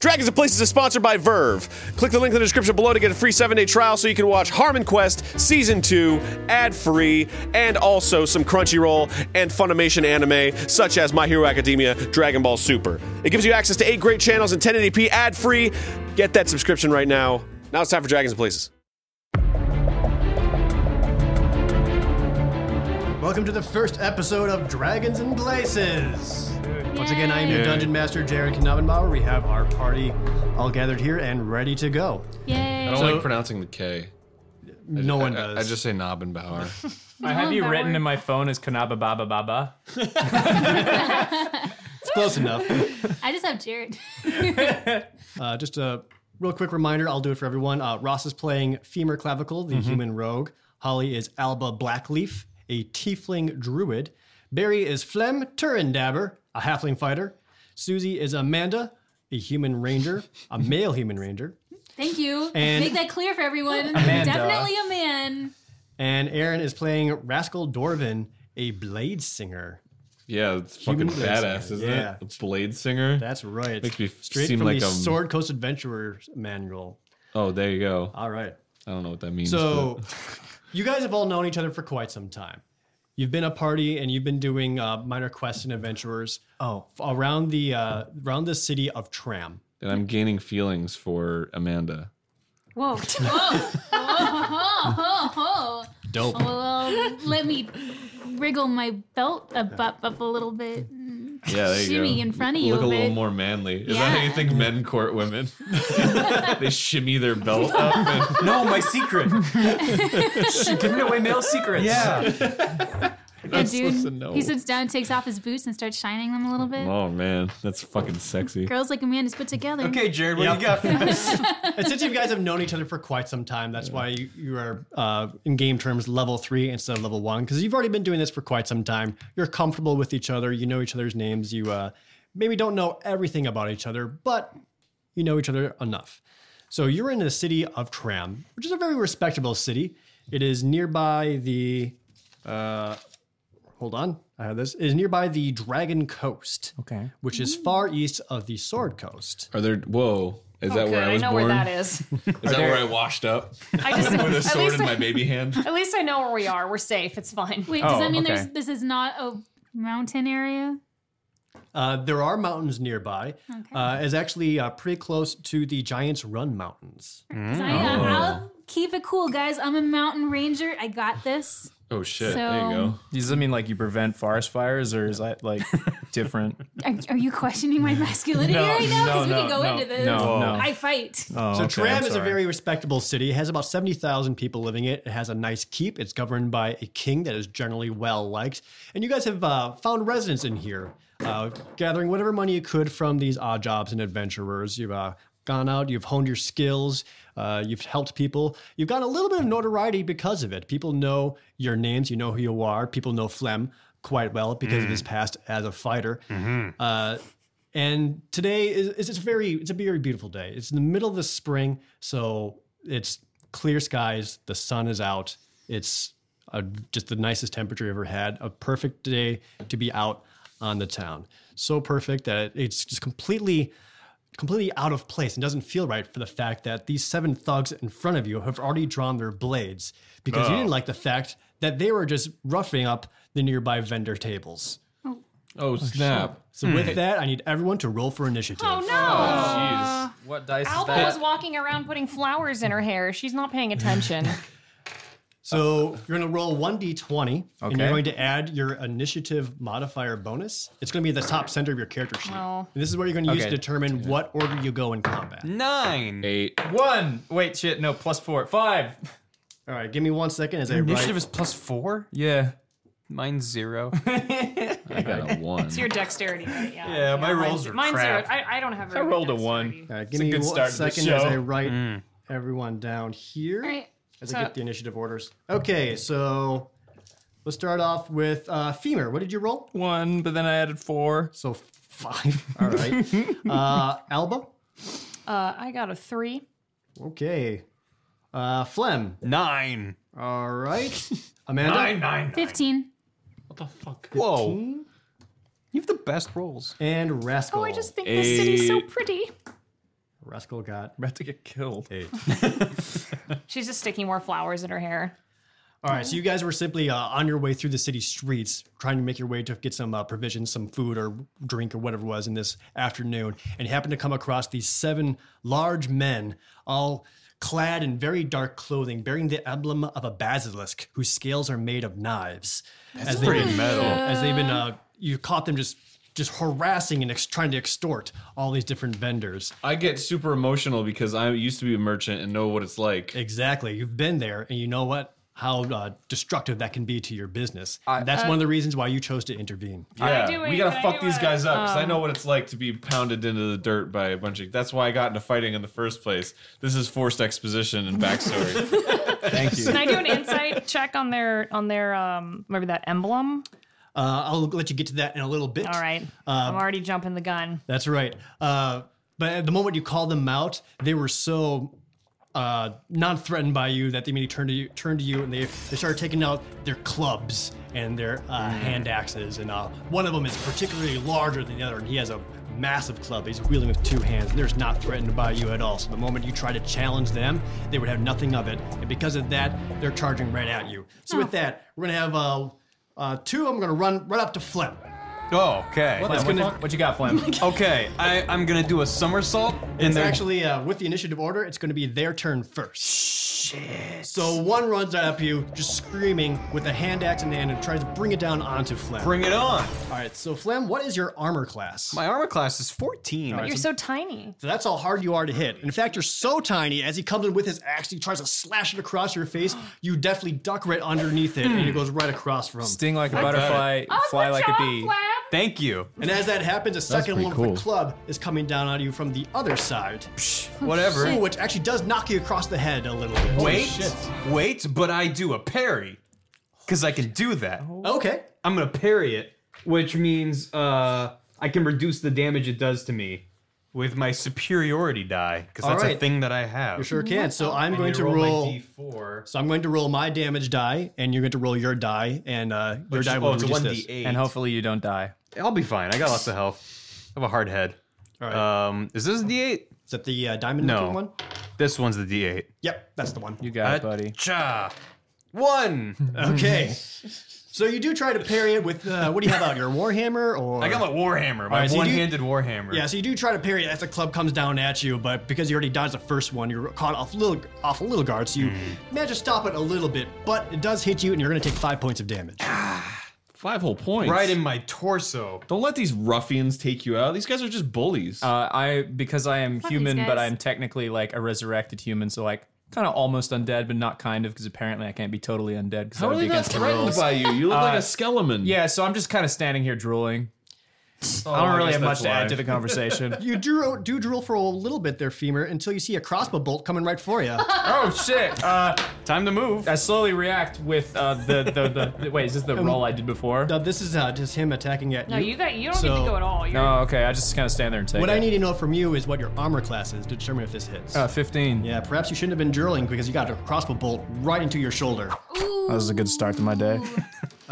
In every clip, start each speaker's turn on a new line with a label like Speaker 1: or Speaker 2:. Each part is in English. Speaker 1: Dragons and Places is sponsored by Verve. Click the link in the description below to get a free seven day trial so you can watch Harmon Quest Season 2 ad free and also some Crunchyroll and Funimation anime such as My Hero Academia, Dragon Ball Super. It gives you access to eight great channels and 1080p ad free. Get that subscription right now. Now it's time for Dragons and Places.
Speaker 2: Welcome to the first episode of Dragons and Places. Once again, I am your
Speaker 3: Yay.
Speaker 2: dungeon master, Jared Knaubenbauer. We have our party all gathered here and ready to go.
Speaker 3: I
Speaker 4: Yay.
Speaker 3: don't
Speaker 2: So-
Speaker 3: like pronouncing the K.
Speaker 2: No one
Speaker 3: I,
Speaker 2: does.
Speaker 3: I just say Knob and Bauer.
Speaker 5: I have you
Speaker 4: that
Speaker 5: written
Speaker 4: word.
Speaker 5: in my phone as Kanaba Baba Baba.
Speaker 2: it's close enough.
Speaker 4: I just have Jared.
Speaker 2: Uh, just a real quick reminder. I'll do it for everyone. Uh, Ross is playing femur clavicle,
Speaker 3: Mm-hmm.
Speaker 2: the human rogue. Holly is Alba Blackleaf, a tiefling druid. Barry is Flem Turindabber, a halfling fighter. Susie is Amanda, a human ranger, a male human ranger.
Speaker 4: Thank you.
Speaker 2: And-
Speaker 4: Make that clear for everyone.
Speaker 5: Amanda.
Speaker 4: Definitely a man.
Speaker 2: And Aaron is playing Rascal Dorvin, a blade singer.
Speaker 3: yeah, it's
Speaker 2: Human
Speaker 3: fucking
Speaker 2: blade
Speaker 3: badass,
Speaker 2: singer,
Speaker 3: isn't
Speaker 2: yeah.
Speaker 3: it? A blade singer.
Speaker 2: That's right.
Speaker 3: Makes me f-
Speaker 2: straight
Speaker 3: seem
Speaker 2: from
Speaker 3: like
Speaker 2: the
Speaker 3: I'm-
Speaker 2: Sword Coast Adventurers manual.
Speaker 3: oh, there you go.
Speaker 2: All right.
Speaker 3: I don't know what that means.
Speaker 2: So, you guys have all known each other for quite some time. You've been a party, and you've been doing uh, minor quests and adventurers. Oh, around the uh, around the city of Tram.
Speaker 3: but- and I'm gaining feelings for Amanda.
Speaker 4: Whoa. Whoa. Whoa. Whoa.
Speaker 2: Dope.
Speaker 4: Well, let me wriggle my belt up, up, up a little bit.
Speaker 3: Yeah, there you
Speaker 4: Shimmy
Speaker 3: go.
Speaker 4: in front of
Speaker 3: Look
Speaker 4: you
Speaker 3: Look
Speaker 4: a
Speaker 3: a little
Speaker 4: bit.
Speaker 3: more manly. Is that how you
Speaker 4: Yeah.
Speaker 3: think men court women? they shimmy their belt up. And,
Speaker 6: No, my secret.
Speaker 5: Giving away male secrets.
Speaker 6: Yeah.
Speaker 4: Yeah,
Speaker 3: supposed to
Speaker 4: dude.
Speaker 3: know.
Speaker 4: He sits down, takes off his boots, and starts shining them a little bit.
Speaker 3: oh man, that's fucking sexy.
Speaker 4: Girls like a man is put together.
Speaker 6: Okay, Jared, what do you got for us?
Speaker 2: And since you guys have known each other for quite some time, that's why you, you are uh, in game terms level three instead of level one because you've already been doing this for quite some time. You're comfortable with each other. You know each other's names. You uh, maybe don't know everything about each other, but you know each other enough. So you're in the city of Tram, which is a very respectable city. It is nearby the. Uh, hold on, I have this. It is nearby the Dragon Coast,
Speaker 5: Okay.
Speaker 2: which is far east of the Sword Coast.
Speaker 3: Are there? Whoa, is that
Speaker 7: Okay,
Speaker 3: where I was
Speaker 7: know
Speaker 3: born?
Speaker 7: where that is.
Speaker 3: Is that where I washed up
Speaker 7: I just
Speaker 3: with a
Speaker 7: at,
Speaker 3: sword
Speaker 7: least
Speaker 3: in my
Speaker 7: I,
Speaker 3: baby hand?
Speaker 7: at least I know where we are. We're safe. It's fine.
Speaker 4: Wait, does
Speaker 5: Oh,
Speaker 4: that mean
Speaker 5: okay.
Speaker 4: there's this is not a mountain area?
Speaker 2: Uh, there are mountains nearby. Uh, it's actually uh, pretty close to the Giants Run Mountains.
Speaker 4: 'Cause I, uh, I'll keep it cool, guys. I'm a mountain ranger. I got this.
Speaker 3: Oh shit! there you
Speaker 4: So-
Speaker 3: go.
Speaker 5: Does that mean like you prevent forest fires or is that like different?
Speaker 4: Are, are you questioning my masculinity right now? Because we
Speaker 5: no,
Speaker 4: can go
Speaker 5: no,
Speaker 4: into this.
Speaker 5: No, no.
Speaker 4: I fight.
Speaker 5: Oh,
Speaker 2: So
Speaker 5: okay,
Speaker 2: Tram
Speaker 5: I'm
Speaker 2: is a
Speaker 5: sorry.
Speaker 2: very respectable city. It has about 70,000 people living in it. It has a nice keep. It's governed by a king that is generally well liked. And you guys have uh, found residence in here, uh, gathering whatever money you could from these odd jobs and adventurers. You've uh, gone out, you've honed your skills, uh, you've helped people. You've gotten a little bit of notoriety because of it. People know your names, you know who you are. People know Flem quite well because
Speaker 5: Mm.
Speaker 2: of his past as a fighter.
Speaker 5: Mm-hmm.
Speaker 2: Uh, and today is, is it's very it's a very beautiful day. It's in the middle of the spring, so it's clear skies. The sun is out. It's uh just the nicest temperature I've ever had. A perfect day to be out on the town. So perfect that it's just completely completely out of place and doesn't feel right for the fact that these seven thugs in front of you have already drawn their blades because you didn't like the fact that they were just roughing up the nearby vendor tables.
Speaker 3: Oh snap!
Speaker 2: So with that, I need everyone to roll for initiative.
Speaker 7: Oh, no.
Speaker 3: Jeez.
Speaker 5: What dice is
Speaker 7: Alba was
Speaker 5: that?
Speaker 7: walking around putting flowers in her hair. She's not paying attention.
Speaker 2: So you're going to roll 1d20, and you're
Speaker 5: Okay.
Speaker 2: going to add your initiative modifier bonus. It's going to be at the top center of your character sheet.
Speaker 7: Oh.
Speaker 2: And this is what you're going to use to
Speaker 5: Okay.
Speaker 2: determine what order you go in combat.
Speaker 6: Nine.
Speaker 3: Eight.
Speaker 5: One. Wait, shit. No, plus four. Five.
Speaker 2: All right, give me one second as I
Speaker 6: Initiative
Speaker 2: write.
Speaker 6: is plus four.
Speaker 5: Yeah.
Speaker 6: Mine's zero.
Speaker 3: I got a one.
Speaker 7: It's your dexterity, right? Yeah.
Speaker 6: Yeah, my rolls
Speaker 7: mine's,
Speaker 6: are
Speaker 7: mine's
Speaker 6: crap.
Speaker 7: Zero. I, I don't have.
Speaker 5: I rolled a
Speaker 7: dexterity.
Speaker 5: one.
Speaker 2: All right,
Speaker 5: It's
Speaker 2: give
Speaker 5: a
Speaker 2: me
Speaker 5: good
Speaker 2: one
Speaker 5: start to the
Speaker 2: second as
Speaker 5: show. Mm.
Speaker 2: I write everyone down here
Speaker 4: All right.
Speaker 2: as
Speaker 7: So-
Speaker 2: I get the initiative orders. Okay, so let's start off with uh, Femur. What did you roll?
Speaker 5: One, but then I added four.
Speaker 2: So five. All right. uh, Alba?
Speaker 7: Uh, I got a three.
Speaker 2: Okay. Uh, Flem?
Speaker 6: Nine.
Speaker 2: All right. Amanda?
Speaker 6: nine.
Speaker 4: 15.
Speaker 6: Whoa. You have the best rolls.
Speaker 2: and Rascal.
Speaker 7: Oh, I just think this city's so pretty.
Speaker 2: Rascal got
Speaker 8: about to get killed.
Speaker 2: eight.
Speaker 7: She's just sticking more flowers in her hair.
Speaker 2: All right, so you guys were simply uh, on your way through the city streets, trying to make your way to get some uh, provisions, some food or drink or whatever it was in this afternoon, and you happened to come across these seven large men, all clad in very dark clothing, bearing the emblem of a basilisk whose scales are made of knives. That's as pretty metal. As they've been, uh, you caught them just just harassing and ex- trying to extort all these different vendors.
Speaker 3: I get super emotional because I used to be a merchant and know what it's like.
Speaker 2: Exactly. You've been there, and you know what? How uh, destructive that can be to your business.
Speaker 9: I-
Speaker 2: That's one of the reasons why you chose to intervene.
Speaker 7: I
Speaker 3: Yeah,
Speaker 7: do
Speaker 3: we
Speaker 7: it,
Speaker 3: gotta
Speaker 7: but I
Speaker 3: fuck
Speaker 7: do
Speaker 3: these
Speaker 7: it.
Speaker 3: guys up because I know what it's like to be pounded into the dirt by a bunch of. That's why I got into fighting in the first place. This is forced exposition and backstory.
Speaker 8: Thank you.
Speaker 7: Can I do an insight check on their on their um maybe that emblem?
Speaker 2: Uh, I'll let you get to that in a little bit.
Speaker 7: All right, I'm already jumping the gun.
Speaker 2: That's right. Uh, but at the moment you called them out, they were so uh, not threatened by you that they immediately turned to you, turned to you, and they they started taking out their clubs and their uh, hand axes. And uh, one of them is particularly larger than the other, and he has a massive club. He's wielding with two hands. They're just not threatened by you at all. So the moment you try to challenge them, they would have nothing of it. And because of that, they're charging right at you. So with that, we're gonna have uh, uh, two. I'm gonna run right up to Flip.
Speaker 9: Oh, okay.
Speaker 8: Flem, what,
Speaker 9: gonna-
Speaker 8: what you got, Flem?
Speaker 9: okay, I, I'm gonna do a somersault and
Speaker 2: It's
Speaker 9: they're
Speaker 2: actually uh, with the initiative order. It's going to be their turn first. Shit. So one runs right up to you, just screaming with a hand axe in the hand, and tries to bring it down onto Flem.
Speaker 9: bring it on.
Speaker 2: All right. So Flem, what is your armor class?
Speaker 9: My armor class is 14.
Speaker 7: You're so tiny.
Speaker 2: so that's how hard you are to hit. In fact, you're so tiny. As he comes in with his axe, he tries to slash it across your face. You definitely duck right underneath it, and it goes right across from.
Speaker 8: Sting like a butterfly,
Speaker 7: Oh,
Speaker 8: fly like a bee.
Speaker 9: Thank you.
Speaker 2: And as that happens, a second
Speaker 3: pretty
Speaker 2: one with
Speaker 3: cool.
Speaker 2: the club is coming down on you from the other side,
Speaker 9: Whatever.
Speaker 2: Ooh, which actually does knock you across the head a little bit.
Speaker 9: Wait, wait, but I do a parry. Because I can do that.
Speaker 2: Okay.
Speaker 9: I'm gonna parry it, which means uh, I can reduce the damage it does to me with my superiority die, because
Speaker 2: All
Speaker 9: that's
Speaker 2: right.
Speaker 9: a thing that I have.
Speaker 2: You sure can. So I'm
Speaker 9: I
Speaker 2: going
Speaker 9: need
Speaker 2: to
Speaker 9: my
Speaker 2: roll.
Speaker 9: D4.
Speaker 2: So I'm going to roll my damage die, and you're going to roll your die, and uh, your
Speaker 9: Which-
Speaker 2: die will
Speaker 9: oh, it's a
Speaker 2: reduce this.
Speaker 9: 1d8.
Speaker 8: And hopefully you don't die.
Speaker 9: I'll be fine. I got lots of health. I have a hard head.
Speaker 2: All right.
Speaker 9: Um, is this a D8?
Speaker 2: Is that the uh, diamond
Speaker 9: No.
Speaker 2: looking one?
Speaker 9: This one's the D8.
Speaker 2: Yep, that's the one.
Speaker 8: You got it, buddy.
Speaker 9: Cha. One.
Speaker 2: Okay. so you do try to parry it with uh, what do you have out? Your warhammer or
Speaker 9: I got my warhammer, my
Speaker 2: right, so you do-
Speaker 9: one-handed warhammer.
Speaker 2: Yeah, so you do try to parry it as the club comes down at you, but because you already dodged the first one, you're caught off little off a little guard, so you
Speaker 9: Hmm.
Speaker 2: manage to stop it a little bit, but it does hit you, and you're going to take five points of damage.
Speaker 3: Five whole points.
Speaker 9: Right in my torso.
Speaker 3: Don't let these ruffians take you out. These guys are just bullies.
Speaker 8: Uh, I because I am
Speaker 4: these
Speaker 8: human, but
Speaker 4: guys.
Speaker 8: I'm technically like a resurrected human, so like kind of almost undead, but not kind of because apparently I can't be totally undead because I
Speaker 3: How
Speaker 8: would
Speaker 3: are
Speaker 8: be
Speaker 3: they not
Speaker 8: against the
Speaker 3: threatened
Speaker 8: rules. Uh,
Speaker 3: by you? You look like a skeleton.
Speaker 8: Yeah, so I'm just kind of standing here drooling.
Speaker 3: Oh,
Speaker 8: I don't
Speaker 3: I
Speaker 8: really
Speaker 3: guess
Speaker 8: have much
Speaker 3: that's
Speaker 8: to
Speaker 3: why.
Speaker 8: add to the conversation.
Speaker 2: You do, do drill for a little bit there, Femur, until you see a crossbow bolt coming right for you.
Speaker 8: oh shit! Uh,
Speaker 9: Time to move.
Speaker 8: I slowly react with uh, the, the the wait. Is this the roll I did before?
Speaker 2: Now, this is uh, just him attacking at
Speaker 7: No,
Speaker 2: you.
Speaker 7: you got you don't
Speaker 2: So-
Speaker 7: get to go at all. You're,
Speaker 8: Oh, okay. I just kind of stand there and take
Speaker 2: What
Speaker 8: it.
Speaker 2: I need to know from you is what your armor class is to determine if this hits.
Speaker 8: Uh, Fifteen.
Speaker 2: yeah, perhaps you shouldn't have been drilling because you got a crossbow bolt right into your shoulder.
Speaker 8: That was a good start to my day.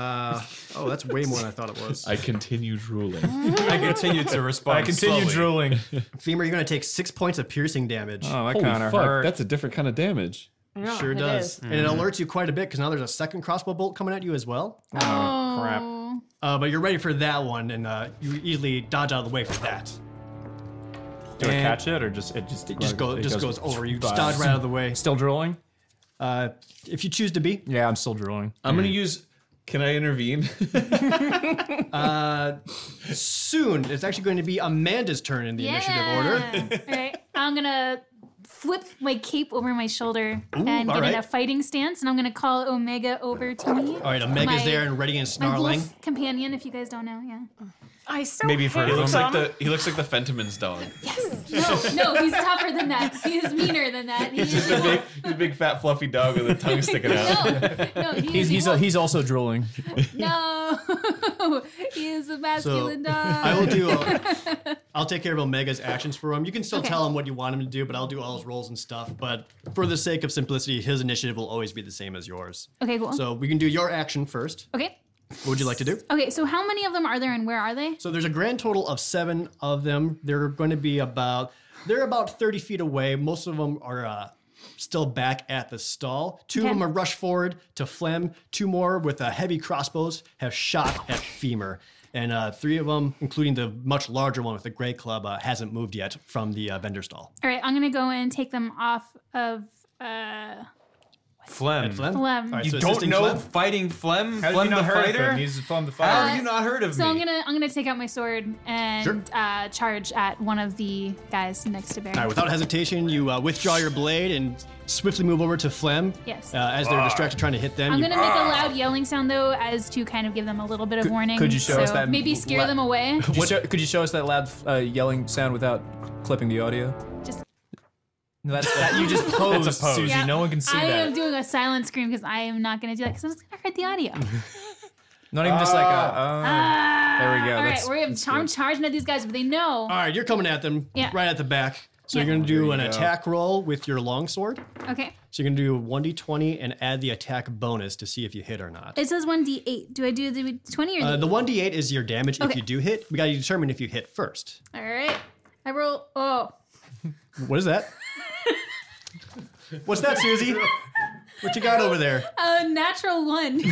Speaker 2: Oh, that's way more than I thought it was.
Speaker 3: I continue drooling.
Speaker 9: I continue to respond.
Speaker 8: I continue
Speaker 9: slowly.
Speaker 8: drooling.
Speaker 2: Femur, you're going to take six points of piercing damage.
Speaker 8: Oh, that
Speaker 3: Holy
Speaker 8: kind of
Speaker 3: fuck,
Speaker 8: hurt.
Speaker 3: that's a different kind of damage.
Speaker 7: Yeah,
Speaker 2: sure
Speaker 7: it
Speaker 2: does.
Speaker 7: is.
Speaker 2: And it alerts you quite a bit because now there's a second crossbow bolt coming at you as well.
Speaker 8: oh, crap.
Speaker 2: Uh, but you're ready for that one, and uh, you easily dodge out of the way for that.
Speaker 8: Do I
Speaker 2: And-
Speaker 8: catch it or just it just
Speaker 2: It just, go,
Speaker 8: it
Speaker 2: just goes over. You
Speaker 8: by.
Speaker 2: just dodge right out of the way.
Speaker 8: Still drooling?
Speaker 2: Uh, if you choose to be,
Speaker 8: Yeah, I'm still drooling.
Speaker 3: I'm gonna use. Can I intervene?
Speaker 2: soon it's actually going to be Amanda's turn in the initiative order.
Speaker 4: order. right. I'm gonna flip my cape over my shoulder and
Speaker 2: all
Speaker 4: get in a
Speaker 2: right.
Speaker 4: fighting stance, and I'm gonna call Omega over to me.
Speaker 2: All right, Omega's
Speaker 4: My-
Speaker 2: there and ready and
Speaker 4: My
Speaker 2: snarling.
Speaker 4: wolf companion, if you guys don't know, yeah.
Speaker 7: I so
Speaker 9: Maybe for-
Speaker 7: hate
Speaker 9: He looks
Speaker 7: them.
Speaker 3: he looks like the Fentiman's dog.
Speaker 4: Yes. No, no, he's tougher than that. He is meaner than that. He is a wolf.
Speaker 3: He's a big fat fluffy dog with a tongue sticking out.
Speaker 4: No, no, he
Speaker 8: He's
Speaker 4: is
Speaker 8: he's,
Speaker 4: a, wolf.
Speaker 8: he's also drooling.
Speaker 4: No, he is a masculine dog.
Speaker 2: I will do. I'll take care of Omega's actions for him. You can still
Speaker 4: Okay.
Speaker 2: tell him what you want him to do, but I'll do all his rolls and stuff. But for the sake of simplicity, his initiative will always be the same as yours.
Speaker 4: okay, cool.
Speaker 2: So we can do your action first.
Speaker 4: okay.
Speaker 2: What would you like to do?
Speaker 4: Okay, so how many of them are there and where are they?
Speaker 2: So there's a grand total of seven of them. They're going to be about They're about 30 feet away. Most of them are uh, still back at the stall. Two of
Speaker 4: Okay.
Speaker 2: them are rushed forward to Flem. Two more with uh, heavy crossbows have shot at femur. And uh, three of them, including the much larger one with the gray club, uh, hasn't moved yet from the uh, vendor stall.
Speaker 4: All right, I'm gonna go and take them off of uh,
Speaker 9: Phlegm.
Speaker 4: Flem.
Speaker 2: All right,
Speaker 9: You
Speaker 2: so
Speaker 9: don't
Speaker 2: assisting
Speaker 9: know
Speaker 2: Flem?
Speaker 9: fighting Phlegm? Phlegm the fighter?
Speaker 8: He's from the
Speaker 9: How
Speaker 8: fire.
Speaker 9: have you not heard of
Speaker 4: Uh, So
Speaker 9: me?
Speaker 4: I'm gonna I'm gonna take out my sword and
Speaker 2: Sure.
Speaker 4: uh, charge at one of the guys next to Barry.
Speaker 2: All right, without hesitation, you uh, withdraw your blade and swiftly move over to Flem.
Speaker 4: Yes.
Speaker 2: Uh, as they're distracted trying to hit them,
Speaker 4: I'm
Speaker 2: you-
Speaker 4: gonna make a loud yelling sound though, as to kind of give them a little bit of warning.
Speaker 8: Ah. could you show
Speaker 4: so
Speaker 8: us that
Speaker 4: Maybe scare
Speaker 8: la-
Speaker 4: them away.
Speaker 8: Could you, show, could you show us that loud uh, yelling sound without clipping the audio?
Speaker 4: Just
Speaker 8: No, That's, that you just posed,
Speaker 9: That's a pose.
Speaker 8: Susie.
Speaker 4: Yeah.
Speaker 8: No one can see
Speaker 4: I
Speaker 8: that.
Speaker 4: am doing a silent scream because I am not gonna do that because I'm just gonna hurt the audio.
Speaker 8: Not even just like a.
Speaker 4: Um,
Speaker 8: Uh,
Speaker 4: there
Speaker 8: we
Speaker 4: Ah,
Speaker 8: go,
Speaker 4: All right,
Speaker 8: that's- Ah.
Speaker 4: we're I'm charging at these guys, but they know.
Speaker 2: All right, you're coming at them
Speaker 4: Yeah.
Speaker 2: right at the back. So
Speaker 4: Yeah.
Speaker 2: you're going to do an attack roll with your longsword.
Speaker 4: Okay.
Speaker 2: So you're going to do 1d20 and add the attack bonus to see if you hit or not.
Speaker 4: It says 1d8. Do I do the 20 or
Speaker 2: Uh,
Speaker 4: the?
Speaker 2: the 1d8 is your damage if
Speaker 4: Okay.
Speaker 2: you do hit. We got to determine if you hit first.
Speaker 4: All right. I roll. Oh,
Speaker 2: What is that? What's that, Susie? What you got over there?
Speaker 4: a natural one.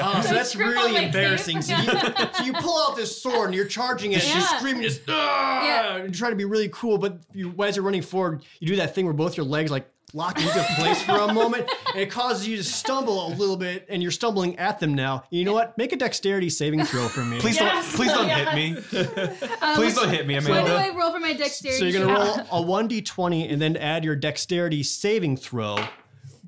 Speaker 2: Oh, so that's
Speaker 4: screw up
Speaker 2: really
Speaker 4: my
Speaker 2: embarrassing. So
Speaker 4: cape.
Speaker 2: you, so you pull out this sword and you're charging it, and
Speaker 4: Yeah.
Speaker 2: you're screaming, just "Ah!"
Speaker 4: Yeah.
Speaker 2: and trying to be really cool. But you, as you're running forward, you do that thing where both your legs like lock into place for a moment, and it causes you to stumble a little bit. And you're stumbling at them now. you know what? Make a dexterity saving throw for me.
Speaker 9: Please
Speaker 4: Yes.
Speaker 9: don't, please don't
Speaker 4: Yes.
Speaker 9: hit me.
Speaker 4: Um,
Speaker 9: please don't hit me,
Speaker 4: what do I
Speaker 9: Amanda.
Speaker 4: roll for my dexterity?
Speaker 2: So you're gonna
Speaker 4: check?
Speaker 2: roll a one d20 and then add your dexterity saving throw,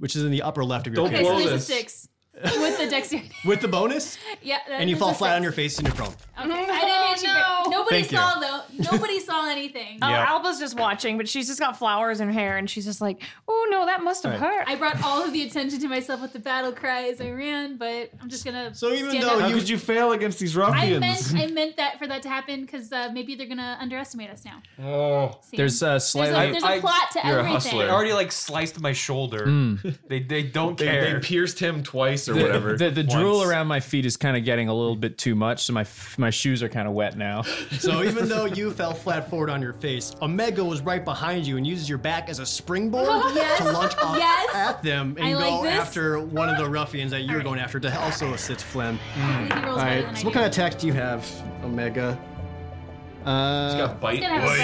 Speaker 2: which is in the upper left of your
Speaker 3: Don't
Speaker 4: Okay,
Speaker 2: page.
Speaker 3: blow
Speaker 4: so there's
Speaker 3: this.
Speaker 4: a six with the dexterity.
Speaker 2: With the bonus,
Speaker 4: Yeah, that
Speaker 2: and you
Speaker 4: is
Speaker 2: fall
Speaker 4: a
Speaker 2: flat
Speaker 4: six.
Speaker 2: on your face and you're prone.
Speaker 4: Okay. I didn't hit you. Barry.
Speaker 7: Oh, no.
Speaker 4: Nobody
Speaker 2: Thank you.
Speaker 4: saw though. Nobody saw anything.
Speaker 7: Oh,
Speaker 9: Yeah.
Speaker 7: Alba's just watching, but she's just got flowers in her hair, and she's just like, "Oh no, that must have hurt."
Speaker 4: I brought all of the attention to myself with the battle cry as I ran, but I'm just gonna.
Speaker 2: So even
Speaker 4: stand
Speaker 2: though
Speaker 4: up.
Speaker 3: How could you fail against these
Speaker 4: I
Speaker 3: ruffians?
Speaker 4: meant I meant that for that to happen because uh, maybe they're gonna underestimate us now.
Speaker 9: Oh.
Speaker 4: See?
Speaker 8: there's uh,
Speaker 4: there's a,
Speaker 8: slightly.
Speaker 4: there's a
Speaker 9: I- I-
Speaker 4: plot to
Speaker 3: you're a
Speaker 4: everything.
Speaker 9: They
Speaker 3: hustler.
Speaker 9: already like sliced my shoulder. They they don't
Speaker 3: They,
Speaker 9: care.
Speaker 3: they pierced him twice or whatever.
Speaker 8: the, the drool
Speaker 9: Once.
Speaker 8: around my feet is kind of getting a little bit too much, so my f- my shoes are kind of wet now.
Speaker 2: So even though you fell flat forward on your face, Omega was right behind you and uses your back as a springboard
Speaker 4: Yes.
Speaker 2: to launch off
Speaker 4: Yes.
Speaker 2: at them and
Speaker 4: I like
Speaker 2: go
Speaker 4: this.
Speaker 2: after one of the ruffians that you're going after to also assist Flem.
Speaker 4: He rolls
Speaker 2: All
Speaker 4: better
Speaker 2: right.
Speaker 4: than
Speaker 2: So
Speaker 4: I
Speaker 2: what
Speaker 4: do.
Speaker 2: kind of attacks do you have, Omega? Uh,
Speaker 3: Got bite.
Speaker 4: He's gonna have a
Speaker 3: Bite.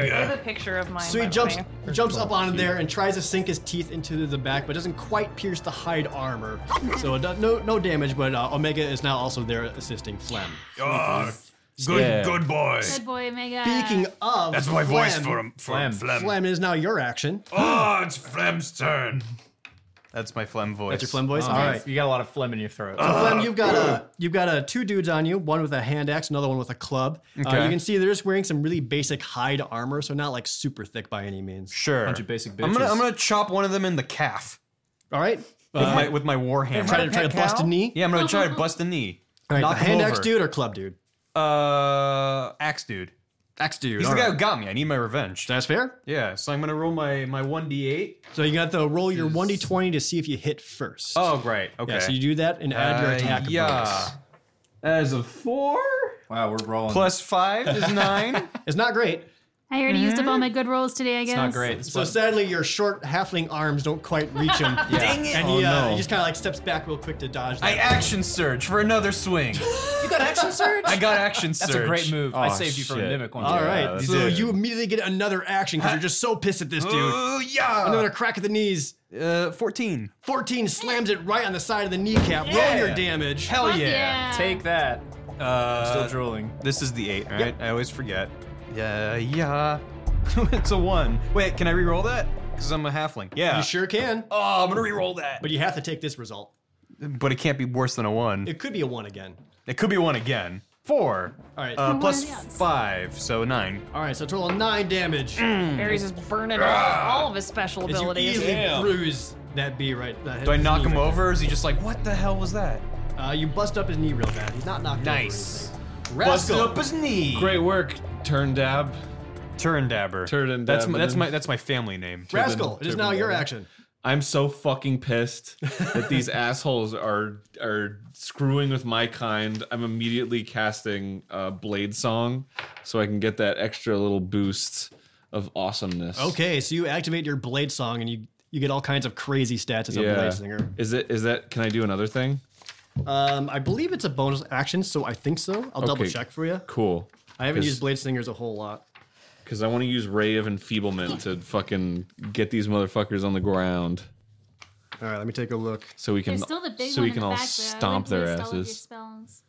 Speaker 4: fight.
Speaker 7: I have a picture of mine.
Speaker 2: so he
Speaker 7: by the
Speaker 2: jumps
Speaker 7: way.
Speaker 2: jumps up on there and tries to sink his teeth into the back, but doesn't quite pierce the hide armor. So it does- no no damage, but uh, Omega is now also there assisting Flem.
Speaker 10: Good,
Speaker 8: Yeah.
Speaker 10: good boy.
Speaker 4: Good boy, Omega.
Speaker 2: Speaking of,
Speaker 10: That's my voice
Speaker 2: Flem,
Speaker 10: for him. For Phlegm.
Speaker 8: Phlegm.
Speaker 10: Phlegm.
Speaker 2: Flem is now your action.
Speaker 10: Oh, it's Phlegm's turn.
Speaker 9: That's my phlegm voice. Uh,
Speaker 2: That's your Flem
Speaker 9: Oh,
Speaker 2: voice. All
Speaker 8: Nice.
Speaker 2: right.
Speaker 8: you got a lot of phlegm in your throat.
Speaker 2: Clem, you've got a you've got a two dudes on you. One with a hand axe, another one with a club. Uh,
Speaker 9: Okay.
Speaker 2: you can see they're just wearing some really basic hide armor, so not like super thick by any means.
Speaker 9: Sure.
Speaker 8: Bunch of basic
Speaker 9: I'm gonna
Speaker 8: bitches.
Speaker 9: I'm gonna chop one of them in the calf
Speaker 2: All right,
Speaker 9: with my with my war hammer.
Speaker 2: Uh, try to try to bust a knee.
Speaker 9: Uh, yeah, I'm gonna try to bust a knee.
Speaker 2: All right,
Speaker 9: Knock
Speaker 2: the
Speaker 9: him
Speaker 2: hand
Speaker 9: over.
Speaker 2: axe dude or club dude?
Speaker 9: Uh, axe dude.
Speaker 2: Axe dude.
Speaker 9: He's
Speaker 2: all
Speaker 9: the guy
Speaker 2: right.
Speaker 9: who got me. I need my revenge.
Speaker 2: That's fair.
Speaker 9: Yeah, so I'm gonna roll my my one d8.
Speaker 2: So you got to roll your one d twenty to see if you hit first.
Speaker 9: Oh, great. Okay.
Speaker 2: Yeah, so you do that and add your
Speaker 9: Uh,
Speaker 2: attack
Speaker 9: yeah.
Speaker 2: bonus.
Speaker 9: As a four
Speaker 8: wow, we're rolling.
Speaker 9: plus five is nine.
Speaker 2: It's not great.
Speaker 4: I already used up all
Speaker 3: Mm-hmm.
Speaker 4: my good rolls today. I guess.
Speaker 8: it's not great. It's
Speaker 2: So sadly, your short halfling arms don't quite reach him. Dang it! And he,
Speaker 9: Oh,
Speaker 2: uh, he just kind of like steps back real quick to dodge.
Speaker 9: I
Speaker 2: that.
Speaker 9: action surge for another swing.
Speaker 8: you got action surge.
Speaker 9: I got action surge.
Speaker 8: That's a great move. I
Speaker 3: Oh,
Speaker 8: saved you from
Speaker 3: shit.
Speaker 8: mimic one.
Speaker 2: All
Speaker 8: time.
Speaker 2: right,
Speaker 3: that's
Speaker 2: so
Speaker 3: it.
Speaker 2: you immediately get another action because you're just so pissed at this dude.
Speaker 9: Ooh, yeah.
Speaker 2: Another crack at the knees.
Speaker 9: Uh, 14.
Speaker 2: 14 slams it right on the side of the kneecap.
Speaker 9: Yeah.
Speaker 2: Roll your damage.
Speaker 9: Hell
Speaker 4: Fuck
Speaker 9: yeah.
Speaker 8: Take that.
Speaker 9: Uh,
Speaker 8: Still drooling.
Speaker 9: This is the eight, right? I always forget. Yeah, yeah. it's a one. Wait, can I re-roll that? Because I'm a halfling. Yeah.
Speaker 2: You sure can,
Speaker 9: Oh, I'm gonna re-roll that.
Speaker 2: but you have to take this result.
Speaker 9: But it can't be worse than a one. It,
Speaker 2: It could be a one again.
Speaker 9: could be one again. Four.
Speaker 2: All right.
Speaker 9: Uh, plus
Speaker 4: are the odds?
Speaker 9: five, so nine.
Speaker 2: All right, so a total of nine damage.
Speaker 7: Barry's just burning all all of his special
Speaker 2: As you
Speaker 7: abilities.
Speaker 2: easily
Speaker 3: Damn.
Speaker 2: bruise that bee right. That
Speaker 9: Do I
Speaker 2: his
Speaker 9: knock
Speaker 2: knee
Speaker 9: him
Speaker 2: right
Speaker 9: over? Or is he just like, what the hell was that?
Speaker 2: there. Uh, you bust up his knee real bad. He's not knocked
Speaker 9: Nice.
Speaker 2: over.
Speaker 9: Busted
Speaker 2: Rascal.
Speaker 9: up his knee.
Speaker 3: Great work, turn dab.
Speaker 9: Turn dabber.
Speaker 3: Turn and
Speaker 9: That's
Speaker 3: dab
Speaker 9: my,
Speaker 3: and
Speaker 9: that's
Speaker 3: then-
Speaker 9: my that's my family name.
Speaker 2: Rascal. It is now your
Speaker 3: Turban.
Speaker 2: action.
Speaker 3: I'm so fucking pissed that these assholes are are screwing with my kind. I'm immediately casting uh, Blade Song so I can get that extra little boost of awesomeness.
Speaker 2: Okay, so you activate your blade song and you you get all kinds of crazy stats as a
Speaker 3: Yeah.
Speaker 2: blade singer.
Speaker 3: Is it is that can I do another thing?
Speaker 2: Um, I believe it's a bonus action, so I think so. I'll double
Speaker 3: Okay.
Speaker 2: check for you.
Speaker 3: Cool.
Speaker 2: I haven't
Speaker 3: 'Cause-
Speaker 2: used blade singers a whole lot.
Speaker 3: Cuz I want to use Ray of Enfeeblement to fucking get these motherfuckers on the ground
Speaker 2: All right, let me take a look.
Speaker 3: so we can
Speaker 4: There's still the big one
Speaker 3: so we
Speaker 4: in
Speaker 3: can
Speaker 4: the
Speaker 3: all
Speaker 4: back, though. I
Speaker 3: stomp
Speaker 4: wouldn't
Speaker 3: their
Speaker 4: waste all of your
Speaker 3: asses.
Speaker 4: spells.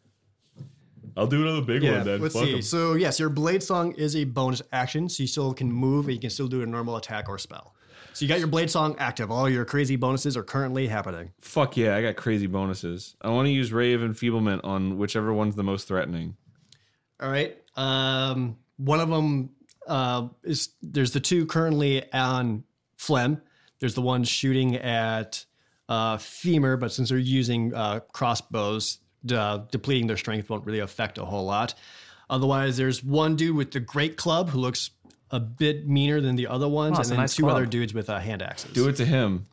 Speaker 3: I'll do another big
Speaker 2: Yeah, let's see. So yes, your blade song is a bonus action, so you still can move and you can still do a normal attack or spell. So you got your blade song active. All your crazy bonuses are currently happening.
Speaker 3: Fuck yeah, I got crazy bonuses. I want to use Ray of Enfeeblement on whichever one's the most threatening.
Speaker 2: All right. Um, one of them uh, is there's the two currently on Flem. There's the one shooting at uh, femur, but since they're using uh, crossbows, uh, depleting their strength won't really affect a whole lot. Otherwise, there's one dude with the great club who looks a bit meaner than the other ones,
Speaker 5: Oh, it's a
Speaker 2: and then
Speaker 5: nice
Speaker 2: two
Speaker 5: club.
Speaker 2: other dudes with uh, hand axes.
Speaker 3: Do it to him.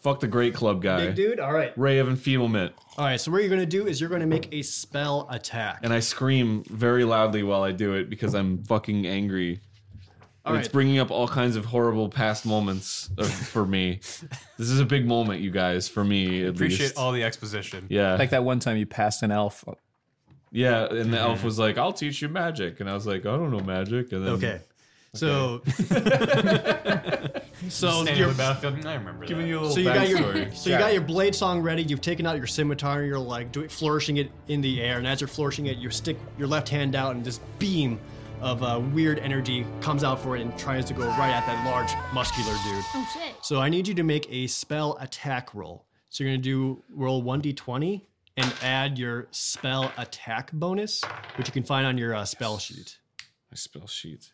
Speaker 3: Fuck the great club guy.
Speaker 2: Big dude. All right.
Speaker 3: Ray of Enfeeblement.
Speaker 2: All right. So what you're going to do is you're going to make a spell attack.
Speaker 3: And I scream very loudly while I do it because I'm fucking angry.
Speaker 2: All
Speaker 3: And It's
Speaker 2: right.
Speaker 3: bringing up all kinds of horrible past moments of, for me. This is a big moment, you guys, for me at
Speaker 6: Appreciate
Speaker 3: least.
Speaker 6: all the exposition.
Speaker 3: yeah.
Speaker 5: Like that one time you passed an elf.
Speaker 3: yeah. And the elf was like, I'll teach you magic. And I was like, I don't know magic. And then
Speaker 2: okay. So
Speaker 6: So Standing on the battlefield, I remember giving you a little
Speaker 2: So you got your so you got your blade song ready. You've taken out your scimitar. and You're like doing, flourishing it in the air, and as you're flourishing it, you stick your left hand out, and this beam of uh, weird energy comes out for it and tries to go right at that large muscular dude.
Speaker 4: Oh shit.
Speaker 2: So I need you to make a spell attack roll. So you're gonna do roll one d20 and add your spell attack bonus, which you can find on your uh, spell sheet.
Speaker 3: my spell sheet.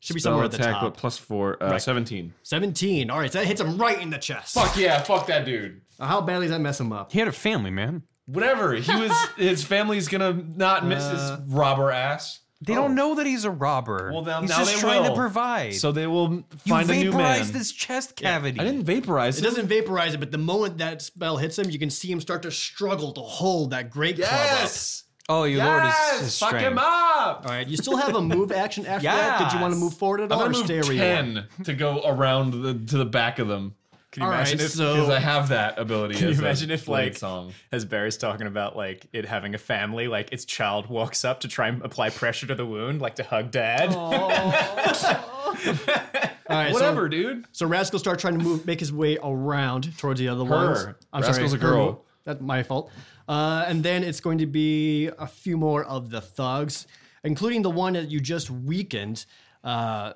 Speaker 2: Should be
Speaker 3: Spell
Speaker 2: somewhere at the
Speaker 3: attack,
Speaker 2: top.
Speaker 3: but plus four, uh, 17.
Speaker 2: 17. All right, so that hits him right in the chest.
Speaker 3: Fuck yeah. Fuck that dude.
Speaker 2: Now, How badly does that mess him up?
Speaker 6: He had a family, man.
Speaker 3: Whatever. He was, his family's gonna not miss his robber ass.
Speaker 6: They don't know that he's a robber.
Speaker 3: Uh, Oh. Well, now-
Speaker 6: he's
Speaker 3: now
Speaker 6: just
Speaker 3: they
Speaker 6: trying to
Speaker 3: will.
Speaker 6: provide.
Speaker 3: So they will
Speaker 6: you
Speaker 3: find a new man.
Speaker 6: vaporized his chest cavity.
Speaker 3: I didn't vaporize
Speaker 2: It doesn't vaporize it, but the moment that spell hits him, you can see him start to struggle to hold that great
Speaker 6: Oh, you lowered his, his
Speaker 3: fuck
Speaker 6: strength.
Speaker 3: him up.
Speaker 2: club up. All right, you still have a move action after that. Did you want to
Speaker 6: Yes.
Speaker 2: move forward at all
Speaker 3: I'm
Speaker 2: or
Speaker 3: gonna
Speaker 2: stay
Speaker 3: move
Speaker 2: where you are?
Speaker 3: ten to go around the, to the back of them. Can you
Speaker 2: All
Speaker 3: imagine
Speaker 2: right,
Speaker 3: if?
Speaker 2: so-
Speaker 3: Because I have that ability.
Speaker 5: Can you
Speaker 3: as a
Speaker 5: imagine if,
Speaker 3: blade
Speaker 5: like-
Speaker 3: song?
Speaker 5: As Barry's talking about like it having a family, like its child walks up to try and apply pressure to the wound, like to hug dad.
Speaker 2: All right,
Speaker 3: Whatever, dude.
Speaker 2: So, so Rascal starts trying to move, make his way around towards the other ones. I'm
Speaker 3: Rascal's
Speaker 2: sorry,
Speaker 3: a girl.
Speaker 2: her move. That's my fault. Uh, and then it's going to be a few more of the thugs, including the one that you just weakened. Uh,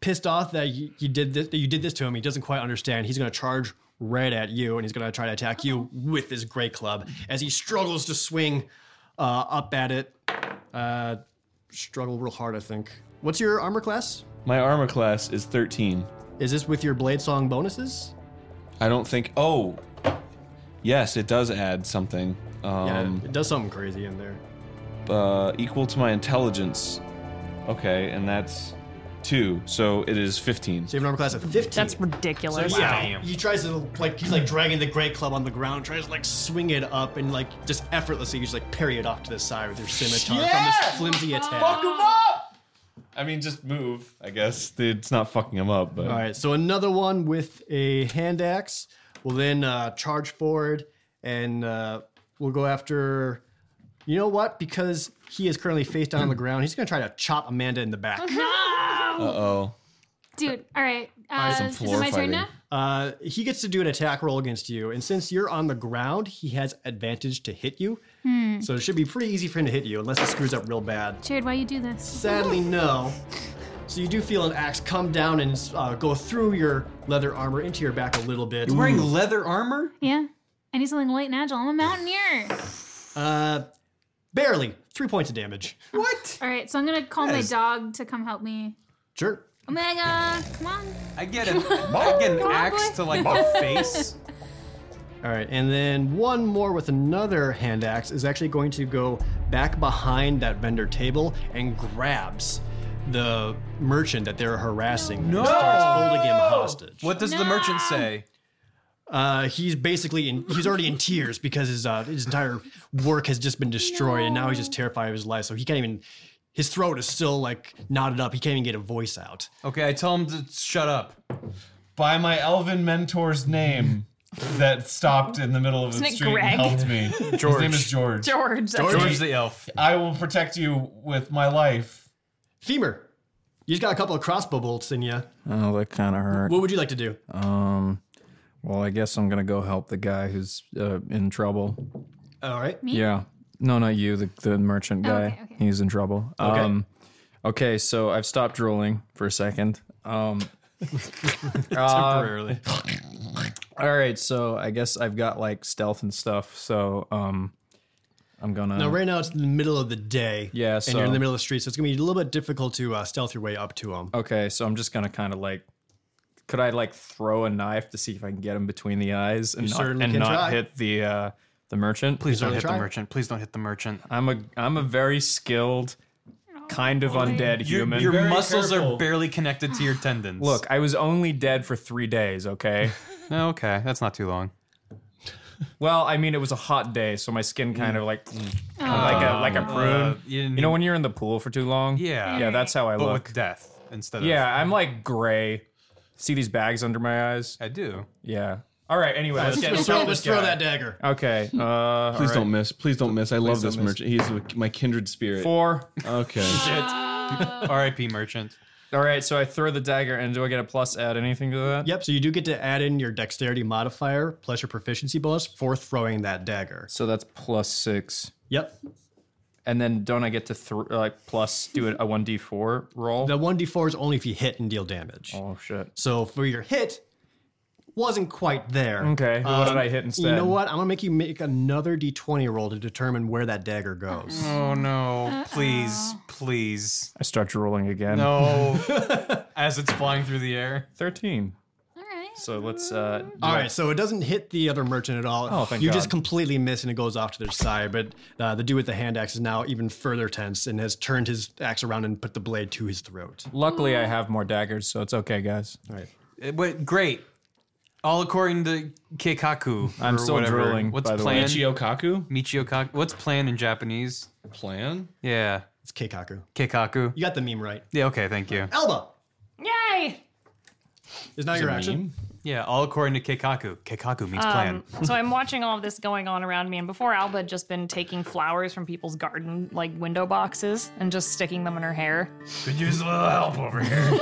Speaker 2: pissed off that you, you did this that you did this to him. He doesn't quite understand. He's going to charge right at you, and he's going to try to attack you with his great club as he struggles to swing uh, up at it. Uh, struggle real hard, I think. What's your armor class?
Speaker 3: My armor class is thirteen.
Speaker 2: Is this with your blade song bonuses?
Speaker 3: I don't think. Oh, yes, it does add something.
Speaker 2: Yeah,
Speaker 3: Um,
Speaker 2: it does something crazy in there.
Speaker 3: uh, equal to my intelligence. Okay, and that's two. So it is fifteen.
Speaker 2: So you have an armor class of 15.
Speaker 7: That's ridiculous.
Speaker 2: yeah. He tries to like he's like dragging the great club on the ground, tries to like swing it up and like just effortlessly you just like parry it off to the side with your scimitar from this flimsy attack.
Speaker 3: I mean, just move. I guess it's not fucking him up, but
Speaker 2: All right, so another one with a hand axe will then uh, charge forward and uh, we'll go after. You know what? Because he is currently face down on the ground, he's going to try to chop Amanda in the back.
Speaker 3: oh,
Speaker 4: Dude, all right. Uh,
Speaker 3: some
Speaker 4: is it
Speaker 3: floor
Speaker 4: my turn
Speaker 3: fighting.
Speaker 4: now?
Speaker 2: Uh, he gets to do an attack roll against you, and since you're on the ground, he has advantage to hit you. So it should be pretty easy for him to hit you, unless he screws up real bad.
Speaker 4: Jared, why you do this?
Speaker 2: Sadly, no. So you do feel an axe come down and uh, go through your leather armor into your back a little bit.
Speaker 6: Wearing leather armor?
Speaker 4: Yeah. I need something light and agile. I'm a mountaineer.
Speaker 2: Uh, barely three points of damage.
Speaker 6: What?
Speaker 4: All right, so I'm gonna call
Speaker 6: Yes.
Speaker 4: my dog to come help me.
Speaker 2: Sure.
Speaker 4: Omega, come on.
Speaker 6: I get an, I get an
Speaker 4: Come on,
Speaker 6: axe
Speaker 4: boy.
Speaker 6: to like the face.
Speaker 2: All right, and then one more with another hand axe is actually going to go back behind that vendor table and grabs the merchant that they're harassing. No. And starts holding him hostage.
Speaker 6: What does the
Speaker 4: No.
Speaker 6: merchant say?
Speaker 2: Uh, he's basically in, he's already in tears because his uh, his entire work has just been destroyed, and now he's just terrified of his life. So he can't even. His throat is still like knotted up. He can't even get a voice out.
Speaker 6: Okay, I tell him to shut up.
Speaker 3: by my elven mentor's name that stopped in the middle of the
Speaker 7: Isn't it
Speaker 3: street
Speaker 7: Greg?
Speaker 3: and helped me. His name is George.
Speaker 7: George. that's
Speaker 6: George the elf.
Speaker 3: I will protect you with my life.
Speaker 2: Femur, you just got a couple of crossbow bolts in you.
Speaker 8: Oh, that kind of hurt.
Speaker 2: What would you like to do?
Speaker 8: Um, well, I guess I'm gonna go help the guy who's uh, in trouble.
Speaker 2: All right.
Speaker 8: Yeah. No, not you. The the merchant guy.
Speaker 4: Oh, okay, okay.
Speaker 8: He's in trouble. Okay. Um, okay. So I've stopped drooling for a second. Um.
Speaker 2: Temporarily.
Speaker 8: All right. So I guess I've got like stealth and stuff. So um, I'm gonna.
Speaker 2: now, right now it's in the middle of the day.
Speaker 8: Yeah,
Speaker 2: And you're in
Speaker 8: so-
Speaker 2: the middle of the street, so it's gonna be a little bit difficult to uh, stealth your way up to him.
Speaker 8: Okay, so I'm just gonna kind of like, could I like throw a knife to see if I can get him between the eyes and not,
Speaker 2: certainly
Speaker 8: and
Speaker 2: can
Speaker 8: not
Speaker 2: try.
Speaker 8: hit the uh, the merchant?
Speaker 9: Please don't
Speaker 2: Really
Speaker 9: hit
Speaker 2: try.
Speaker 9: the merchant. Please don't hit the merchant.
Speaker 8: I'm a I'm a very skilled, kind of undead human.
Speaker 6: Your
Speaker 3: Very
Speaker 6: muscles
Speaker 3: careful.
Speaker 6: are barely connected to your tendons.
Speaker 8: Look, I was only dead for three days. Okay.
Speaker 6: Oh,
Speaker 9: No, okay, that's not too long.
Speaker 8: well, I mean, it was a hot day, so my skin kind of like like a like a
Speaker 9: Uh,
Speaker 8: prune.
Speaker 6: Uh, you,
Speaker 8: you know when you're in the pool for too long?
Speaker 6: Yeah.
Speaker 8: Yeah, that's how I
Speaker 6: but
Speaker 8: look.
Speaker 6: with death instead of
Speaker 8: Yeah, I'm like gray. See these bags under my eyes?
Speaker 6: I do.
Speaker 8: Yeah. All right. Anyway, let's get
Speaker 2: Let's throw, let's throw that dagger.
Speaker 8: Okay. Uh,
Speaker 3: Please don't miss. Please don't miss. I love
Speaker 8: don't
Speaker 3: this
Speaker 8: miss.
Speaker 3: merchant. He's my kindred spirit.
Speaker 8: Four.
Speaker 3: Okay.
Speaker 6: R.I.P. Merchant.
Speaker 8: All right. So I throw the dagger, and do I get a plus add anything to that?
Speaker 2: Yep. So you do get to add in your dexterity modifier plus your proficiency bonus for throwing that dagger.
Speaker 8: So that's plus six.
Speaker 2: Yep.
Speaker 8: And then don't I get to thr like plus do it a one d four roll?
Speaker 2: The one d4 is only if you hit and deal damage.
Speaker 8: Oh shit.
Speaker 2: So for your hit, wasn't quite there. Um,
Speaker 8: Okay, what did I hit
Speaker 2: You
Speaker 8: instead?
Speaker 2: know what? I'm gonna make you make another d20 roll to determine where that dagger goes.
Speaker 6: Oh no! Please, please.
Speaker 8: I start rolling again.
Speaker 6: No. As it's flying through the air.
Speaker 8: Thirteen.
Speaker 4: All right.
Speaker 8: So let's. uh
Speaker 2: All right, so it doesn't hit the other merchant at all.
Speaker 8: Oh, thank
Speaker 2: you
Speaker 8: God.
Speaker 2: just completely miss, and it goes off to their side. But uh, the dude with the hand axe is now even further tense and has turned his axe around and put the blade to his throat.
Speaker 8: Luckily, I have more daggers, so it's okay, guys.
Speaker 6: It went Uh, great. All according to Keikaku. Uh,
Speaker 8: I'm
Speaker 6: or
Speaker 8: still
Speaker 6: whatever.
Speaker 8: drooling,
Speaker 6: What's
Speaker 8: by the way.
Speaker 6: plan?
Speaker 3: Michio Kaku?
Speaker 6: Michio Kaku. What's plan in Japanese?
Speaker 3: Plan?
Speaker 6: Yeah,
Speaker 2: It's Keikaku.
Speaker 6: Keikaku.
Speaker 2: You got the meme right.
Speaker 6: Yeah. Okay. Thank you.
Speaker 2: Elba
Speaker 7: Yay!
Speaker 2: is now your action.
Speaker 6: Yeah. All according to Keikaku. Keikaku means plan.
Speaker 7: Um, so I'm watching all of this going on around me, and before Alba had just been taking flowers from people's garden, like window boxes, and just sticking them in her hair.
Speaker 11: Could use a little help over here.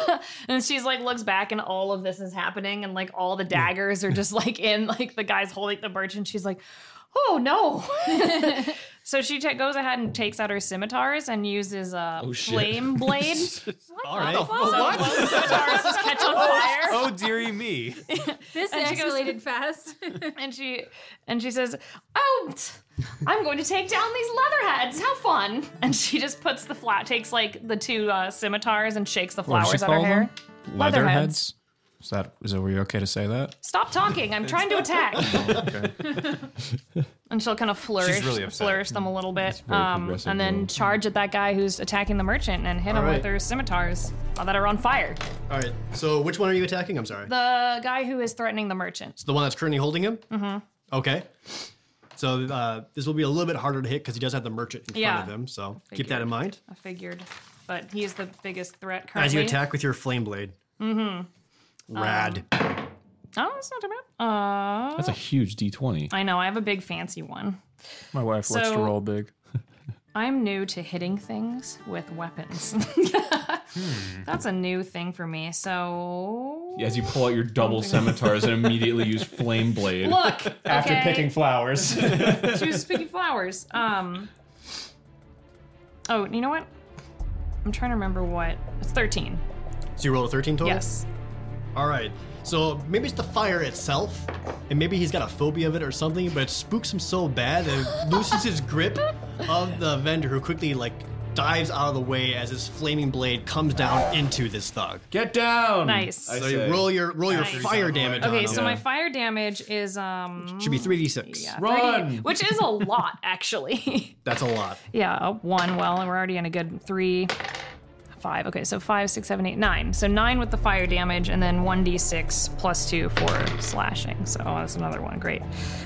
Speaker 7: And she's like looks back, and all of this is happening, and like all the daggers are just like in like the guy's holding the birch, and she's like, "Oh no!" so she ta goes ahead and takes out her scimitars and uses a flame blade.
Speaker 2: All right.
Speaker 7: What? Scimitars just catch on fire.
Speaker 6: Oh dearie me.
Speaker 4: This
Speaker 7: she goes-
Speaker 4: escalated fast.
Speaker 7: and she and she says, "Oh, t- I'm going to take down these leatherheads. How fun!" And she just puts the flat, takes like the two uh, scimitars and shakes the
Speaker 8: What does she
Speaker 7: flowers out of her
Speaker 8: call
Speaker 7: hair.
Speaker 8: Leatherheads. Is that is it? Were you okay to say that?
Speaker 7: Stop talking! I'm trying to attack.
Speaker 2: Oh,
Speaker 7: and she'll kind of flourish,
Speaker 6: really upset.
Speaker 7: flourish them a little bit, um, and then charge at that guy who's attacking the merchant and hit him
Speaker 2: Alright.
Speaker 7: with her scimitars uh, that are on fire.
Speaker 2: All right. So which one are you attacking? I'm sorry.
Speaker 7: The guy who is threatening the merchant.
Speaker 2: The one that's currently holding him? Mm-hmm. Okay. So uh, this will be a little bit harder to hit because he does have the merchant in
Speaker 7: Yeah.
Speaker 2: front of him. So keep that in mind.
Speaker 7: I figured, but he is the biggest threat currently.
Speaker 2: As you attack with your flame blade. Mm-hmm. Rad.
Speaker 7: Oh, that's not too bad. Uh,
Speaker 3: That's a huge D20.
Speaker 7: I know. I have a big fancy one.
Speaker 8: My wife likes to
Speaker 7: So-
Speaker 8: roll big.
Speaker 7: I'm new to hitting things with weapons.
Speaker 2: Hmm.
Speaker 7: That's a new thing for me. So
Speaker 3: As you pull out your double scimitars and immediately use flame blade.
Speaker 7: look after picking
Speaker 8: flowers.
Speaker 7: choose picking flowers. Um. Oh, you know what? I'm trying to remember what it's 13.
Speaker 2: So you rolled a 13 total?
Speaker 7: Yes.
Speaker 2: All right. So maybe it's the fire itself, and maybe he's got a phobia of it or something, but it spooks him so bad that it loosens his grip of the vendor who quickly, like, dives out of the way as his flaming blade comes down into this thug.
Speaker 3: Get down!
Speaker 7: Nice.
Speaker 3: I
Speaker 2: So you
Speaker 3: say,
Speaker 2: roll your roll your
Speaker 7: Nice.
Speaker 2: fire damage on
Speaker 7: Okay,
Speaker 2: him.
Speaker 7: so my fire damage is um
Speaker 2: Should be 3d6.
Speaker 7: yeah,
Speaker 3: Run!
Speaker 7: 30, which is a lot actually.
Speaker 2: That's a lot.
Speaker 7: Yeah, a one. Well, and we're already in a good three. Five. Okay, so five, six, seven, eight, nine. So nine with the fire damage, and then one d6 plus two for slashing. So oh, that's another one. Great.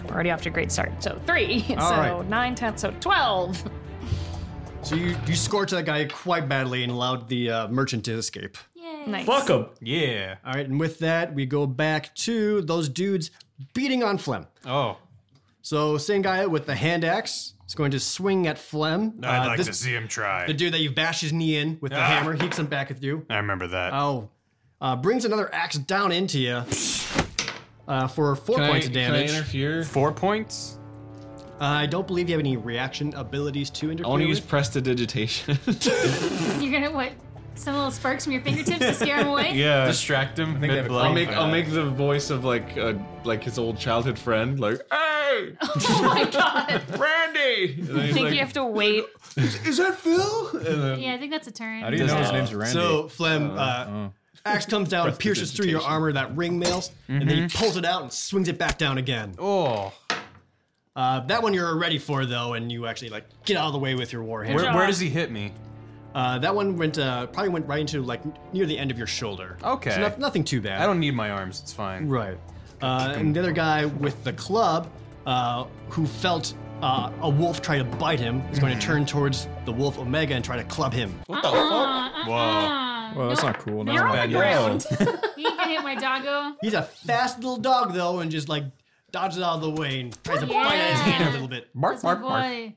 Speaker 7: We're already off to a great start. So three.
Speaker 2: All
Speaker 7: so
Speaker 2: right.
Speaker 7: nine, ten. So twelve.
Speaker 2: So you you scorch that guy quite badly and allowed the uh, merchant to escape.
Speaker 7: Nice.
Speaker 2: Yeah. All right, and with that, we go back to those dudes beating on Flem.
Speaker 8: Oh.
Speaker 2: So same guy with the hand axe is going to swing at Flem.
Speaker 11: I'd
Speaker 2: Uh,
Speaker 11: like
Speaker 2: this-
Speaker 11: to see him try.
Speaker 2: The dude that you bash his knee in with the
Speaker 11: Ah.
Speaker 2: hammer, he comes back at you.
Speaker 9: I remember that.
Speaker 2: Oh, uh, brings another axe down into you uh, for four
Speaker 3: Can I-
Speaker 2: points of
Speaker 3: can I
Speaker 2: damage. Uh,
Speaker 3: interfere?
Speaker 9: Four points.
Speaker 2: I don't believe you have any reaction abilities to interfere.
Speaker 3: I want to use
Speaker 2: with.
Speaker 3: prestidigitation.
Speaker 4: You're gonna what? Some little sparks from your fingertips to scare him away.
Speaker 3: yeah,
Speaker 9: distract him.
Speaker 3: I
Speaker 9: mid-blow.
Speaker 3: will make I'll make the voice of like uh, like his old childhood friend, like hey,
Speaker 7: Oh my god.
Speaker 3: Randy. And then
Speaker 7: I
Speaker 3: he's
Speaker 7: think
Speaker 3: like,
Speaker 7: you have to wait.
Speaker 3: Is that Phil? And then-
Speaker 4: Yeah, I think that's a turn.
Speaker 3: How do you know his name's Randy?
Speaker 2: So Flem, uh, axe comes down, and pierces through your armor, that ring mail, and then he pulls it out and swings it back down again.
Speaker 8: Mm-hmm. Oh.
Speaker 2: Uh, that one you're ready for though, and you actually like get out of the way with your warhammer.
Speaker 8: Where, where does he hit me?
Speaker 2: Uh, that one went uh, probably went right into like n- near the end of your shoulder.
Speaker 8: Okay.
Speaker 2: so no- nothing too bad.
Speaker 8: I don't need my arms. It's fine.
Speaker 2: Right. Uh, and the other guy with the club, uh, who felt uh, a wolf try to bite him, is
Speaker 8: Mm-hmm.
Speaker 2: going to turn towards the wolf Omega and try to club him.
Speaker 3: What the
Speaker 2: Uh-huh.
Speaker 3: fuck?
Speaker 4: Whoa.
Speaker 8: Well, that's not cool. That's
Speaker 4: You're
Speaker 8: not
Speaker 4: on
Speaker 8: bad
Speaker 4: the
Speaker 8: news.
Speaker 4: ground. you ain't gonna hit my doggo.
Speaker 2: He's a fast little dog though, and just like dodges out of the way and tries to bite at his hand a little bit.
Speaker 4: That's my boy.
Speaker 3: Man,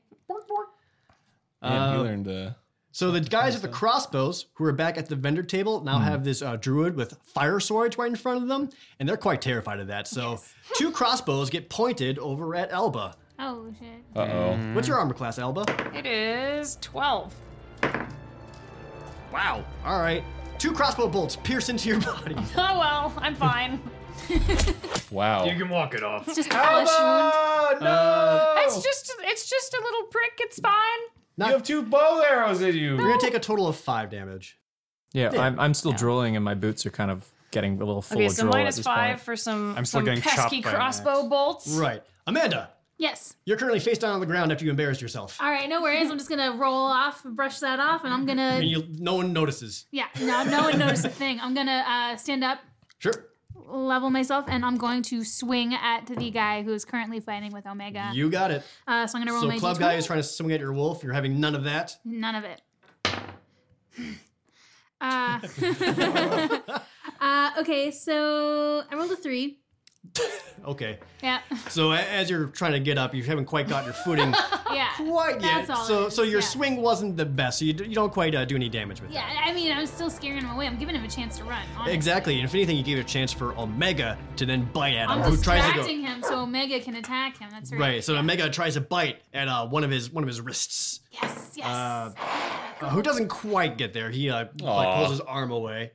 Speaker 3: he
Speaker 2: Uh,
Speaker 3: learned. Uh,
Speaker 2: So the guys with the crossbows who are back at the vendor table now
Speaker 3: Hmm.
Speaker 2: have this uh, druid with fire swords right in front of them, and they're quite terrified of that. So two crossbows get pointed over at Elba.
Speaker 4: Oh shit.
Speaker 3: uh oh.
Speaker 2: What's your armor class, Elba?
Speaker 7: It is twelve.
Speaker 2: Wow. All right. Two crossbow bolts pierce into your body.
Speaker 7: Oh well, I'm fine.
Speaker 3: Wow.
Speaker 11: You can walk it off.
Speaker 4: It's just a flesh wound.
Speaker 7: it's just it's just a little prick. It's fine.
Speaker 2: Not-
Speaker 3: you have two bow arrows in you.
Speaker 2: You're gonna take a total of five damage.
Speaker 8: Yeah, I'm, I'm still drooling, and my boots are kind of getting a little full
Speaker 7: Okay,
Speaker 8: of
Speaker 7: so
Speaker 8: drool at
Speaker 7: minus
Speaker 8: this
Speaker 7: five
Speaker 8: point.
Speaker 7: for some,
Speaker 8: I'm still
Speaker 7: some
Speaker 8: getting chopped
Speaker 7: pesky
Speaker 8: by an axe.
Speaker 7: crossbow bolts.
Speaker 2: Right. Amanda,
Speaker 4: Yes.
Speaker 2: you're currently face down on the ground after you embarrassed yourself,
Speaker 4: All right. No worries. I'm just gonna roll off, brush that off, and I'm
Speaker 2: and
Speaker 4: gonna.
Speaker 2: you no one notices.
Speaker 4: Yeah. No, no one noticed a thing. I'm gonna uh, stand up,
Speaker 2: Sure.
Speaker 4: level myself, and I'm going to swing at the guy who is currently fighting with Omega.
Speaker 2: You got it.
Speaker 4: Uh, so I'm gonna roll
Speaker 2: So
Speaker 4: my
Speaker 2: club
Speaker 4: d20.
Speaker 2: guy is trying to swing at your wolf. You're having none of that.
Speaker 4: None of it. uh, uh, okay, so I rolled a three. Mm-hmm.
Speaker 2: Okay.
Speaker 4: Yeah,
Speaker 2: So a- as you're trying to get up, you haven't quite got your footing.
Speaker 4: yeah,
Speaker 2: quite yet.
Speaker 4: That's all
Speaker 2: so
Speaker 4: it is,
Speaker 2: so your
Speaker 4: yeah.
Speaker 2: swing wasn't the best. So you, d- you don't quite uh, do any damage with
Speaker 4: yeah. I mean, I'm still scaring him away. I'm giving him a chance to run.
Speaker 2: it.
Speaker 4: honestly.
Speaker 2: Exactly. And if anything, you gave it a chance for Omega to then bite at him,
Speaker 4: I'm
Speaker 2: who tries to
Speaker 4: distracting
Speaker 2: go
Speaker 4: him so Omega can attack him. That's right.
Speaker 2: right. So Omega tries to bite at uh, one of his one of his wrists,
Speaker 4: Yes, yes.
Speaker 2: uh, uh, who doesn't quite get there. He uh, like
Speaker 3: Aw.
Speaker 2: pulls his arm away.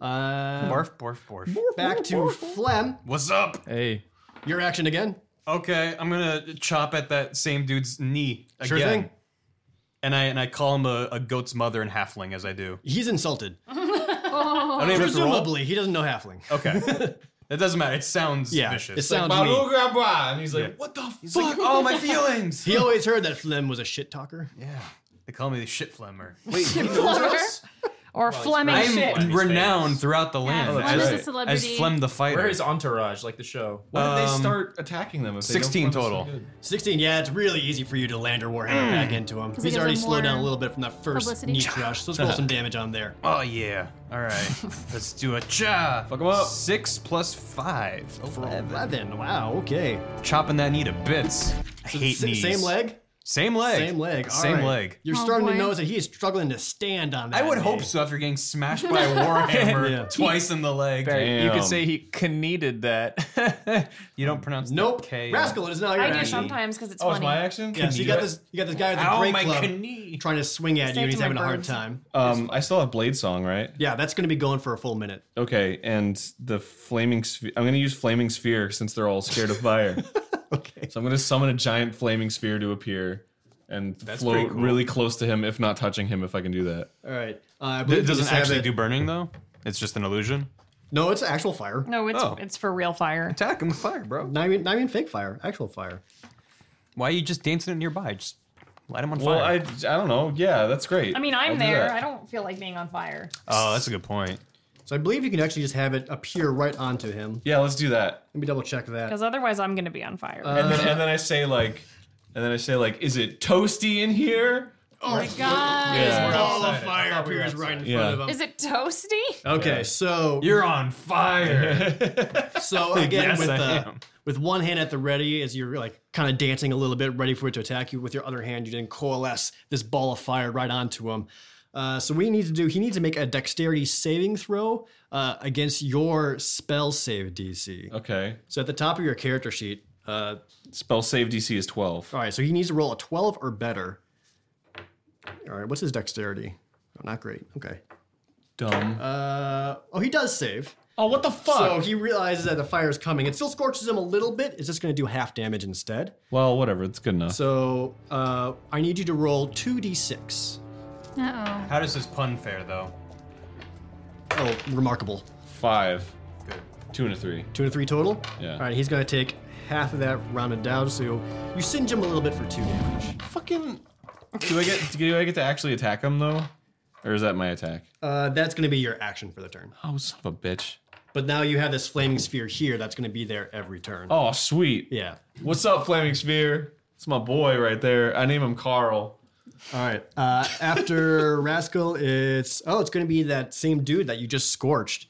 Speaker 2: Uh,
Speaker 9: Barf, barf, barf.
Speaker 2: back to Flem.
Speaker 11: What's up?
Speaker 8: Hey,
Speaker 2: Your action again.
Speaker 9: Okay, I'm gonna chop at that same dude's knee again.
Speaker 2: Sure thing.
Speaker 9: And I and I call him a, a goat's mother and halfling as I do.
Speaker 2: He's insulted.
Speaker 4: Oh
Speaker 9: I don't even have to roll.
Speaker 2: Presumably, he doesn't know halfling.
Speaker 9: Okay. That doesn't matter. It sounds
Speaker 2: Yeah,
Speaker 9: Oh, vicious.
Speaker 2: it
Speaker 9: It's
Speaker 2: sounds
Speaker 3: Balu
Speaker 2: mean.
Speaker 3: Grabba. And he's like, what the
Speaker 9: It's
Speaker 3: fuck?
Speaker 9: like, oh, my feelings.
Speaker 2: He always heard that Flem was a shit talker.
Speaker 9: yeah. They call me the shit flemmer.
Speaker 3: Wait, he knows us?
Speaker 7: Or Fleming shit.
Speaker 9: I'm renowned throughout the land
Speaker 4: Flem's
Speaker 9: as,
Speaker 4: a
Speaker 9: as
Speaker 4: celebrity.
Speaker 9: Flem the fighter.
Speaker 5: Where is Entourage, like the show?
Speaker 3: Why did they
Speaker 9: Um,
Speaker 3: start attacking them? If they don't
Speaker 9: 16
Speaker 3: find us so
Speaker 9: total.
Speaker 3: good?
Speaker 2: 16, yeah, it's really easy for you to land your
Speaker 9: Mm.
Speaker 2: warhammer back into him.
Speaker 4: it
Speaker 2: He's
Speaker 4: gives
Speaker 2: already
Speaker 4: him
Speaker 2: slowed down a
Speaker 4: more
Speaker 2: little bit from that first
Speaker 4: publicity.
Speaker 2: knee crush, so let's roll some damage on there.
Speaker 9: Oh yeah. All right. Let's do a cha. Fuck
Speaker 3: him up.
Speaker 9: Six plus five. Eleven.
Speaker 2: 11, wow, okay.
Speaker 9: Chopping that knee to bits. I
Speaker 2: So
Speaker 9: hate
Speaker 2: sa-
Speaker 9: knees.
Speaker 2: Same leg?
Speaker 9: Same leg.
Speaker 2: Same leg. all
Speaker 9: Same
Speaker 2: right.
Speaker 9: leg.
Speaker 2: You're
Speaker 4: Oh,
Speaker 2: starting to
Speaker 4: boy.
Speaker 2: notice that he is struggling to stand on that.
Speaker 9: I would
Speaker 2: knee.
Speaker 9: hope so after getting smashed by a warhammer
Speaker 2: Yeah.
Speaker 9: twice in the leg.
Speaker 3: Damn.
Speaker 8: you could say he kneaded that.
Speaker 9: You don't pronounce
Speaker 2: Nope.
Speaker 9: that K.
Speaker 2: Rascal, it is not your
Speaker 7: I do
Speaker 2: action.
Speaker 7: sometimes because it's
Speaker 3: Oh, it's
Speaker 7: funny.
Speaker 3: my action?
Speaker 2: Yeah, so you got this you got this guy with the
Speaker 9: Ow,
Speaker 2: great
Speaker 9: my
Speaker 2: club
Speaker 9: knee.
Speaker 2: trying to swing at you and
Speaker 7: Saved
Speaker 2: he's
Speaker 7: my
Speaker 2: having a hard
Speaker 7: birds.
Speaker 2: time.
Speaker 3: Um, I still have Blade Song, right?
Speaker 2: Yeah, that's gonna be going for a full minute.
Speaker 3: Okay, and the flaming sphere. I'm going to use flaming sphere since they're all scared of fire.
Speaker 2: Okay.
Speaker 3: so I'm going to summon a giant flaming sphere to appear and float
Speaker 5: pretty cool.
Speaker 3: really close to him, if not touching him, if I can do that.
Speaker 2: Alright. Uh, I believe
Speaker 9: It
Speaker 2: you
Speaker 9: doesn't
Speaker 2: just have
Speaker 9: actually
Speaker 2: it-
Speaker 9: do burning though. It's just an illusion.
Speaker 2: No, it's actual fire.
Speaker 7: No, it's
Speaker 9: Oh.
Speaker 7: it's for real fire.
Speaker 9: Attack him with fire, bro.
Speaker 2: Not even not even fake fire, actual fire.
Speaker 9: Why are you just dancing it nearby? Just
Speaker 5: Light him on
Speaker 3: Well,
Speaker 5: fire.
Speaker 3: I, I don't know. Yeah, that's great.
Speaker 7: I mean,
Speaker 3: I'll
Speaker 7: I'm
Speaker 3: do
Speaker 7: there.
Speaker 3: that.
Speaker 7: I don't feel like being on fire.
Speaker 5: Oh, that's a good point.
Speaker 2: So I believe you can actually just have it appear right onto him.
Speaker 3: Yeah, let's do that.
Speaker 2: Let me double check that.
Speaker 7: Because otherwise, I'm gonna be on fire.
Speaker 3: and then and then I say like, and then I say like, is it toasty in here?
Speaker 7: oh my god!
Speaker 3: Yeah.
Speaker 2: Ball of fire appears right in
Speaker 3: Yeah.
Speaker 2: front of him.
Speaker 7: Is it toasty?
Speaker 2: Okay, so
Speaker 9: You're on fire.
Speaker 2: so again
Speaker 9: Yes,
Speaker 2: with
Speaker 9: I
Speaker 2: uh,
Speaker 9: am.
Speaker 2: with one hand at the ready as you're like kind of dancing a little bit, ready for it to attack you. With your other hand, you then coalesce this ball of fire right onto him. Uh, so we need to do. He needs to make a dexterity saving throw uh, against your spell save DC.
Speaker 3: Okay.
Speaker 2: So at the top of your character sheet, uh,
Speaker 3: Spell save DC is twelve.
Speaker 2: All right, so he needs to roll a 12 or better. All right, what's his dexterity? Oh, not great. Okay.
Speaker 3: Dumb.
Speaker 2: Uh, oh, he does save.
Speaker 3: oh, what the fuck?
Speaker 2: So he realizes that the fire is coming. It still scorches him a little bit. It's just going to do half damage instead.
Speaker 3: well, whatever. It's good enough.
Speaker 2: So uh, I need you to roll 2d6.
Speaker 4: Uh
Speaker 9: How does this pun fare, though?
Speaker 2: Oh, remarkable.
Speaker 3: Five. Two and a three.
Speaker 2: Two and three total.
Speaker 3: Yeah.
Speaker 2: All right, he's going to take half of that rounded down. So you singe him a little bit for two damage.
Speaker 3: Fucking. Do I get do I get to actually attack him though, or is that my attack?
Speaker 2: Uh, that's going to be your action for the turn.
Speaker 3: Oh, son of a bitch.
Speaker 2: But now you have this flaming sphere here that's going to be there every turn.
Speaker 3: Oh, sweet.
Speaker 2: Yeah.
Speaker 3: What's up, Flaming Spear? It's my boy right there. I name him Carl.
Speaker 2: All right. Uh, after Rascal, it's oh, it's going to be that same dude that you just scorched.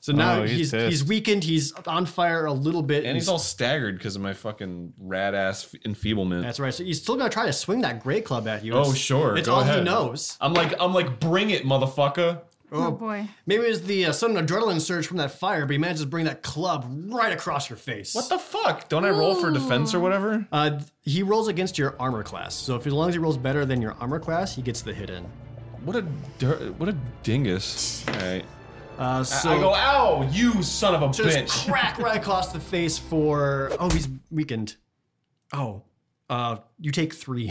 Speaker 2: So now
Speaker 5: Oh,
Speaker 2: he's
Speaker 5: he's
Speaker 2: he's,
Speaker 5: pissed.
Speaker 2: weakened. He's on fire a little bit.
Speaker 3: And he's all staggered because of my fucking rad ass enfeeblement.
Speaker 2: that's right. So he's still going to try to swing that gray club at you.
Speaker 3: oh,
Speaker 2: It's-
Speaker 3: sure.
Speaker 2: It's
Speaker 3: go
Speaker 2: all
Speaker 3: ahead.
Speaker 2: he knows.
Speaker 3: I'm like, I'm like, bring it, motherfucker.
Speaker 4: oh boy.
Speaker 2: Maybe it's the uh, sudden adrenaline surge from that fire, but he manages to bring that club right across your face.
Speaker 3: What the fuck? Don't I roll for defense or whatever?
Speaker 2: Uh, he rolls against your armor class. So if as long as he rolls better than your armor class, he gets the hit in.
Speaker 3: What a dir- what a dingus. All right.
Speaker 2: Uh, so
Speaker 3: I go, ow, you son of a
Speaker 2: So
Speaker 3: bitch.
Speaker 2: just crack right across the face for oh he's weakened. Oh, uh, you take three.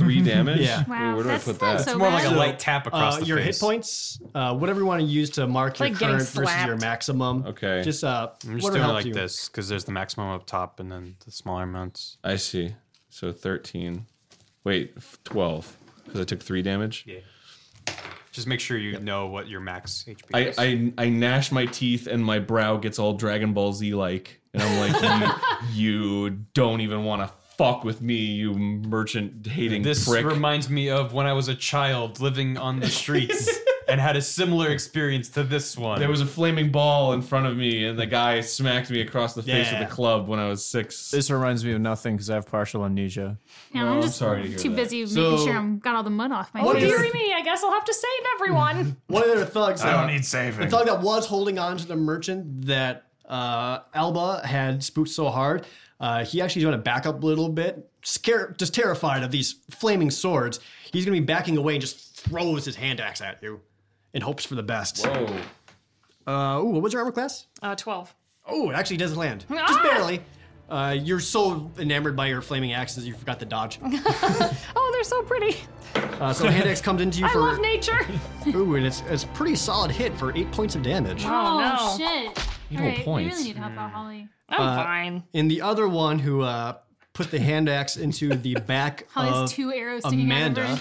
Speaker 3: Three damage.
Speaker 2: Yeah.
Speaker 4: Wow,
Speaker 3: where do I
Speaker 4: that's
Speaker 3: put
Speaker 4: not
Speaker 3: that?
Speaker 4: so
Speaker 9: More like a
Speaker 4: bad.
Speaker 9: light tap across
Speaker 2: Uh,
Speaker 9: the
Speaker 2: your
Speaker 9: face.
Speaker 2: hit points, uh, whatever you want to use to mark your
Speaker 7: like getting
Speaker 2: current versus your
Speaker 7: slapped.
Speaker 2: maximum.
Speaker 3: Okay.
Speaker 2: Just uh,
Speaker 9: I'm just
Speaker 2: whatever
Speaker 9: doing it
Speaker 2: helps
Speaker 9: like
Speaker 2: you.
Speaker 9: this because there's the maximum up top and then the smaller amounts.
Speaker 3: I see. So thirteen. Wait, f- twelve. Because I took three damage. Yeah.
Speaker 9: Just make sure you know what your max HP
Speaker 3: I,
Speaker 9: is.
Speaker 3: I I gnash my teeth and my brow gets all Dragon Ball Z like, and I'm like, you, you don't even want to fuck with me, you merchant hating
Speaker 9: This
Speaker 3: prick.
Speaker 9: reminds me of when I was a child living on the streets and had a similar experience to this one.
Speaker 3: there was a flaming ball in front of me, and the guy smacked me across the face
Speaker 2: Yeah.
Speaker 3: with a club when I was six.
Speaker 8: This reminds me of nothing because I have partial amnesia.
Speaker 4: Now
Speaker 3: I'm
Speaker 4: I'm just
Speaker 3: sorry to hear
Speaker 4: too
Speaker 3: that.
Speaker 4: busy
Speaker 2: So-
Speaker 4: making sure I'm got all the mud off my
Speaker 7: Oh,
Speaker 4: face.
Speaker 7: dearie me! I guess I'll have to save everyone.
Speaker 2: One of the thugs.
Speaker 11: I
Speaker 2: uh,
Speaker 11: don't need saving.
Speaker 2: the thug that was holding on to the merchant that uh, Alba had spooked so hard. Uh, he actually is going to back up a little bit, scared, just terrified of these flaming swords. He's going to be backing away and just throws his hand axe at you, and hopes for the best.
Speaker 3: Whoa.
Speaker 2: Uh, ooh, what was your armor class?
Speaker 7: Uh, Twelve.
Speaker 2: Oh, it actually does land. Just
Speaker 7: Ah!
Speaker 2: barely. Uh, you're so enamored by your flaming axes, you forgot to dodge.
Speaker 7: Oh, they're so pretty.
Speaker 2: Uh, so hand axe comes into you
Speaker 7: I
Speaker 2: for
Speaker 7: love nature.
Speaker 2: ooh, and it's it's a pretty solid hit for eight points of damage.
Speaker 7: Oh,
Speaker 4: Oh,
Speaker 7: no.
Speaker 4: shit. You
Speaker 3: know
Speaker 4: we
Speaker 3: points.
Speaker 4: really need to help out Holly.
Speaker 7: I'm fine.
Speaker 2: And the other one who uh, put the hand axe into the back of
Speaker 4: Holly's two arrows sticking out
Speaker 2: Uh, Amanda,
Speaker 4: of her.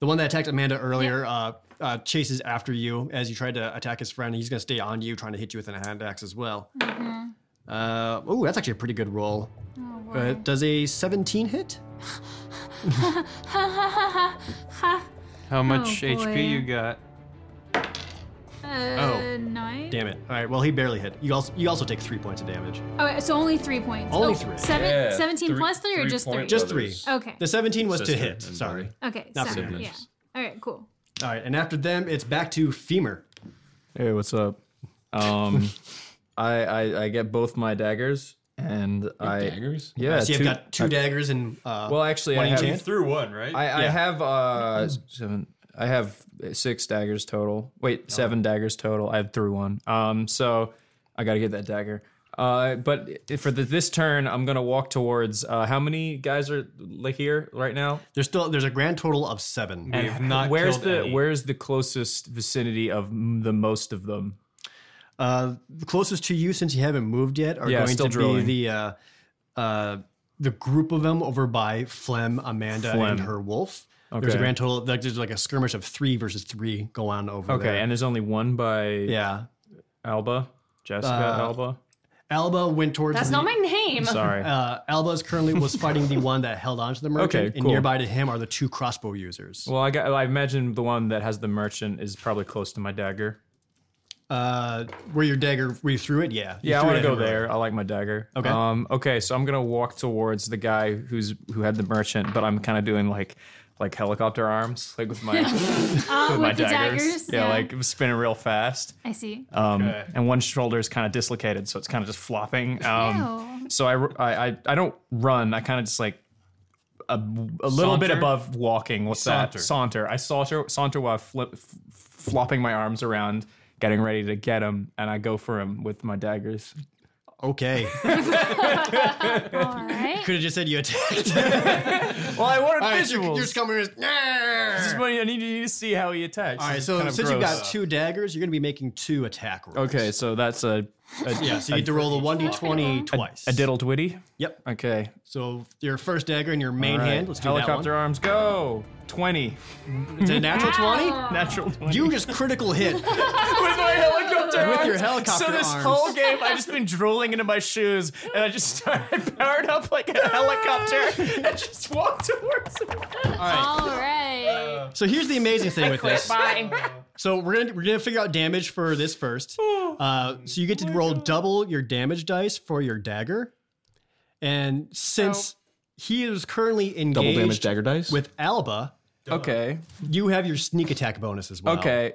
Speaker 2: the one that attacked Amanda earlier, uh, uh, chases after you as you tried to attack his friend. He's gonna stay on you, trying to hit you with a hand axe as well. Uh, oh, that's actually a pretty good roll.
Speaker 4: Mm-hmm. Oh, boy.
Speaker 2: Uh, does a 17 hit?
Speaker 4: Ha, ha, ha, ha, ha.
Speaker 9: How much
Speaker 4: Oh, boy.
Speaker 9: HP you got?
Speaker 4: Uh,
Speaker 2: Oh.
Speaker 4: nine?
Speaker 2: Damn it! All right. Well, he barely hit. You also you also take three points of damage.
Speaker 4: Oh, wait, so only three points.
Speaker 2: Only
Speaker 4: oh,
Speaker 2: three.
Speaker 4: seven-
Speaker 3: Yeah,
Speaker 4: 17 plus three or just three?
Speaker 3: point
Speaker 2: Just three.
Speaker 3: brothers.
Speaker 4: Okay.
Speaker 2: The 17 was to
Speaker 3: Sister
Speaker 2: hit.
Speaker 3: and
Speaker 2: Sorry.
Speaker 3: brother.
Speaker 4: Okay,
Speaker 2: Not
Speaker 4: seven.
Speaker 2: siblings.
Speaker 4: Yeah. All right, cool.
Speaker 2: All right. And after them, it's back to femur.
Speaker 8: Hey, what's up? Um, I, I I get both my daggers and I
Speaker 3: Daggers?
Speaker 8: yeah.
Speaker 2: so you've
Speaker 8: two-
Speaker 2: got two
Speaker 8: I-
Speaker 2: daggers and uh,
Speaker 8: well, actually,
Speaker 2: one
Speaker 8: I
Speaker 2: each
Speaker 8: have
Speaker 2: hand?
Speaker 9: Through one, right?
Speaker 8: I, I
Speaker 2: Yeah.
Speaker 8: have uh seven. I have six daggers total. Wait, seven daggers total. I have through one. Um, so I got to get that dagger. Uh, but i- for the, this turn, I'm gonna walk towards. Uh, how many guys are like here right now?
Speaker 2: There's still there's a grand total of seven.
Speaker 9: We've not
Speaker 8: where's
Speaker 9: killed
Speaker 8: the
Speaker 9: any.
Speaker 8: Where's the closest vicinity of m- the most of them?
Speaker 2: Uh, the closest to you, since you haven't moved yet, are
Speaker 8: Yeah,
Speaker 2: going
Speaker 8: still
Speaker 2: to
Speaker 8: drooling.
Speaker 2: be the uh, uh, the group of them over by Flem, Amanda,
Speaker 8: Flem.
Speaker 2: and her wolf. There's a
Speaker 8: Okay.
Speaker 2: grand total. Like, there's like a skirmish of three versus three go on over
Speaker 8: Okay,
Speaker 2: there.
Speaker 8: and there's only one by
Speaker 2: yeah,
Speaker 8: Alba, Jessica
Speaker 2: Uh,
Speaker 8: Alba.
Speaker 2: Alba went towards.
Speaker 7: That's
Speaker 2: the-
Speaker 7: not my name.
Speaker 8: Sorry.
Speaker 2: Uh, Alba is currently was fighting the one that held onto the merchant,
Speaker 8: Okay,
Speaker 2: and
Speaker 8: cool.
Speaker 2: nearby to him are the two crossbow users.
Speaker 8: Well, I got. I imagine the one that has the merchant is probably close to my dagger.
Speaker 2: Uh, where your dagger, where you threw it, yeah, You
Speaker 8: Yeah, I
Speaker 2: threw
Speaker 8: want
Speaker 2: it
Speaker 8: to
Speaker 2: at
Speaker 8: go
Speaker 2: him earlier.
Speaker 8: there. I like my dagger.
Speaker 2: Okay.
Speaker 8: Um, okay, so I'm gonna walk towards the guy who's who had the merchant, but I'm kind of doing like like helicopter arms, like with my with
Speaker 4: Uh,
Speaker 8: my
Speaker 4: with the daggers,
Speaker 8: Yeah,
Speaker 4: yeah.
Speaker 8: like I'm spinning real fast.
Speaker 4: I see.
Speaker 8: Um,
Speaker 4: Okay.
Speaker 8: and one shoulder is kind of dislocated, so it's kind of just flopping.
Speaker 4: Oh,
Speaker 8: Um, so I, r- I I- I don't run. I kind of just like a, a little bit
Speaker 9: Saunter?
Speaker 8: above walking. What's that?
Speaker 9: Saunter.
Speaker 8: Saunter. I saunter saunter while flip, f- flopping my arms around, getting ready to get him, and I go for him with my daggers.
Speaker 2: Okay.
Speaker 4: All right.
Speaker 2: Could have just said you attacked.
Speaker 8: well, I wanted
Speaker 2: All right, so
Speaker 8: visuals.
Speaker 2: you're just coming.
Speaker 8: This is what I need you to see how he attacks.
Speaker 2: All right,
Speaker 8: It's
Speaker 2: so
Speaker 8: kind of
Speaker 2: since you
Speaker 8: gross.
Speaker 2: got two daggers, you're going to be making two attack rolls.
Speaker 8: Okay, so that's a, a
Speaker 2: Yeah, so you need to
Speaker 8: a-
Speaker 2: roll the 1d20 twice.
Speaker 8: A, diddle twitty.
Speaker 2: Yep.
Speaker 8: Okay.
Speaker 2: So your first dagger in your main
Speaker 8: All right.
Speaker 2: hand. Let's do
Speaker 8: Helicopter
Speaker 2: that
Speaker 8: arms go. Twenty.
Speaker 2: one. It's a natural 20?
Speaker 8: Natural 20.
Speaker 2: You just critical hit.
Speaker 8: with my helicopter
Speaker 2: With
Speaker 8: arms.
Speaker 2: your helicopter
Speaker 8: So this
Speaker 2: arms.
Speaker 8: whole game, I've just been drooling into my shoes, and I just started powered up like a helicopter and just walked towards him.
Speaker 4: All right.
Speaker 2: So here's the amazing thing with this.
Speaker 7: Bye.
Speaker 2: So we're gonna we're gonna figure out damage for this first. Uh, so you get to roll double your damage dice for your dagger, and since he is currently engaged
Speaker 3: Double damage dagger dice?
Speaker 2: with Alba,
Speaker 8: Okay.
Speaker 2: you have your sneak attack bonus as well.
Speaker 8: Okay.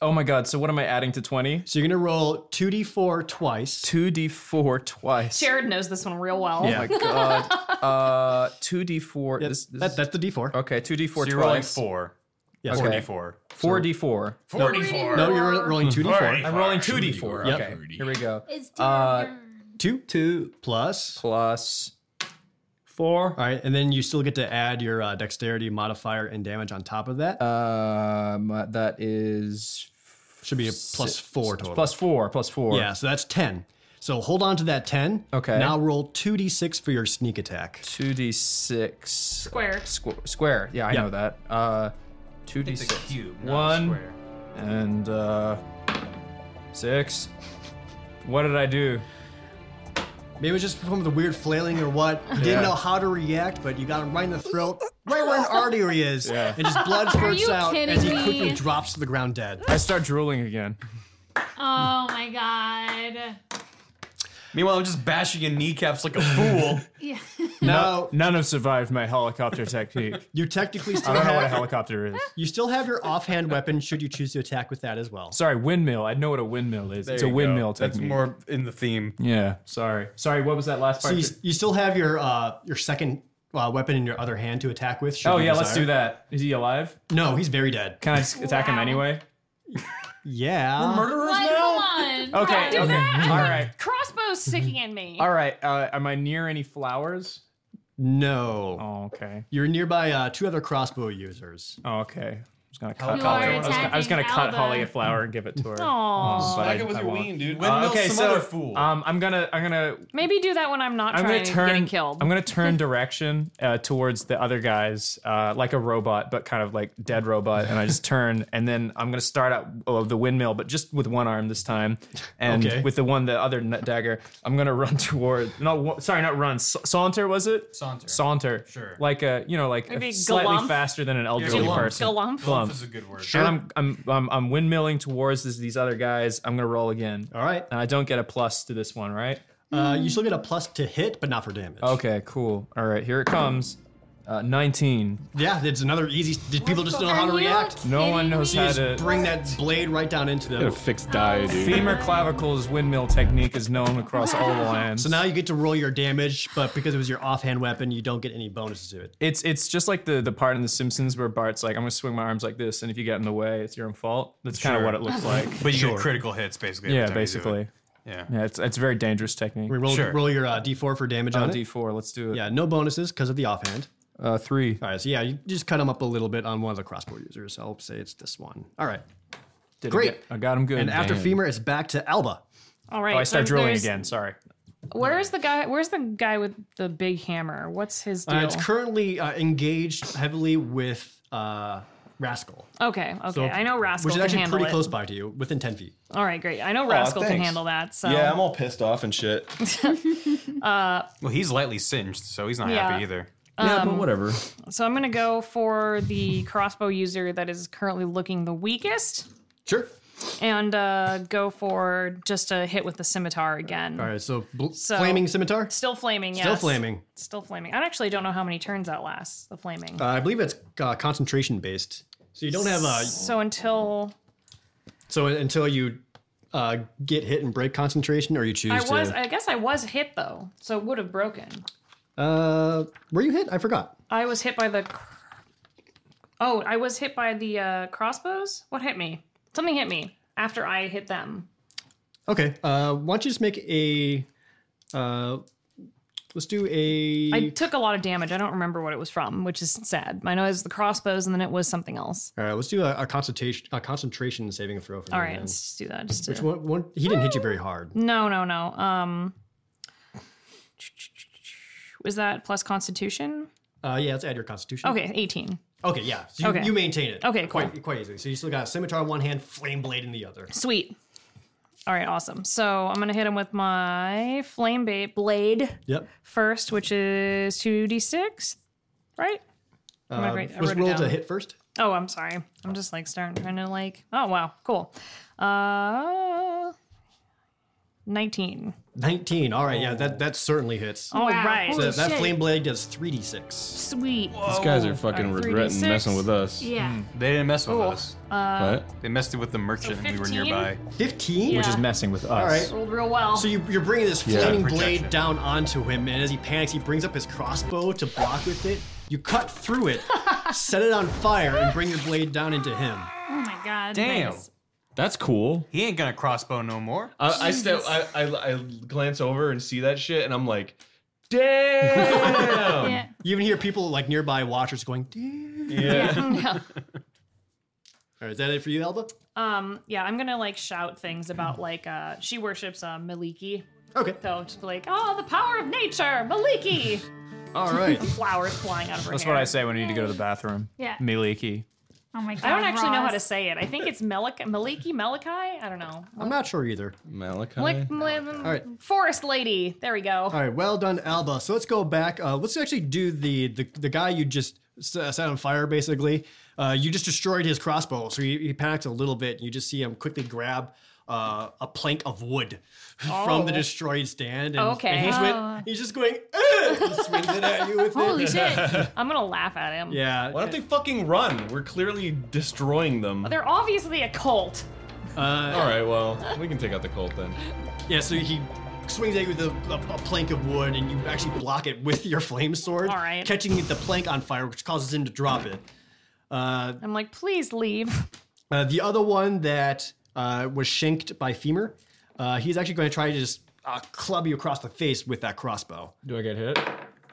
Speaker 8: Oh my god. So what am I adding to twenty?
Speaker 2: So you're gonna roll two d four twice.
Speaker 8: Two d four twice.
Speaker 7: Jared knows this one real well.
Speaker 8: Oh my god. Uh, two d four. This, this
Speaker 2: That, that's the d four.
Speaker 8: okay. Two d four
Speaker 5: So
Speaker 8: twice.
Speaker 5: you're rolling four.
Speaker 2: Yes.
Speaker 8: Okay.
Speaker 5: Four.
Speaker 8: Four d four.
Speaker 5: Forty-four.
Speaker 2: No, you're rolling two d four.
Speaker 8: I'm rolling two d four.
Speaker 2: Yep.
Speaker 8: Okay. Here we go.
Speaker 4: It's
Speaker 8: Uh,
Speaker 2: Two two plus.
Speaker 8: Plus four.
Speaker 2: All right, and then you still get to add your uh, dexterity modifier and damage on top of
Speaker 8: Uh,
Speaker 2: that.
Speaker 8: Um, that is
Speaker 2: Should be a plus four total.
Speaker 8: plus four. Plus four.
Speaker 2: Yeah, so that's 10. So hold on to that 10.
Speaker 8: Okay.
Speaker 2: Now roll 2d6 for your sneak attack.
Speaker 8: Two d six square.
Speaker 7: Square.
Speaker 8: square. Yeah, I
Speaker 2: Yeah.
Speaker 8: know that. Uh, two d six. One and uh, six. What did I do?
Speaker 2: Maybe it was just from the weird flailing or what. You didn't
Speaker 8: Yeah.
Speaker 2: know how to react, but you got him right in the throat, right where an artery is.
Speaker 8: Yeah.
Speaker 2: And just blood spurts
Speaker 4: you
Speaker 2: out
Speaker 4: kidding
Speaker 2: as he
Speaker 4: me?
Speaker 2: quickly drops to the ground dead.
Speaker 8: I start drooling again.
Speaker 4: Oh my god.
Speaker 9: Meanwhile, I'm just bashing in kneecaps like a fool.
Speaker 4: Yeah.
Speaker 2: No.
Speaker 8: None have survived my helicopter technique.
Speaker 2: You technically
Speaker 8: I
Speaker 2: still
Speaker 8: don't know what a
Speaker 2: have
Speaker 8: helicopter is.
Speaker 2: you still have your offhand weapon should you choose to attack with that as well.
Speaker 8: Sorry, windmill. I know what a windmill is. it's a windmill technique.
Speaker 9: That's more in the theme.
Speaker 8: Yeah. Sorry. Sorry. What was that last
Speaker 2: So
Speaker 8: part?
Speaker 2: you, you still have your uh, your second uh, weapon in your other hand to attack with. should
Speaker 8: oh
Speaker 2: you
Speaker 8: yeah, let's
Speaker 2: desire.
Speaker 8: do that. Is he alive?
Speaker 2: No, he's very dead.
Speaker 8: Can I just attack him anyway?
Speaker 2: Yeah.
Speaker 8: Murderers
Speaker 4: Like, come on.
Speaker 8: Okay.
Speaker 7: Do
Speaker 8: okay.
Speaker 7: that.
Speaker 8: All right.
Speaker 7: Crossbow's sticking in me.
Speaker 8: All right. Uh, am I near any flowers?
Speaker 2: No.
Speaker 8: Oh, okay.
Speaker 2: You're nearby uh, two other crossbow users.
Speaker 8: Oh, okay. I was gonna cut.
Speaker 4: You
Speaker 8: Holly.
Speaker 4: are
Speaker 8: I was gonna, I was gonna
Speaker 4: attacking
Speaker 8: cut
Speaker 4: Alba.
Speaker 8: Holly a flower and give it to her.
Speaker 7: Aw.
Speaker 8: But I- I won't.
Speaker 9: dude.
Speaker 8: Uh,
Speaker 9: Windmill
Speaker 8: okay,
Speaker 9: some
Speaker 8: so
Speaker 9: other fool.
Speaker 8: um, I'm gonna, I'm gonna,
Speaker 7: Maybe do that when I'm not
Speaker 8: I'm
Speaker 7: trying
Speaker 8: gonna turn.
Speaker 7: getting killed.
Speaker 8: I'm gonna turn direction uh, towards the other guys, uh, like a robot, but kind of like dead robot. And I just turn, and then I'm gonna start out of the windmill, but just with one arm this time, and
Speaker 2: Okay.
Speaker 8: with the one, the other nut dagger. I'm gonna run toward. Not wa- sorry, not run. sa- saunter was it?
Speaker 9: Saunter.
Speaker 8: Saunter.
Speaker 9: Sure.
Speaker 8: Like a, you know, like a
Speaker 7: Maybe
Speaker 8: slightly
Speaker 7: galump?
Speaker 8: faster than an elderly
Speaker 9: galump.
Speaker 8: person.
Speaker 7: Galump?
Speaker 8: Glump.
Speaker 9: is a good word.
Speaker 8: And I'm, I'm I'm I'm windmilling towards this, these other guys. I'm gonna roll again.
Speaker 2: All right.
Speaker 8: And I don't get a plus to this one, right?
Speaker 2: Uh, you still get a plus to hit, but not for damage.
Speaker 8: Okay, cool. All right, here it comes. Uh, 19.
Speaker 2: Yeah, it's another easy. Did people just know how to
Speaker 4: Are you
Speaker 2: react?
Speaker 8: No one
Speaker 4: kidding
Speaker 8: knows
Speaker 4: me?
Speaker 8: how
Speaker 2: Just
Speaker 8: to.
Speaker 2: bring that blade right down into
Speaker 3: Get a
Speaker 2: them.
Speaker 3: fixed die, dude.
Speaker 8: Femur clavicles windmill technique is known across all the lands.
Speaker 2: So now you get to roll your damage, but because it was your offhand weapon, you don't get any bonuses to it.
Speaker 8: it's it's just like the the part in The Simpsons where Bart's like, I'm gonna swing my arms like this, and if you get in the way, it's your own fault. That's kind of
Speaker 9: Sure.
Speaker 8: what it looks like.
Speaker 9: but you get critical hits basically. every
Speaker 8: yeah,
Speaker 9: time you do it.
Speaker 8: basically.
Speaker 9: Yeah.
Speaker 8: Yeah, it's it's a very dangerous technique.
Speaker 2: Roll,
Speaker 9: Sure.
Speaker 2: roll your uh, d4 for damage
Speaker 8: Uh,
Speaker 2: on it.
Speaker 8: D4, let's do it.
Speaker 2: Yeah, no bonuses because of the offhand.
Speaker 8: Uh, three.
Speaker 2: All right, so yeah, you just cut him up a little bit on one of the crossbow users. I'll say it's this one. All right.
Speaker 8: Did it
Speaker 2: Great.
Speaker 8: get- I got him good.
Speaker 2: And after
Speaker 8: Damn.
Speaker 2: femur, it's back to Alba.
Speaker 7: All right.
Speaker 8: Oh, I
Speaker 7: so
Speaker 8: start drilling
Speaker 7: there's-
Speaker 8: again. Sorry.
Speaker 7: Where's the guy? Where's the guy with the big hammer? What's his deal?
Speaker 2: Uh, it's currently uh, engaged heavily with uh, Rascal.
Speaker 7: okay, okay.
Speaker 2: So-
Speaker 7: I know Rascal
Speaker 2: Which is
Speaker 7: can
Speaker 2: actually
Speaker 7: handle
Speaker 2: pretty
Speaker 7: it.
Speaker 2: close by to you, within 10 feet.
Speaker 7: All right, great. I know
Speaker 3: Aw,
Speaker 7: Rascal can
Speaker 3: thanks.
Speaker 7: handle that. So
Speaker 3: Yeah, I'm all pissed off and shit.
Speaker 7: uh,
Speaker 9: Well, he's lightly singed, so he's not
Speaker 7: Yeah.
Speaker 9: happy either.
Speaker 7: Yeah, but Um,
Speaker 3: whatever.
Speaker 7: So I'm gonna go for the crossbow user that is currently looking the weakest,
Speaker 2: Sure.
Speaker 7: and uh, go for just a hit with the scimitar again.
Speaker 2: All right, so, bl-
Speaker 7: So-
Speaker 2: flaming scimitar?
Speaker 7: Still flaming. Yes.
Speaker 2: Still flaming.
Speaker 7: Still flaming. I actually don't know how many turns that lasts. The flaming.
Speaker 2: Uh, I believe it's uh, concentration based. So you don't have a.
Speaker 7: So until
Speaker 2: So until you uh, get hit and break concentration, or you choose
Speaker 7: I was,
Speaker 2: to.
Speaker 7: I guess I was hit though, so it would have broken.
Speaker 2: uh, were you hit? I forgot.
Speaker 7: I was hit by the. cr- Oh, I was hit by the uh, crossbows. What hit me? Something hit me after I hit them.
Speaker 2: Okay. Uh, why don't you just make a. Uh, let's do a.
Speaker 7: I took a lot of damage. I don't remember what it was from, which is sad. I know it was the crossbows, and then it was something else.
Speaker 2: all right, uh, let's do a, a concentration a concentration saving throw. For
Speaker 7: All
Speaker 2: me
Speaker 7: right,
Speaker 2: then.
Speaker 7: let's just do that. Just to-
Speaker 2: Which one, one? He didn't hit you very hard.
Speaker 7: No, no, no. Um, was that plus Constitution?
Speaker 2: Uh, yeah, let's add your constitution.
Speaker 7: Okay, eighteen.
Speaker 2: Okay, yeah. So you,
Speaker 7: Okay.
Speaker 2: you maintain it.
Speaker 7: Okay,
Speaker 2: quite quite easily. So you still got a scimitar in one hand, flame blade in the other.
Speaker 7: Sweet. All right, awesome. So I'm gonna hit him with my flame bait blade
Speaker 2: Yep.
Speaker 7: first, which is two d six, right? Am I
Speaker 2: Uh,
Speaker 7: right? I
Speaker 2: let's
Speaker 7: wrote it
Speaker 2: roll to
Speaker 7: down.
Speaker 2: hit first.
Speaker 7: Oh, I'm sorry. I'm just like starting trying to like. Oh wow, cool. Uh, nineteen.
Speaker 2: 19. All right, yeah, that, that certainly hits.
Speaker 7: All Wow. right.
Speaker 2: So
Speaker 7: Holy
Speaker 2: that
Speaker 7: Oh, shit.
Speaker 2: flame blade does 3d6.
Speaker 7: Sweet.
Speaker 9: These guys are fucking
Speaker 7: regretting messing with
Speaker 9: us.
Speaker 7: Yeah.
Speaker 9: They didn't mess with
Speaker 7: Cool.
Speaker 9: us.
Speaker 7: Uh,
Speaker 9: They messed it with the merchant we were
Speaker 7: 15?
Speaker 9: nearby.
Speaker 2: 15?
Speaker 7: Which is Yeah.
Speaker 8: messing with us.
Speaker 2: All right.
Speaker 7: Rolled real well.
Speaker 2: So you, you're bringing this
Speaker 8: Yeah.
Speaker 2: flaming blade
Speaker 8: Projection.
Speaker 2: down onto him, and as he panics, he brings up his crossbow to block with it. You cut through it, set it on fire, and bring your blade down into him.
Speaker 4: Oh my god.
Speaker 9: Damn.
Speaker 4: thanks.
Speaker 9: That's cool. He ain't gonna crossbow no more.
Speaker 4: Oh,
Speaker 3: I, I step. I, I I glance over and see that shit, and I'm like, damn.
Speaker 4: Yeah.
Speaker 2: You even hear people like nearby watchers going, "Damn."
Speaker 7: yeah.
Speaker 2: All right, is that it for you, Elba?
Speaker 7: Um, yeah, I'm gonna like shout things about like uh she worships uh Maliki.
Speaker 2: Okay.
Speaker 7: So just be like, oh the power of nature, Maliki.
Speaker 2: All right.
Speaker 7: Flowers flying out of her
Speaker 8: That's
Speaker 7: hair.
Speaker 8: what I say when I need to go to the bathroom.
Speaker 7: Yeah.
Speaker 8: Miliki.
Speaker 4: Oh my god.
Speaker 7: I don't actually know how to
Speaker 4: Ross.
Speaker 7: say it. I think it's Melik Maliki, Melikai? I don't know.
Speaker 2: I'm not sure either.
Speaker 3: Malachi.
Speaker 7: Like
Speaker 2: right.
Speaker 7: Forest Lady. There we go.
Speaker 2: All right, well done, Alba. So let's go back. Uh, let's actually do the the, the guy you just s- uh, set on fire. Basically, uh, you just destroyed his crossbow, so he, he panicked a little bit. You just see him quickly grab uh, a plank of wood from the
Speaker 7: Oh.
Speaker 2: destroyed stand, and,
Speaker 7: Okay.
Speaker 2: and he's,
Speaker 7: Oh.
Speaker 2: went, he's just going "Ugh!" He swings it at you with
Speaker 4: Holy
Speaker 2: it.
Speaker 4: shit.
Speaker 7: I'm gonna laugh at him.
Speaker 2: Yeah,
Speaker 3: Why don't they fucking run? We're clearly destroying them.
Speaker 7: They're obviously a cult.
Speaker 2: uh,
Speaker 3: All right, well, we can take out the cult then.
Speaker 2: yeah. So he swings at you with a, a, a plank of wood, and you actually block it with your flame sword,
Speaker 7: All right.
Speaker 2: catching the plank on fire, which causes him to drop it. Uh,
Speaker 7: I'm like, please leave.
Speaker 2: Uh, the other one that uh, was shanked by femur, uh, he's actually going to try to just uh, club you across the face with that crossbow.
Speaker 8: Do I get hit?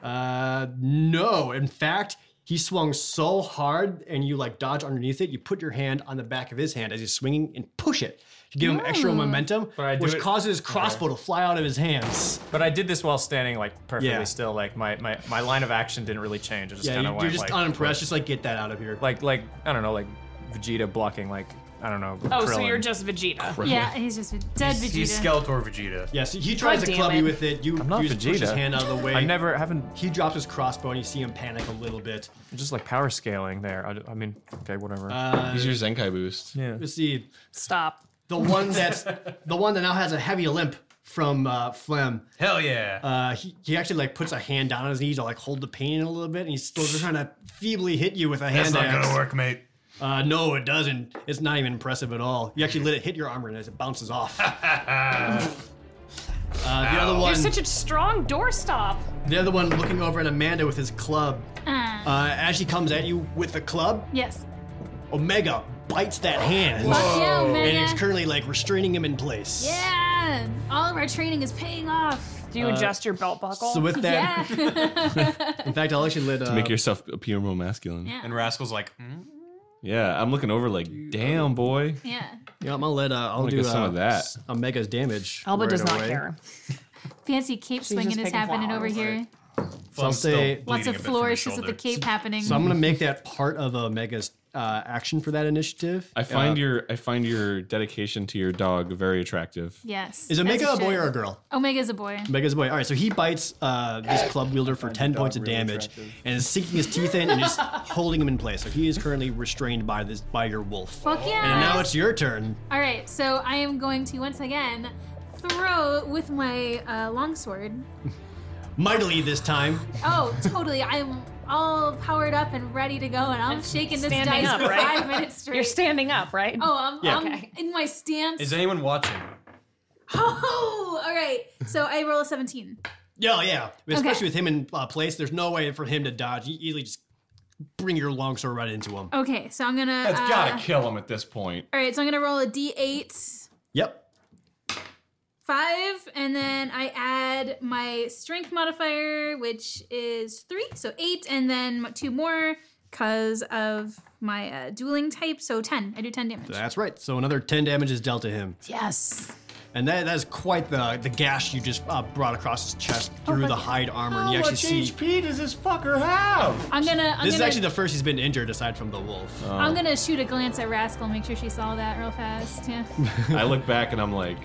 Speaker 2: Uh, no, in fact, he swung so hard and you like dodge underneath it. You put your hand on the back of his hand as he's swinging and push it to give him
Speaker 7: Hmm.
Speaker 2: extra momentum,
Speaker 8: I do
Speaker 2: which
Speaker 8: it-
Speaker 2: causes his crossbow to fly out of his hands.
Speaker 5: But I did this while standing like perfectly
Speaker 2: Yeah.
Speaker 5: still. Like my, my my line of action didn't really change. I just
Speaker 2: Yeah,
Speaker 5: kind
Speaker 2: you,
Speaker 5: of
Speaker 2: you're
Speaker 5: went
Speaker 2: just
Speaker 5: like
Speaker 2: unimpressed. Just like get that out of here.
Speaker 5: like like I don't know like Vegeta blocking like I don't know.
Speaker 7: Oh, so
Speaker 5: Krillin.
Speaker 7: you're just Vegeta.
Speaker 4: Yeah, he's just a dead Vegeta.
Speaker 9: He's Skeletor Vegeta.
Speaker 2: Yes, he tries to
Speaker 7: God damn
Speaker 2: club
Speaker 7: it.
Speaker 2: you with it. You,
Speaker 5: not
Speaker 2: you just push his
Speaker 5: Vegeta.
Speaker 2: hand out of the way.
Speaker 5: I never haven't
Speaker 2: He drops his crossbow and you see him panic a little bit.
Speaker 5: just like power scaling there. I, I mean, okay, whatever.
Speaker 2: Uh,
Speaker 3: Use your Zenkai boost.
Speaker 5: yeah.
Speaker 2: let's see.
Speaker 7: Stop.
Speaker 2: the one that's the one that now has a heavy limp from uh, phlegm.
Speaker 9: Hell yeah.
Speaker 2: Uh, he, he actually like puts a hand down on his knee to like hold the pain in a little bit, and he's still just trying to feebly hit you with a hand
Speaker 11: That's not
Speaker 2: axe.
Speaker 11: gonna work, mate.
Speaker 2: Uh, no, it doesn't. It's not even impressive at all. You actually let it hit your armor, and as it bounces off. uh, the other one,
Speaker 7: You're such a strong doorstop.
Speaker 2: the other one, looking over at Amanda with his club.
Speaker 4: Ah.
Speaker 2: Uh, as she comes at you with the club,
Speaker 4: yes.
Speaker 2: Omega bites that hand,
Speaker 4: Fuck yeah,
Speaker 2: and it's
Speaker 4: Omega.
Speaker 2: currently like restraining him in place.
Speaker 4: yeah. All of our training is paying off.
Speaker 7: Do you adjust your belt buckle?
Speaker 2: So with that,
Speaker 4: Yeah.
Speaker 2: in fact, I'll actually let uh,
Speaker 3: Make yourself appear more masculine.
Speaker 4: Yeah.
Speaker 9: And Rascal's like, "Hmm?"
Speaker 3: Yeah, I'm looking over like, damn, boy.
Speaker 4: yeah.
Speaker 2: Yeah, I'm gonna let uh, I'll
Speaker 3: gonna
Speaker 2: do
Speaker 3: get some
Speaker 2: uh,
Speaker 3: of that.
Speaker 2: s- Omega's damage.
Speaker 7: Alba
Speaker 2: right
Speaker 7: does not
Speaker 2: away.
Speaker 7: care.
Speaker 4: Fancy cape
Speaker 7: She's
Speaker 4: swinging
Speaker 7: just
Speaker 4: is
Speaker 7: picking
Speaker 4: happening over
Speaker 7: flowers.
Speaker 4: here.
Speaker 2: So I'll say
Speaker 4: Lots of flourishes with the cape happening.
Speaker 2: So I'm gonna make that part of a mega's uh, action for that initiative.
Speaker 3: I find
Speaker 2: Uh,
Speaker 3: your I find your dedication to your dog very attractive.
Speaker 4: Yes.
Speaker 2: Is Omega
Speaker 4: as
Speaker 2: a
Speaker 4: it
Speaker 2: boy
Speaker 4: should.
Speaker 2: or a girl?
Speaker 4: Omega's a boy.
Speaker 2: Mega's a boy. All right, so he bites uh, this club wielder for ten points of damage, and is sinking his teeth in and just holding him in place. So he is currently restrained by this by your wolf.
Speaker 4: Fuck yeah.
Speaker 2: And now it's your turn.
Speaker 4: All right, so I am going to once again throw with my uh, longsword.
Speaker 2: Mightily this time.
Speaker 4: Oh, totally. I'm all powered up and ready to go, and I'm shaking this
Speaker 7: Standing
Speaker 4: dice
Speaker 7: up,
Speaker 4: for
Speaker 7: right?
Speaker 4: five minutes straight.
Speaker 7: You're standing up, right?
Speaker 4: Oh, I'm,
Speaker 9: Yeah.
Speaker 4: I'm in my stance.
Speaker 9: Is anyone watching?
Speaker 4: Oh, all right. So I roll a 17.
Speaker 2: Yeah, oh, yeah. Especially
Speaker 4: Okay.
Speaker 2: with him in uh, place, there's no way for him to dodge. You easily just bring your longsword right into him.
Speaker 4: Okay, so I'm gonna.
Speaker 3: That's
Speaker 4: uh,
Speaker 3: gotta kill him at this point.
Speaker 4: All right, so I'm gonna roll a d8,
Speaker 2: Yep.
Speaker 4: five, and then I add my strength modifier, which is three, so eight, and then two more because of my uh, dueling type, so ten. I do ten damage.
Speaker 2: That's right. So another ten damage is dealt to him,
Speaker 4: Yes.
Speaker 2: and that, that is quite the the gash you just uh, brought across his chest
Speaker 9: Oh
Speaker 2: through the hide armor. and you actually see
Speaker 4: does this fucker have? I'm gonna. I'm
Speaker 2: this is
Speaker 4: gonna,
Speaker 2: actually the first he's been injured aside from the wolf.
Speaker 9: Oh.
Speaker 4: I'm gonna shoot a glance at Rascal, make sure she saw that real fast. Yeah.
Speaker 3: I look back and I'm like,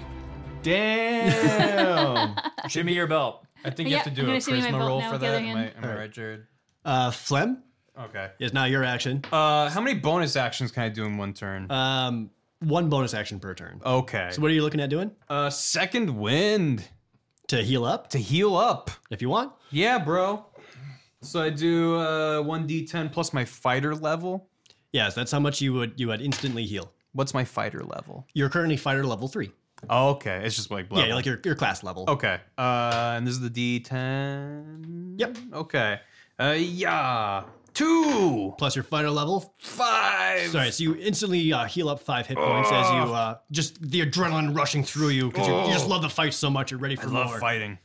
Speaker 3: damn.
Speaker 9: Jimmy your belt. I think you
Speaker 4: Yeah,
Speaker 9: have to
Speaker 4: I'm
Speaker 9: do a
Speaker 4: gonna shimmy my
Speaker 9: charisma
Speaker 4: belt
Speaker 9: roll
Speaker 4: now
Speaker 9: for
Speaker 4: with the
Speaker 9: that.
Speaker 4: other
Speaker 9: Am I,
Speaker 4: hand.
Speaker 9: am I right, Jared?
Speaker 2: Uh, Flem
Speaker 9: Okay.
Speaker 2: is now your action.
Speaker 9: Uh, how many bonus actions can I do in one turn?
Speaker 2: Um, one bonus action per turn.
Speaker 9: Okay.
Speaker 2: So what are you looking at doing?
Speaker 9: Uh, second wind.
Speaker 2: To heal up?
Speaker 9: To heal up.
Speaker 2: If you want.
Speaker 9: Yeah, bro. So I do uh, 1d10 plus my fighter level.
Speaker 2: Yes, that's how much you would you would instantly heal.
Speaker 9: What's my fighter level?
Speaker 2: You're currently fighter level three.
Speaker 9: Oh, okay. It's just like
Speaker 2: Yeah,
Speaker 9: level. Oh.
Speaker 2: like your your class level.
Speaker 9: Okay. Uh, and this is the d10.
Speaker 2: Yep.
Speaker 9: Okay. Uh, yeah. Two.
Speaker 2: Plus your fighter level.
Speaker 9: Five.
Speaker 2: Sorry, so you instantly uh, heal up five hit points as you uh, just the adrenaline rushing through you because you just love the fight so much. You're ready for more.
Speaker 9: fighting.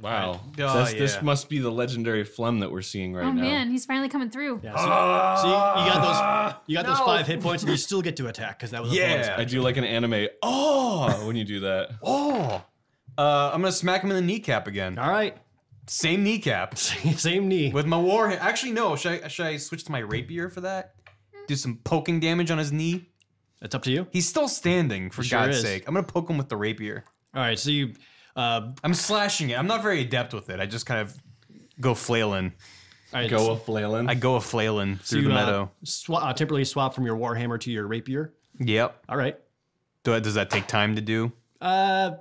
Speaker 3: Wow.
Speaker 9: Oh,
Speaker 3: That's- This
Speaker 9: yeah.
Speaker 3: must be the legendary phlegm that we're seeing right
Speaker 4: oh
Speaker 3: now.
Speaker 4: man, he's finally coming through.
Speaker 2: Yeah, so, so you, you got those you got
Speaker 4: No.
Speaker 2: those five hit points and you still get to attack because that was a bonus.
Speaker 9: Yeah.
Speaker 3: I do like an anime. Oh, when you do that.
Speaker 9: Oh. Uh, I'm gonna smack him in the kneecap again.
Speaker 2: All right.
Speaker 9: Same kneecap.
Speaker 2: Same knee.
Speaker 9: With my war. Actually, no. Should I, should I switch to my rapier for that? Do some poking damage on his knee.
Speaker 2: That's up to you.
Speaker 9: He's still standing, for
Speaker 2: Sure
Speaker 9: God's
Speaker 2: is.
Speaker 9: sake. I'm gonna poke him with the rapier.
Speaker 2: All right, so you. Uh,
Speaker 9: I'm slashing it. I'm not very adept with it. I just kind of go flailing.
Speaker 2: I
Speaker 3: Go a flailing.
Speaker 9: I go a flailing
Speaker 2: so
Speaker 9: through
Speaker 2: you
Speaker 9: the
Speaker 2: uh,
Speaker 9: meadow.
Speaker 2: swa- uh, temporarily swap from your warhammer to your rapier.
Speaker 9: Yep.
Speaker 2: All right.
Speaker 9: Do I- Does that take time to do?
Speaker 2: Uh,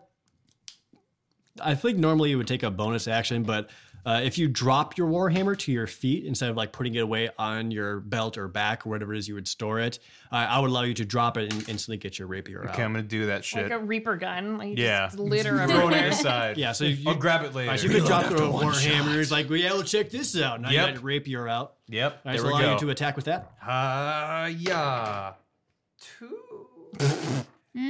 Speaker 2: I think normally it would take a bonus action, but uh, if you drop your warhammer to your feet instead of like putting it away on your belt or back or whatever it is you would store it, uh, I would allow you to drop it and instantly get your rapier
Speaker 9: Okay,
Speaker 2: out.
Speaker 9: I'm gonna do that shit.
Speaker 7: Like a reaper gun. Like you
Speaker 9: yeah.
Speaker 7: Just litter
Speaker 9: Throwing it
Speaker 7: everywhere.
Speaker 9: aside.
Speaker 2: Yeah, so you-
Speaker 9: I'll grab it later.
Speaker 2: All right, so you could drop the warhammer. It's like, well, yeah, well, check this out. Now you
Speaker 9: Yep.
Speaker 2: got your rapier out.
Speaker 9: Yep.
Speaker 2: All right,
Speaker 9: there
Speaker 2: so
Speaker 9: we
Speaker 2: allow
Speaker 9: go.
Speaker 2: you to attack with that.
Speaker 9: Ah, yeah.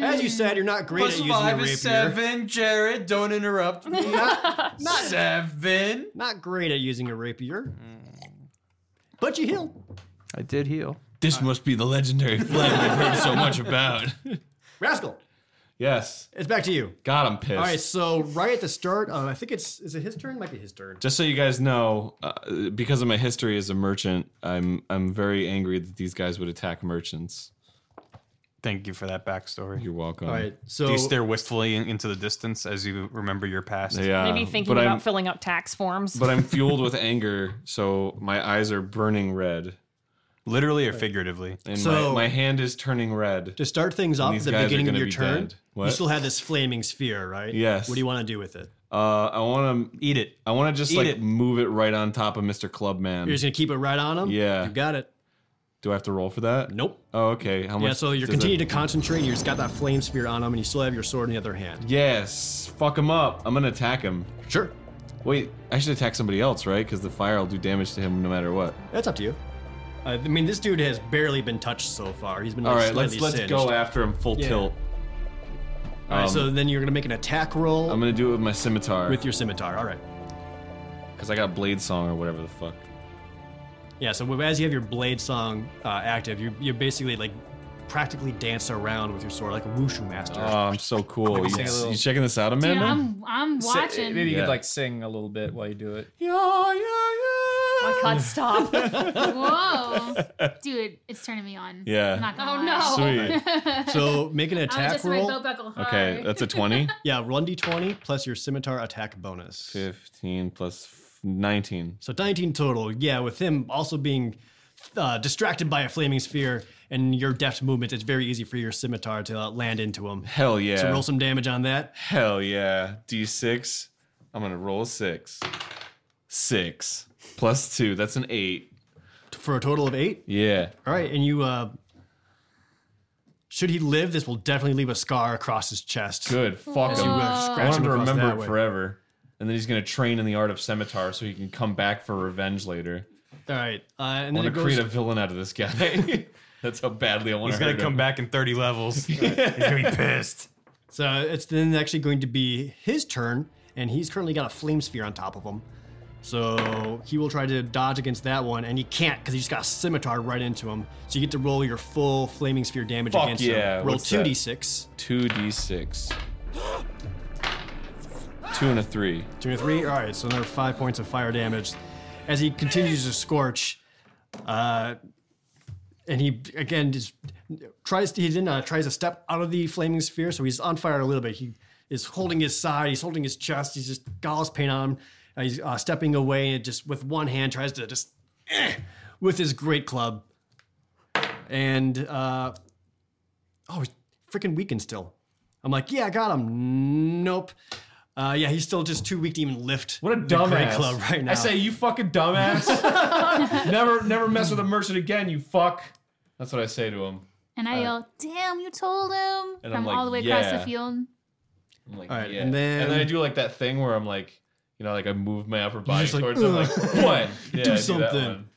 Speaker 2: As you said, you're not great
Speaker 9: Plus
Speaker 2: at using
Speaker 9: five
Speaker 2: your rapier.
Speaker 9: is seven. Jared, don't interrupt me.
Speaker 2: Not- not
Speaker 9: seven.
Speaker 2: Not great at using a rapier.
Speaker 9: Hmm.
Speaker 2: But you heal.
Speaker 9: I did heal.
Speaker 3: This must be the legendary phlegm I've heard so much about.
Speaker 2: Rascal,
Speaker 3: Yes.
Speaker 2: it's back to you.
Speaker 3: God, I'm pissed.
Speaker 2: All right, so right at the start, uh, I think it's, is it his turn? Might be his turn.
Speaker 3: Just so you guys know, uh, because of my history as a merchant, I'm I'm very angry that these guys would attack merchants.
Speaker 9: Thank you for that backstory.
Speaker 3: You're welcome.
Speaker 2: All right, so
Speaker 9: Do you stare wistfully in- into the distance as you remember your past?
Speaker 3: Yeah.
Speaker 7: Maybe thinking
Speaker 3: but
Speaker 7: about
Speaker 3: I'm,
Speaker 7: filling out tax forms.
Speaker 3: but I'm fueled with anger, so my eyes are burning red,
Speaker 9: Literally or figuratively?
Speaker 3: and
Speaker 2: So-
Speaker 3: my, my hand is turning red.
Speaker 2: to start things off at
Speaker 3: these
Speaker 2: the
Speaker 3: guys are
Speaker 2: beginning of
Speaker 3: gonna
Speaker 2: your
Speaker 3: be
Speaker 2: turn,
Speaker 3: dead.
Speaker 2: you
Speaker 3: What?
Speaker 2: still have this flaming sphere, right?
Speaker 3: Yes.
Speaker 2: What do you want to do with it?
Speaker 3: Uh, I want to
Speaker 9: Eat it.
Speaker 3: I want to just
Speaker 9: Eat
Speaker 3: like
Speaker 9: it.
Speaker 3: move it right on top of Mr. Clubman.
Speaker 2: You're just gonna keep it right on him.
Speaker 3: Yeah.
Speaker 2: You got it.
Speaker 3: Do I have to roll for that?
Speaker 2: Nope.
Speaker 3: Oh, okay. How much?
Speaker 2: Yeah. So you're
Speaker 3: does
Speaker 2: continuing
Speaker 3: it-
Speaker 2: to concentrate. You just got that flame sphere on him, and you still have your sword in the other hand.
Speaker 3: Yes. Fuck him up. I'm gonna attack him.
Speaker 2: Sure.
Speaker 3: Wait, I should attack somebody else, right? Because the fire will do damage to him no matter what.
Speaker 2: That's up to you. Uh, I mean, this dude has barely been touched so far. He's been like,
Speaker 3: All right, let's
Speaker 2: slightly
Speaker 3: let's
Speaker 2: singed.
Speaker 3: go after him full
Speaker 2: Yeah.
Speaker 3: tilt.
Speaker 2: All right,
Speaker 3: Um,
Speaker 2: so then you're gonna make an attack roll
Speaker 3: I'm gonna do it with my scimitar
Speaker 2: with your scimitar. All right.
Speaker 3: because I got blade song or whatever the fuck.
Speaker 2: Yeah. So as you have your blade song uh, active, you you basically like practically dance around with your sword like a wushu master.
Speaker 3: Oh, I'm so cool.
Speaker 2: Like
Speaker 3: You,
Speaker 2: sing a little-
Speaker 3: you checking this out,
Speaker 4: Dude,
Speaker 3: Amanda?
Speaker 4: I'm I'm
Speaker 8: Si-
Speaker 4: watching.
Speaker 8: maybe you
Speaker 3: Yeah.
Speaker 8: could like sing a little bit while you do it.
Speaker 3: Yeah, yeah, yeah.
Speaker 7: I can't stop.
Speaker 4: Whoa, dude, it's turning me on.
Speaker 3: Yeah.
Speaker 4: I'm not gonna
Speaker 7: Oh,
Speaker 4: lie. Sweet.
Speaker 2: So make an
Speaker 4: I would
Speaker 2: attack
Speaker 4: just my
Speaker 2: roll.
Speaker 4: belt buckle hard.
Speaker 3: Okay, that's a 20.
Speaker 2: Yeah, roll d20 plus your scimitar attack bonus.
Speaker 3: 15 plus f- 19.
Speaker 2: So 19 total. Yeah, with him also being uh, distracted by a flaming sphere and your deft movement, it's very easy for your scimitar to uh, land into him.
Speaker 3: Hell yeah.
Speaker 2: So roll some damage on that.
Speaker 3: Hell yeah. D6. I'm going to roll a six. Six plus two. That's an eight.
Speaker 2: for a total of eight.
Speaker 3: Yeah.
Speaker 2: All right, and you. Uh, should he live, this will definitely leave a scar across his chest.
Speaker 3: Good. Fuck
Speaker 2: As you
Speaker 3: him.
Speaker 2: uh,
Speaker 3: I
Speaker 2: scratch him
Speaker 3: want him to
Speaker 2: across
Speaker 3: remember
Speaker 2: that
Speaker 3: it
Speaker 2: way.
Speaker 3: forever. And then he's going to train in the art of scimitar so he can come back for revenge later.
Speaker 2: All right, uh, and
Speaker 3: I
Speaker 2: then
Speaker 3: want
Speaker 2: it
Speaker 3: to create
Speaker 2: goes.
Speaker 3: a villain out of this guy. That's how badly I want
Speaker 9: He's
Speaker 3: to
Speaker 9: gonna
Speaker 3: hurt
Speaker 9: come
Speaker 3: him.
Speaker 9: back in 30 levels. He's gonna be pissed.
Speaker 2: so it's then actually going to be his turn, and he's currently got a flame sphere on top of him. So he will try to dodge against that one, and he can't because he just got a scimitar right into him. So you get to roll your full flaming sphere damage
Speaker 3: Fuck
Speaker 2: against
Speaker 3: yeah,
Speaker 2: him. Roll
Speaker 3: what's
Speaker 2: two
Speaker 3: that?
Speaker 2: d six.
Speaker 3: 2d6. Two and a three.
Speaker 2: Two and three. All right, so another five points of fire damage as he continues to scorch. Uh, and he again just tries to he then uh, tries to step out of the flaming sphere, so he's on fire a little bit. He is holding his side, he's holding his chest, he's just got all his pain on him. Uh, he's uh, stepping away and just with one hand tries to just eh, with his great club. And uh, oh, he's freaking weakened still. I'm like, yeah, I got him. Nope. Uh, yeah, he's still just too weak to even lift. What
Speaker 9: a
Speaker 2: The great
Speaker 9: dumbass.
Speaker 2: club right now.
Speaker 9: I say, you fucking dumbass. never, never mess with a merchant again. You fuck.
Speaker 3: That's what I say to him.
Speaker 4: And I yell, "Damn, you told him!"
Speaker 3: And
Speaker 4: From
Speaker 3: I'm like,
Speaker 4: all the way across
Speaker 3: "Yeah."
Speaker 4: the field.
Speaker 3: I'm like,
Speaker 2: All right,
Speaker 3: yeah.
Speaker 2: and then-
Speaker 3: I do like that thing where I'm like, you know, like I move my upper body
Speaker 2: just like,
Speaker 3: towards him, like, what? Yeah,
Speaker 2: Do
Speaker 3: I that
Speaker 2: something.
Speaker 3: one.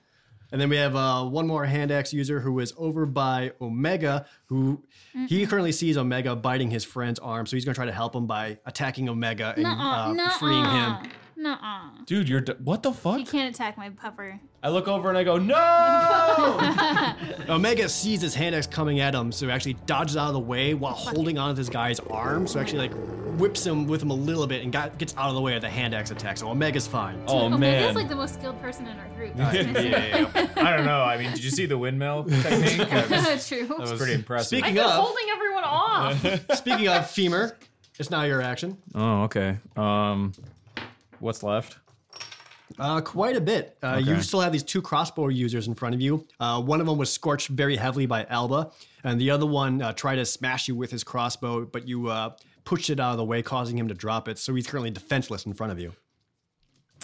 Speaker 2: And then we have uh, one more hand axe user who is over by Omega, who
Speaker 4: Mm-hmm.
Speaker 2: he currently sees Omega biting his friend's arm, so he's going to try to help him by attacking Omega and
Speaker 4: Nuh-uh,
Speaker 2: uh,
Speaker 4: nuh-uh,
Speaker 2: freeing him.
Speaker 4: Nuh-uh.
Speaker 3: Dude, you're d- what the fuck?
Speaker 4: You can't attack my puffer.
Speaker 3: I look over and I go, no!
Speaker 2: Omega sees his hand axe coming at him, so he actually dodges out of the way while holding onto this guy's arm, so actually like whips him with him a little bit and got, gets out of the way of the hand axe attack. So Omega's fine.
Speaker 3: oh
Speaker 4: Omega's
Speaker 3: man,
Speaker 4: like the most skilled person in our group. I was gonna
Speaker 5: I don't know. I mean, did you see the windmill technique? It was-
Speaker 4: say. True.
Speaker 5: It was pretty impressive.
Speaker 2: Speaking
Speaker 7: I'm
Speaker 2: of,
Speaker 7: holding everyone off.
Speaker 2: speaking of femur, it's now your action.
Speaker 8: Oh, okay. Um, what's left?
Speaker 2: Uh, quite a bit. Uh, You still have these two crossbow users in front of you. Uh, one of them was scorched very heavily by Alba, and the other one uh, tried to smash you with his crossbow, but you uh, pushed it out of the way, causing him to drop it. So he's currently defenseless in front of you.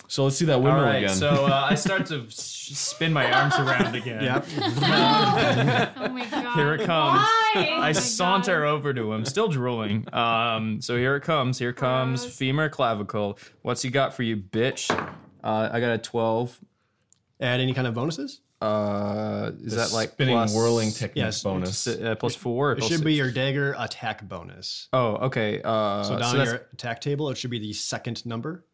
Speaker 3: so let's see that
Speaker 6: All
Speaker 3: window
Speaker 6: right,
Speaker 3: again.
Speaker 6: so uh, I start to s- spin my arms around again.
Speaker 2: Yep.
Speaker 4: Oh my god.
Speaker 8: Here it comes.
Speaker 4: Oh
Speaker 8: I
Speaker 4: my
Speaker 8: saunter
Speaker 4: God.
Speaker 8: over to him, still drooling. Um, so here it comes. Here comes
Speaker 4: Gross.
Speaker 8: femur clavicle. What's he got for you, bitch? Uh, I got a twelve.
Speaker 2: Add any kind of bonuses?
Speaker 8: Uh, is that like
Speaker 3: spinning
Speaker 8: plus-
Speaker 3: whirling technique
Speaker 2: yes,
Speaker 3: bonus?
Speaker 8: si- uh, plus four.
Speaker 2: It
Speaker 8: plus
Speaker 2: should
Speaker 8: six?
Speaker 2: be your dagger attack bonus.
Speaker 8: Oh, okay. Uh,
Speaker 2: So
Speaker 8: so
Speaker 2: down
Speaker 8: that's-
Speaker 2: your attack table, it should be the second number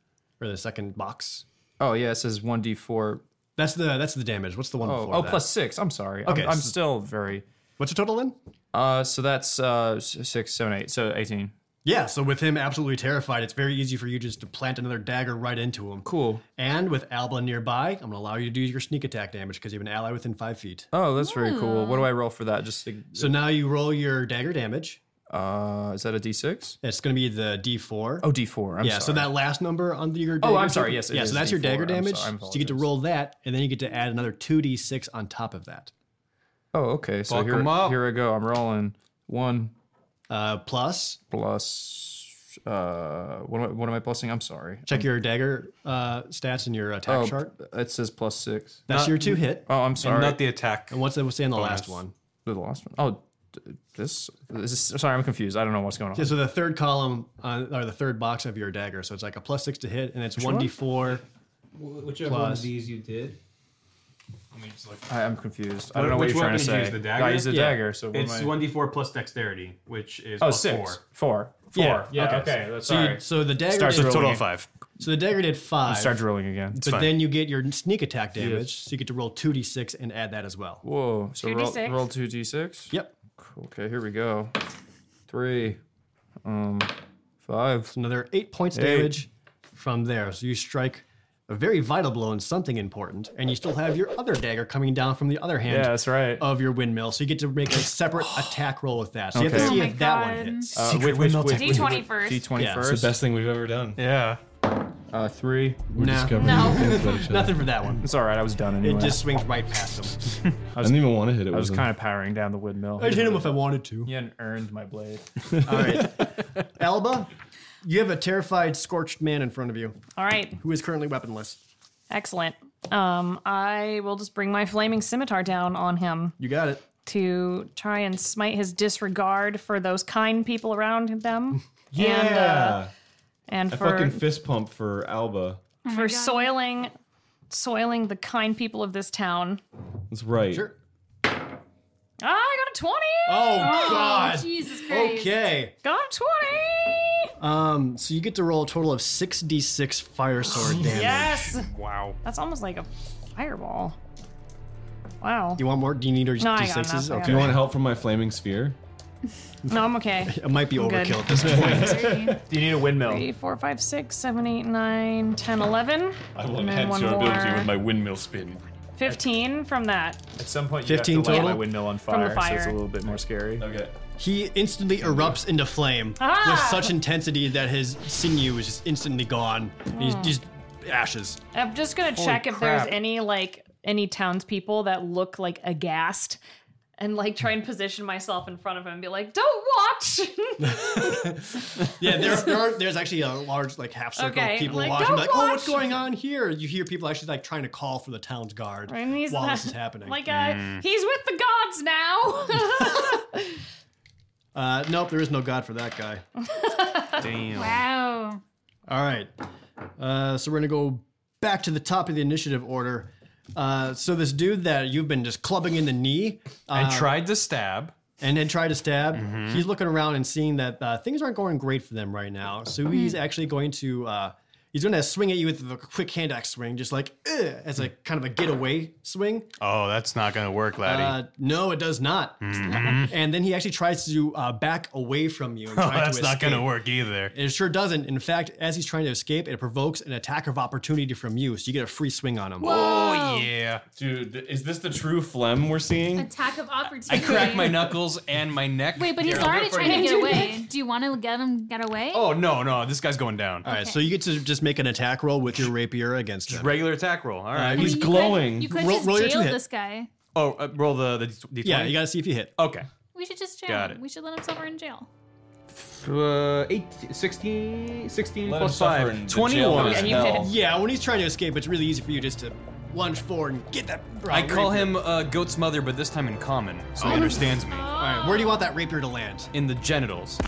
Speaker 2: or the second box.
Speaker 8: oh yeah, it says one d four.
Speaker 2: That's the that's the damage. What's the one
Speaker 8: Oh,
Speaker 2: before
Speaker 8: oh
Speaker 2: that?
Speaker 8: plus six. I'm sorry.
Speaker 2: Okay,
Speaker 8: I'm, I'm
Speaker 2: so-
Speaker 8: still very.
Speaker 2: What's your total then?
Speaker 8: Uh, so that's uh s- six, seven, eight. So eighteen.
Speaker 2: Yeah. So with him absolutely terrified, it's very easy for you just to plant another dagger right into him.
Speaker 8: Cool.
Speaker 2: And with Alba nearby, I'm going to allow you to do your sneak attack damage because you have an ally within five feet.
Speaker 8: Oh, that's very cool. What do I roll for that? Just to,
Speaker 2: So now you roll your dagger damage.
Speaker 8: uh, is that a d6?
Speaker 2: It's going to be the D4.
Speaker 8: Oh, d4. I'm
Speaker 2: yeah. So
Speaker 8: sorry.
Speaker 2: that last number on the, your
Speaker 8: Oh,
Speaker 2: dagger.
Speaker 8: I'm sorry, yes, it
Speaker 2: Yeah.
Speaker 8: is
Speaker 2: So that's your
Speaker 8: D4,
Speaker 2: dagger
Speaker 8: I'm
Speaker 2: damage.
Speaker 8: sorry, I'm
Speaker 2: so you get to
Speaker 8: apologize.
Speaker 2: roll that, and then you get to add another 2d6 on top of that.
Speaker 8: Oh, okay. So
Speaker 9: Fuck
Speaker 8: here,
Speaker 9: 'em up.
Speaker 8: here I go. I'm rolling one
Speaker 2: Uh, plus,
Speaker 8: plus. Uh, what am I, what am I plusing? I'm sorry.
Speaker 2: check your dagger uh, stats in your attack
Speaker 8: Oh,
Speaker 2: chart.
Speaker 8: it says plus six.
Speaker 2: That's
Speaker 9: not-
Speaker 2: your two hit.
Speaker 8: Oh, I'm sorry.
Speaker 9: Not the attack.
Speaker 2: And what's that? What's in the last
Speaker 9: Bonus.
Speaker 2: one?
Speaker 8: the last one. Oh, d- this, this is. Sorry, I'm confused. I don't know what's going on.
Speaker 2: Yeah, so the third column on, or the third box of your dagger. So it's like a plus six to hit, and it's 1d4.
Speaker 6: Whichever
Speaker 2: one of Plus.
Speaker 6: these you did.
Speaker 8: I, I'm confused. I don't
Speaker 6: Wh-
Speaker 8: know what
Speaker 6: which
Speaker 8: you're trying
Speaker 6: weapon did
Speaker 8: to say.
Speaker 6: you use, the dagger?
Speaker 8: I used the
Speaker 2: Yeah.
Speaker 8: dagger. So what
Speaker 6: It's
Speaker 8: am I?
Speaker 6: one d four plus dexterity, which is
Speaker 8: Oh,
Speaker 6: plus
Speaker 8: six.
Speaker 6: four.
Speaker 8: Four. Four.
Speaker 2: Yeah.
Speaker 6: Yeah,
Speaker 8: Okay.
Speaker 6: okay. that's
Speaker 2: So,
Speaker 6: all
Speaker 2: you,
Speaker 6: right.
Speaker 2: so the dagger
Speaker 8: Starts
Speaker 2: did-
Speaker 8: with
Speaker 9: Total
Speaker 8: Rolling.
Speaker 9: of five.
Speaker 2: So the dagger did five.
Speaker 8: Start drilling again.
Speaker 2: but
Speaker 9: fine.
Speaker 2: then you get your sneak attack damage, so you get to roll two d six and add that as well.
Speaker 8: Whoa. So roll,
Speaker 7: 2d6?
Speaker 8: roll two d6.
Speaker 2: Yep.
Speaker 8: Okay, here we go. Three, um, five.
Speaker 2: another eight points
Speaker 8: Eight.
Speaker 2: damage from there. So you strike a very vital blow and something important, and you still have your other dagger coming down from the other hand.
Speaker 8: Yeah, that's right.
Speaker 2: Of your windmill, so you get to make a separate attack roll with that. So you have to
Speaker 8: Okay.
Speaker 2: see
Speaker 8: Oh
Speaker 2: if
Speaker 7: my
Speaker 2: that one
Speaker 7: God.
Speaker 2: hits.
Speaker 8: Uh,
Speaker 2: Secret
Speaker 8: which- which-
Speaker 2: windmill
Speaker 8: which-
Speaker 2: tactic.
Speaker 8: which-
Speaker 7: D20 first.
Speaker 8: D20
Speaker 2: Yeah,
Speaker 8: first.
Speaker 3: It's the best thing we've ever done.
Speaker 8: Yeah. Uh, three.
Speaker 3: We're
Speaker 2: Nah.
Speaker 3: discovering
Speaker 7: No.
Speaker 3: things about each other.
Speaker 2: Nothing for that one.
Speaker 8: It's all right. I was done anyway.
Speaker 2: It just swings right past him.
Speaker 3: I didn't even want to hit it.
Speaker 8: I was
Speaker 3: with
Speaker 8: kind of powering down the windmill.
Speaker 2: I'd hit him if I wanted to.
Speaker 8: You hadn't earned my blade.
Speaker 2: All right, Alba, you have a terrified, scorched man in front of you
Speaker 7: All right.
Speaker 2: who is currently weaponless.
Speaker 7: Excellent. Um, I will just bring my flaming scimitar down on him
Speaker 2: You got it.
Speaker 7: to try and smite his disregard for those kind people around them.
Speaker 3: yeah.
Speaker 7: And, uh, and
Speaker 3: a
Speaker 7: for
Speaker 3: fucking fist pump for Alba.
Speaker 7: for soiling soiling the kind people of this town.
Speaker 3: That's right.
Speaker 2: Sure.
Speaker 7: Ah, I got a 20.
Speaker 2: Oh God.
Speaker 4: Jesus Christ.
Speaker 2: Okay.
Speaker 7: Got a 20.
Speaker 2: Um. So you get to roll a total of six d6 fire sword damage.
Speaker 7: Yes.
Speaker 8: Wow.
Speaker 7: That's almost like a fireball. Wow.
Speaker 2: You want more? Do you need our
Speaker 7: No, I got
Speaker 2: d6s?
Speaker 7: enough, I
Speaker 3: Do you want help from my flaming sphere?
Speaker 7: No, I'm okay.
Speaker 2: It might be
Speaker 7: good.
Speaker 2: overkill at this point.
Speaker 5: Do you need a windmill?
Speaker 7: Three, four, five, six, seven, eight, nine, ten, eleven.
Speaker 3: I
Speaker 7: And then one more.
Speaker 3: windmill spin.
Speaker 7: 15 from that.
Speaker 5: At some point, you
Speaker 2: 15
Speaker 5: have to light
Speaker 2: total?
Speaker 5: my windmill on
Speaker 7: From the
Speaker 5: fire, so it's a
Speaker 7: fire.
Speaker 5: little bit more scary.
Speaker 3: Okay.
Speaker 2: He instantly erupts into flame with
Speaker 7: Ah!
Speaker 2: such intensity that his sinew is just instantly gone. He's
Speaker 7: Hmm.
Speaker 2: just ashes.
Speaker 7: I'm just gonna check if
Speaker 8: crap.
Speaker 7: there's any like any townspeople that look like aghast and like try and position myself in front of him and be like, don't watch.
Speaker 2: Yeah, there, there are, there's actually a large like half circle
Speaker 7: Okay,
Speaker 2: of people
Speaker 7: like,
Speaker 2: watching.
Speaker 7: "Don't
Speaker 2: Like, oh, what's
Speaker 7: watch!"
Speaker 2: going on here? You hear people actually like trying to call for the town's guard
Speaker 7: and he's
Speaker 2: while
Speaker 7: not-
Speaker 2: this is happening.
Speaker 7: Like uh,
Speaker 9: Mm.
Speaker 7: he's with the gods now.
Speaker 2: uh, nope, there is no god for that guy.
Speaker 4: Wow.
Speaker 2: All right. Uh, so we're gonna go back to the top of the initiative order. Uh, so this dude that you've been just clubbing in the knee
Speaker 9: I
Speaker 2: uh,
Speaker 9: tried to stab.
Speaker 2: and then try to stab.
Speaker 11: Mm-hmm.
Speaker 2: He's looking around and seeing that uh, things aren't going great for them right now.
Speaker 11: Mm-hmm.
Speaker 2: So he's actually going to uh, he's going to swing at you with a quick hand axe swing, just like "Ugh," as a kind of a getaway swing.
Speaker 11: Mm. Oh, that's not gonna work, laddie.
Speaker 2: Uh, no, it does not. And then he actually tries to uh, back away from you. And
Speaker 11: Mm-hmm. oh,
Speaker 2: try
Speaker 11: that's
Speaker 2: to
Speaker 11: not gonna
Speaker 2: escape.
Speaker 11: work either.
Speaker 2: It sure doesn't. In fact, as he's trying to escape, it provokes an attack of opportunity from you, so you get a free swing on him.
Speaker 11: Oh yeah.
Speaker 3: Dude, th- is this the true phlegm we're seeing?
Speaker 4: Attack of opportunity.
Speaker 9: I cracked my knuckles and my neck.
Speaker 4: Wait, but
Speaker 9: Here,
Speaker 4: he's
Speaker 9: I'll do
Speaker 4: already
Speaker 9: it for
Speaker 4: trying to
Speaker 9: you.
Speaker 4: get away. Do you want to get him get away?
Speaker 9: Oh no, no, this guy's going down.
Speaker 2: All right, so you get to just make an attack roll with your rapier against him.
Speaker 9: Regular attack roll. All
Speaker 2: Uh,
Speaker 9: right.
Speaker 4: I mean,
Speaker 3: he's
Speaker 4: you
Speaker 3: glowing.
Speaker 4: Could, you could
Speaker 2: Roll-
Speaker 4: just
Speaker 2: roll your two
Speaker 4: jail
Speaker 2: hit.
Speaker 4: this guy.
Speaker 9: Oh, uh, roll the the d20.
Speaker 2: Yeah, you got to see if you hit. Oh,
Speaker 9: okay.
Speaker 4: We should just jail
Speaker 9: Got
Speaker 4: him.
Speaker 9: it.
Speaker 4: We should let him suffer in jail.
Speaker 6: Uh, eight, 16, 16
Speaker 3: Let him
Speaker 6: plus
Speaker 3: suffer
Speaker 6: 5.
Speaker 3: in the jail
Speaker 9: 21.
Speaker 3: house
Speaker 7: Yeah, you
Speaker 3: hell.
Speaker 7: did it.
Speaker 2: Yeah, when he's trying to escape, it's really easy for you just to lunge forward and get that.
Speaker 9: I call
Speaker 2: rapier.
Speaker 9: him uh, Goat's mother, but this time in common, so he understands me.
Speaker 2: All right, where do you want that rapier to land?
Speaker 9: In the genitals.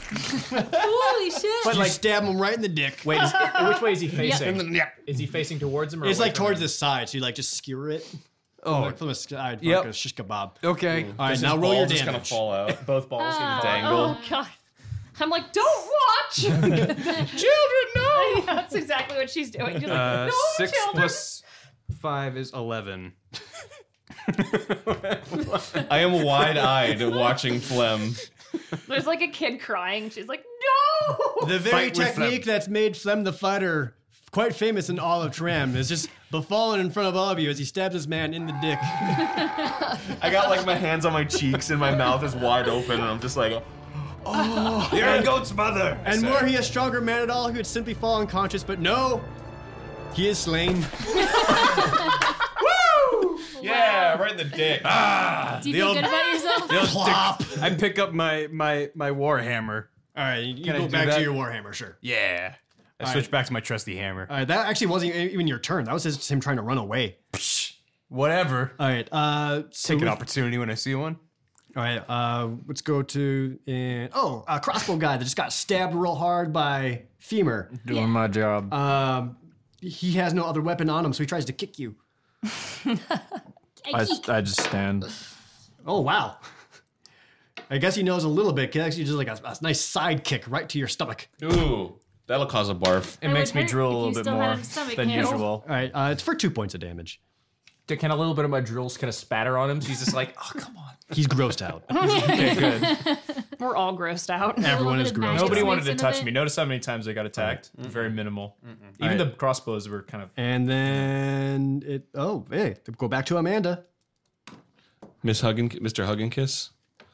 Speaker 4: Holy shit!
Speaker 2: you stab him right in the dick.
Speaker 5: Wait, is, which way is he facing? Is he facing towards him? Or
Speaker 2: it's
Speaker 5: away
Speaker 2: like
Speaker 4: from
Speaker 2: towards the side, so you like just skewer it.
Speaker 9: Oh.
Speaker 2: like from the side,
Speaker 9: Yep.
Speaker 2: like a shish kebab.
Speaker 9: Okay.
Speaker 2: All right,
Speaker 3: His
Speaker 2: now roll your
Speaker 3: ball's just gonna
Speaker 2: damage.
Speaker 3: fall out.
Speaker 5: both balls? gonna
Speaker 4: Ah.
Speaker 3: Dang.
Speaker 7: oh god. I'm like, don't watch! Children, no! That's exactly what she's doing. She's like,
Speaker 9: Uh,
Speaker 7: no,
Speaker 9: six
Speaker 7: children.
Speaker 9: plus five is eleven.
Speaker 3: I am wide-eyed watching phlegm.
Speaker 7: There's like a kid crying. She's like, no!
Speaker 2: The very
Speaker 11: Fight with them.
Speaker 2: technique that's made Flem the Fighter quite famous in all of Tram is just befallen in front of all of you as he stabs this man in the dick.
Speaker 3: I got like my hands on my cheeks and my mouth is wide open and I'm just like, oh.
Speaker 11: You're a goat's mother.
Speaker 2: And were he a stronger man at all, he would simply fall unconscious, but no, he is slain.
Speaker 3: yeah, right in the dick.
Speaker 4: do you feel
Speaker 9: old-
Speaker 4: good about yourself?
Speaker 2: Plop!
Speaker 9: I pick up my my my war hammer.
Speaker 2: All right, you
Speaker 9: Can I
Speaker 2: go
Speaker 9: do
Speaker 2: back
Speaker 9: that?
Speaker 2: to your Warhammer, sure.
Speaker 9: Yeah. I switch back to my trusty hammer.
Speaker 2: All right, that actually wasn't e- even your turn. That was just him trying to run away.
Speaker 9: Whatever.
Speaker 2: All right, uh, so
Speaker 9: Take an
Speaker 2: we-
Speaker 9: opportunity when I see one.
Speaker 2: All right, uh, let's go to and oh, a crossbow guy that just got stabbed real hard by femur.
Speaker 9: Mm-hmm.
Speaker 8: Doing my job.
Speaker 5: Uh,
Speaker 2: Um, he has no other weapon on him, so he tries to kick you.
Speaker 8: I, I just stand.
Speaker 2: Oh wow! I guess he knows a little bit. 'cause Actually, just like a, a nice side kick right to your stomach.
Speaker 3: Ooh, that'll cause a barf.
Speaker 9: It
Speaker 4: would
Speaker 9: makes me
Speaker 4: hurt
Speaker 9: drill
Speaker 4: if
Speaker 9: a
Speaker 4: you
Speaker 9: little bit
Speaker 4: still had
Speaker 9: more
Speaker 4: a stomach
Speaker 9: than
Speaker 4: handle.
Speaker 9: usual.
Speaker 2: All right, uh, it's for two points of damage.
Speaker 6: Can a little bit of my drills kind of spatter on him? So he's just like, oh, come on.
Speaker 2: He's grossed out.
Speaker 7: We're all grossed out.
Speaker 2: Everyone is grossed
Speaker 5: Nobody
Speaker 2: out.
Speaker 5: wanted to
Speaker 7: Mix
Speaker 5: touch
Speaker 7: into
Speaker 5: me.
Speaker 7: it.
Speaker 5: Notice how many times I got attacked. Very minimal. Even
Speaker 2: Alright.
Speaker 5: the crossbows were kind of.
Speaker 2: And then it. Oh, hey, go back to Amanda.
Speaker 3: Miss Huggin, Mr. Huggin Kiss.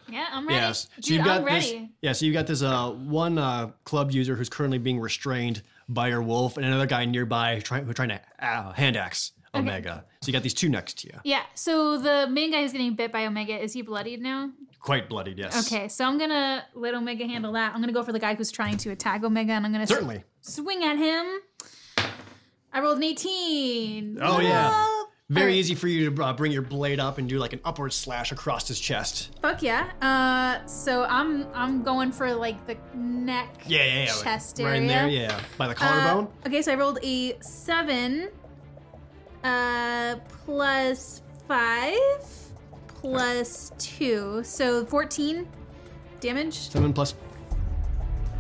Speaker 4: Yeah, I'm ready.
Speaker 2: Yes.
Speaker 4: Dude,
Speaker 2: you've got
Speaker 4: I'm
Speaker 2: This,
Speaker 4: ready.
Speaker 2: yeah, so you've got this uh, one uh, club user who's currently being restrained by your wolf, and another guy nearby trying trying to uh, hand axe Omega. So you got these two next to you,
Speaker 4: Yeah, so the main guy who's getting bit by Omega, is he bloodied now?
Speaker 2: quite bloodied. Yes.
Speaker 4: Okay, so I'm gonna let Omega handle that. I'm gonna go for the guy who's trying to attack Omega, and I'm gonna s-
Speaker 2: Certainly.
Speaker 4: swing at him. I rolled an 18.
Speaker 2: Oh yeah.
Speaker 4: Well,
Speaker 2: Very easy for you to uh, bring your blade up and do like an upward slash across his chest.
Speaker 4: Fuck yeah. Uh, so I'm I'm going for like the neck,
Speaker 2: Yeah, yeah, yeah.
Speaker 4: chest
Speaker 2: right
Speaker 4: area.
Speaker 2: in there, yeah, by the
Speaker 4: Uh,
Speaker 2: collarbone.
Speaker 4: okay, so I rolled a seven, uh, plus five, plus two, so fourteen damage.
Speaker 2: Seven plus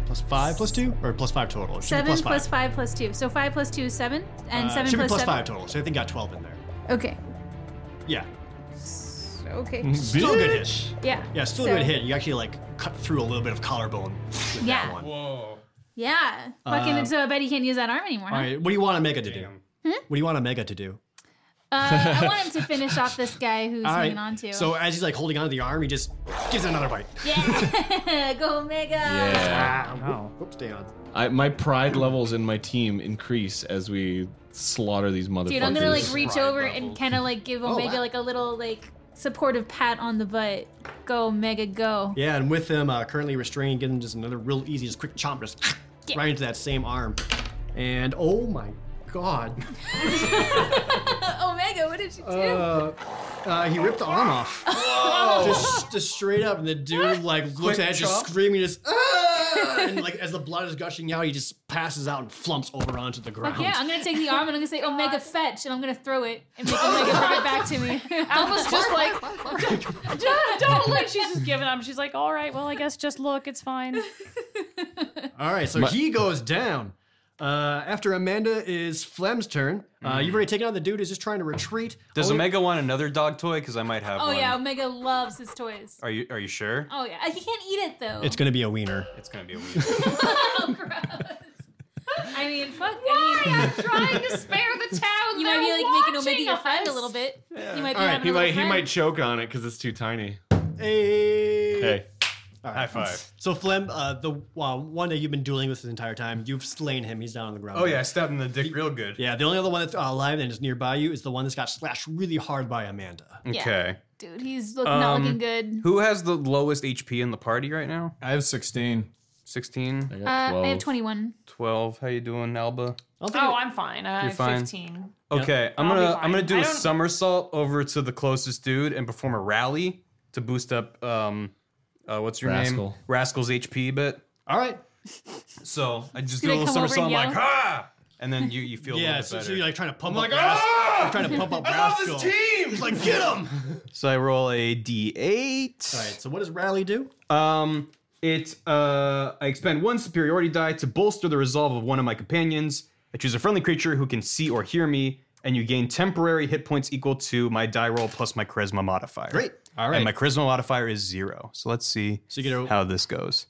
Speaker 2: plus five plus two or plus five total. It should be
Speaker 4: Seven
Speaker 2: plus five.
Speaker 4: plus five plus two, so five plus two is seven, and
Speaker 2: Uh,
Speaker 4: seven
Speaker 2: should be plus
Speaker 4: seven.
Speaker 2: five total. So I think got twelve in there.
Speaker 4: Okay,
Speaker 2: Yeah,
Speaker 4: okay,
Speaker 2: still a good hit.
Speaker 4: yeah.
Speaker 2: Yeah, still
Speaker 4: So-
Speaker 2: a good hit. You actually like cut through a little bit of collarbone. with
Speaker 4: Yeah.
Speaker 2: That one.
Speaker 9: Whoa.
Speaker 4: Yeah, fucking.
Speaker 2: Uh,
Speaker 4: so I bet he can't use that arm anymore.
Speaker 2: All
Speaker 4: Huh?
Speaker 2: right. What do you want Omega to do?
Speaker 4: Hmm?
Speaker 2: What do you want Omega to do?
Speaker 4: Uh, I want him to finish off this guy who's
Speaker 2: All
Speaker 4: hanging
Speaker 2: right,
Speaker 4: on to.
Speaker 2: So as he's like holding onto the arm, he just gives it another bite.
Speaker 4: yeah, go Omega.
Speaker 8: No.
Speaker 2: Oops, stay on.
Speaker 3: I, my pride levels in my team increase as we slaughter these motherfuckers.
Speaker 4: Dude, I'm gonna like reach over and kind of like give Omega
Speaker 2: Oh, wow.
Speaker 4: like a little like supportive pat on the butt. Go Omega, go!
Speaker 2: Yeah, and with him uh, currently restrained, give him just another real easy, just quick chomp, just right into that same arm. And oh my god,
Speaker 4: Omega, what did you do?
Speaker 2: uh, uh, he ripped the arm off. Just, just straight up, and the dude like looks at it, just screaming, just "Ah!" and like as the blood is gushing out, he just passes out and flumps over onto the ground.
Speaker 4: Fuck yeah, I'm gonna take the arm and I'm gonna say Omega fetch, and I'm gonna throw it and make Omega throw it back to me.
Speaker 7: Alpha's just like, don't, don't look. She's just giving up. She's like, all right, well, I guess just look. It's fine.
Speaker 2: All right, so he goes down. Uh, after Amanda is Flem's turn. Uh, You've already taken out the dude who's just trying to retreat.
Speaker 9: Mm.
Speaker 2: Oh,
Speaker 9: Does
Speaker 2: Only-
Speaker 9: Omega want another dog toy? Because I might have
Speaker 4: oh
Speaker 9: one.
Speaker 4: yeah, Omega loves his toys.
Speaker 9: Are you Are you sure?
Speaker 4: Oh yeah, he can't eat it though.
Speaker 2: It's gonna be a wiener.
Speaker 9: It's gonna be a weird.
Speaker 4: I mean, fuck. I mean,
Speaker 7: I'm trying to spare the town.
Speaker 4: you might be like making Omega your friend a little bit. You might
Speaker 2: All
Speaker 4: be
Speaker 2: right,
Speaker 4: having
Speaker 3: He
Speaker 4: a little
Speaker 3: might he
Speaker 4: friend.
Speaker 3: might choke on it because it's too tiny.
Speaker 2: Hey.
Speaker 3: Hey,
Speaker 2: High
Speaker 9: five.
Speaker 2: So Flem, uh, the uh, one that you've been dueling with this entire time, you've slain him. He's down on the ground.
Speaker 11: Oh yeah, I stabbed him in the dick real good.
Speaker 2: Yeah, the only other one that's uh, alive and is nearby you is the one that's got slashed really hard by Amanda.
Speaker 4: Yeah.
Speaker 9: Okay.
Speaker 4: Dude, he's look, not looking good.
Speaker 9: Who has the lowest HP in the party right now?
Speaker 8: I have 16.
Speaker 9: 16,
Speaker 4: Uh, I have 21.
Speaker 9: 12. How you doing, Alba?
Speaker 2: I don't think
Speaker 7: Oh,
Speaker 2: it-
Speaker 7: I'm fine. I
Speaker 9: You're
Speaker 7: have
Speaker 9: fine.
Speaker 7: 15.
Speaker 9: Okay, I'm
Speaker 7: I'll be
Speaker 9: gonna I'm
Speaker 7: fine.
Speaker 9: gonna do
Speaker 7: I
Speaker 9: a
Speaker 7: don't-
Speaker 9: somersault over to the closest dude and perform a rally to boost up um uh what's your name
Speaker 3: Rascal.
Speaker 9: Rascal's HP a bit.
Speaker 2: all right.
Speaker 9: So I just
Speaker 4: Did
Speaker 9: do
Speaker 4: I
Speaker 9: a little
Speaker 4: come over
Speaker 9: somersault. I'm
Speaker 4: and
Speaker 9: like
Speaker 4: yell?
Speaker 9: ha, and then you you feel a
Speaker 2: Yeah,
Speaker 9: little bit
Speaker 2: so, so
Speaker 9: better.
Speaker 2: you're like trying to pump up. Rascal. You're trying to pump up. I Rascal.
Speaker 9: team.
Speaker 2: He's like, get him!
Speaker 9: So I roll a
Speaker 2: All
Speaker 9: d8.
Speaker 2: right. So what does Rally do?
Speaker 9: Um, it uh, I expend one superiority die to bolster the resolve of one of my companions. I choose a friendly creature who can see or hear me, and you gain temporary hit points equal to my die roll plus my charisma modifier.
Speaker 2: Great. All
Speaker 9: And
Speaker 2: right.
Speaker 9: my charisma modifier is zero. So let's see
Speaker 2: So you get a-
Speaker 9: how this goes.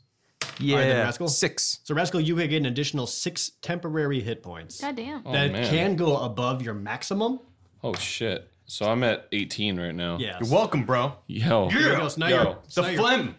Speaker 9: Yeah,
Speaker 2: then, Rascal.
Speaker 9: six.
Speaker 2: So Rascal, you get an additional six temporary hit points
Speaker 4: God damn.
Speaker 2: that
Speaker 3: man.
Speaker 2: can go above your maximum.
Speaker 3: oh shit! So I'm at 18 right now.
Speaker 2: Yeah.
Speaker 9: You're welcome, bro.
Speaker 3: Yo,
Speaker 2: There you go. So now
Speaker 3: Yo.
Speaker 2: you're
Speaker 9: The
Speaker 2: now you're-
Speaker 9: phlegm.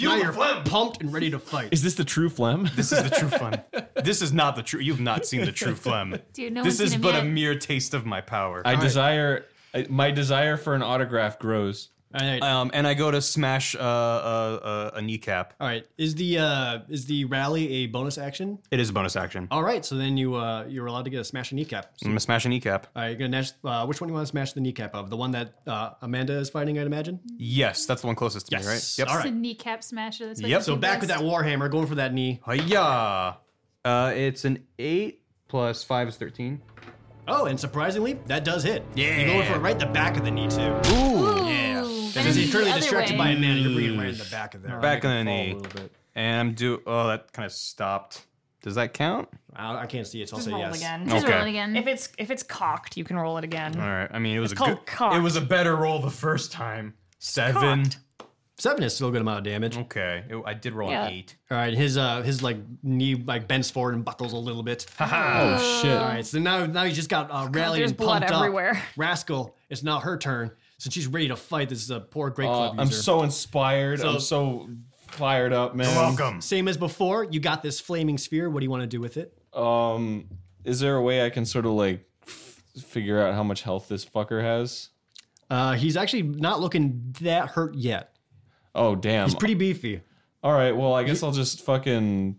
Speaker 2: now you're pumped and ready to fight.
Speaker 3: is this the true phlegm?
Speaker 9: This is the true phlegm. This is not the true. You've not seen the true phlegm.
Speaker 4: Dude, no
Speaker 9: this
Speaker 4: one's
Speaker 9: is
Speaker 4: seen him
Speaker 9: but
Speaker 4: yet.
Speaker 9: a mere taste of my power.
Speaker 3: I desire I, my desire for an autograph grows.
Speaker 2: All right.
Speaker 9: Um, and I go to smash uh, uh, uh, a kneecap.
Speaker 2: All right. Is the uh, is the rally a bonus action?
Speaker 9: It is a bonus action.
Speaker 2: All right. So then you uh, you're allowed to get a smash a kneecap. So,
Speaker 9: I'm gonna smash a kneecap.
Speaker 2: all right. You're gonna nash, uh, which one do you want to smash the kneecap of? The one that uh, Amanda is fighting, I'd imagine.
Speaker 9: Yes, that's the one closest to me, right?
Speaker 2: Yes.
Speaker 9: Yep.
Speaker 2: All
Speaker 4: It's
Speaker 2: right.
Speaker 4: a kneecap smasher. That's what
Speaker 9: Yep.
Speaker 4: you
Speaker 2: So
Speaker 4: do
Speaker 2: back with that
Speaker 4: best.
Speaker 2: warhammer, going for that knee.
Speaker 9: Hiya. Uh, it's an eight plus five is thirteen.
Speaker 2: Oh, and surprisingly, that does hit. Yeah. You're going for right the back of the knee too.
Speaker 4: Ooh, yeah.
Speaker 2: Because he's currently distracted by Amanda, you're bringing him right in the back of there.
Speaker 9: Back on the
Speaker 8: Fall a
Speaker 9: knee,
Speaker 8: little bit.
Speaker 9: and I'm do. Oh, that kind of stopped. Does that count?
Speaker 2: I, I can't see it. So I'll
Speaker 7: Just
Speaker 2: say
Speaker 7: roll
Speaker 2: yes.
Speaker 7: again.
Speaker 4: Just
Speaker 9: Okay.
Speaker 4: roll it again.
Speaker 7: If it's if it's cocked, you can roll it again.
Speaker 9: All right. I mean, it was
Speaker 7: Hmm. It's
Speaker 9: a
Speaker 7: called
Speaker 9: good.
Speaker 7: cocked.
Speaker 9: It was a better roll the first time. Seven.
Speaker 2: Seven is still a good amount of damage.
Speaker 9: Okay, It- I did roll
Speaker 7: Yeah.
Speaker 9: an eight.
Speaker 2: All right, his uh his like knee like bends forward and buckles a little bit.
Speaker 9: ha.
Speaker 2: oh shit! All right, so now now he's just got uh, rallied
Speaker 7: there's
Speaker 2: and
Speaker 7: blood
Speaker 2: pumped up.
Speaker 7: everywhere.
Speaker 2: Rascal, it's now her turn, so she's ready to fight this uh, poor great
Speaker 3: Uh,
Speaker 2: club
Speaker 3: I'm
Speaker 2: user.
Speaker 3: so inspired. I'm so fired up, man.
Speaker 2: Same as before, you got this flaming sphere. What do you want to do with it?
Speaker 3: Um, is there a way I can sort of like f- figure out how much health this fucker has?
Speaker 2: Uh, he's actually not looking that hurt yet.
Speaker 3: Oh damn!
Speaker 2: He's pretty beefy.
Speaker 3: All right. Well, I guess I'll just fucking.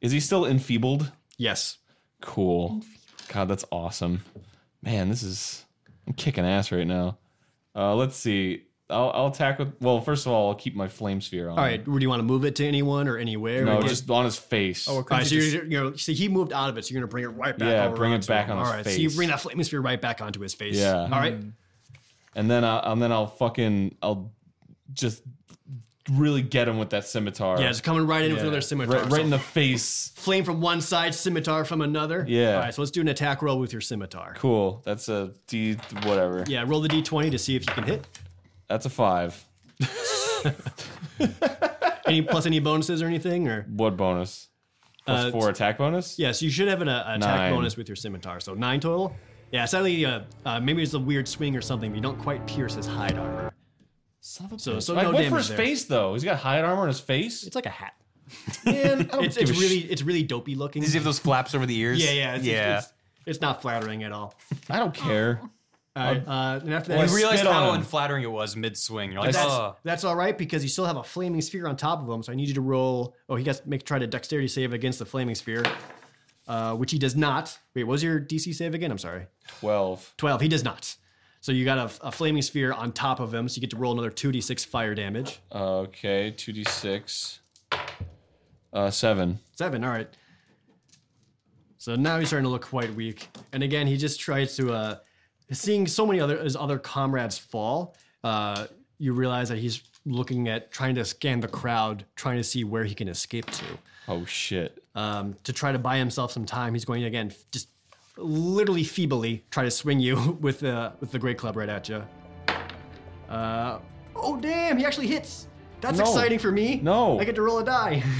Speaker 3: Is he still enfeebled?
Speaker 2: Yes.
Speaker 3: Cool. God, that's awesome. Man, this is I'm kicking ass right now. Uh, let's see. I'll, I'll attack with. Well, first of all, I'll keep my flame sphere on.
Speaker 2: All right, do you want to move it to anyone or anywhere?
Speaker 3: No,
Speaker 2: Or get-
Speaker 3: just on his face.
Speaker 2: All right, so you're, Oh, you know, so he moved out of it, so you're gonna bring it right back.
Speaker 3: Yeah,
Speaker 2: over
Speaker 3: bring it
Speaker 2: onto
Speaker 3: back
Speaker 2: him.
Speaker 3: on his
Speaker 2: All right, so you
Speaker 3: face.
Speaker 2: bring that flaming sphere right back onto his face.
Speaker 3: Yeah.
Speaker 2: All right.
Speaker 3: and then I, and then I'll fucking I'll just really get him with that scimitar.
Speaker 2: Yeah, it's coming right in with
Speaker 3: Yeah.
Speaker 2: another scimitar. So
Speaker 3: Right, right in the face.
Speaker 2: flame from one side, scimitar from another.
Speaker 3: Yeah.
Speaker 2: All right, so let's do an attack roll with your scimitar.
Speaker 3: Cool. That's a D whatever.
Speaker 2: Yeah, roll the d20 to see if you can hit.
Speaker 3: That's a five.
Speaker 2: Any plus any bonuses or anything or?
Speaker 3: What bonus? Plus
Speaker 2: Uh,
Speaker 3: four attack bonus?
Speaker 2: Yes, you should have an uh, attack
Speaker 3: Nine.
Speaker 2: bonus with your scimitar. So nine total. Yeah, sadly, uh, uh, maybe it's a weird swing or something. But you don't quite pierce his hide armor.
Speaker 3: Son of a
Speaker 2: So,
Speaker 3: bitch.
Speaker 2: so
Speaker 3: I
Speaker 2: no
Speaker 3: went
Speaker 2: damage
Speaker 3: for his
Speaker 2: there.
Speaker 3: face though. He's got hide armor on his face.
Speaker 2: It's like a hat.
Speaker 3: Man, I don't
Speaker 2: It's, it's
Speaker 3: give a sh-
Speaker 2: really it's really dopey looking.
Speaker 11: Does he have those flaps over the ears?
Speaker 2: Yeah, yeah, it's,
Speaker 11: yeah.
Speaker 2: It's, it's not flattering at all.
Speaker 3: I don't care.
Speaker 2: Oh. All right, uh, and after that,
Speaker 11: I
Speaker 2: he's-
Speaker 11: realized
Speaker 3: spit on
Speaker 11: how
Speaker 3: him.
Speaker 11: unflattering it was mid swing. You're like,
Speaker 2: that's,
Speaker 11: oh,
Speaker 2: that's all right because you still have a flaming sphere on top of him. So I need you to roll. Oh, he got to make try to dexterity save against the flaming sphere, uh, which he does not. Wait, what was your DC save again? I'm sorry,
Speaker 3: Twelve.
Speaker 2: twelve. He does not. So you got a, a flaming sphere on top of him. So you get to roll another two d6 fire damage.
Speaker 3: Okay, two D six. Uh seven.
Speaker 2: Seven. All right. So now he's starting to look quite weak, and again he just tries to. Uh, seeing so many other his other comrades fall, uh, you realize that he's looking at trying to scan the crowd, trying to see where he can escape to.
Speaker 3: Oh shit.
Speaker 2: Um, to try to buy himself some time, he's going to again f- just literally feebly try to swing you with the with the great club right at you. Uh, oh damn! He actually hits. That's
Speaker 3: No.
Speaker 2: exciting for me.
Speaker 3: No.
Speaker 2: I get to roll a die.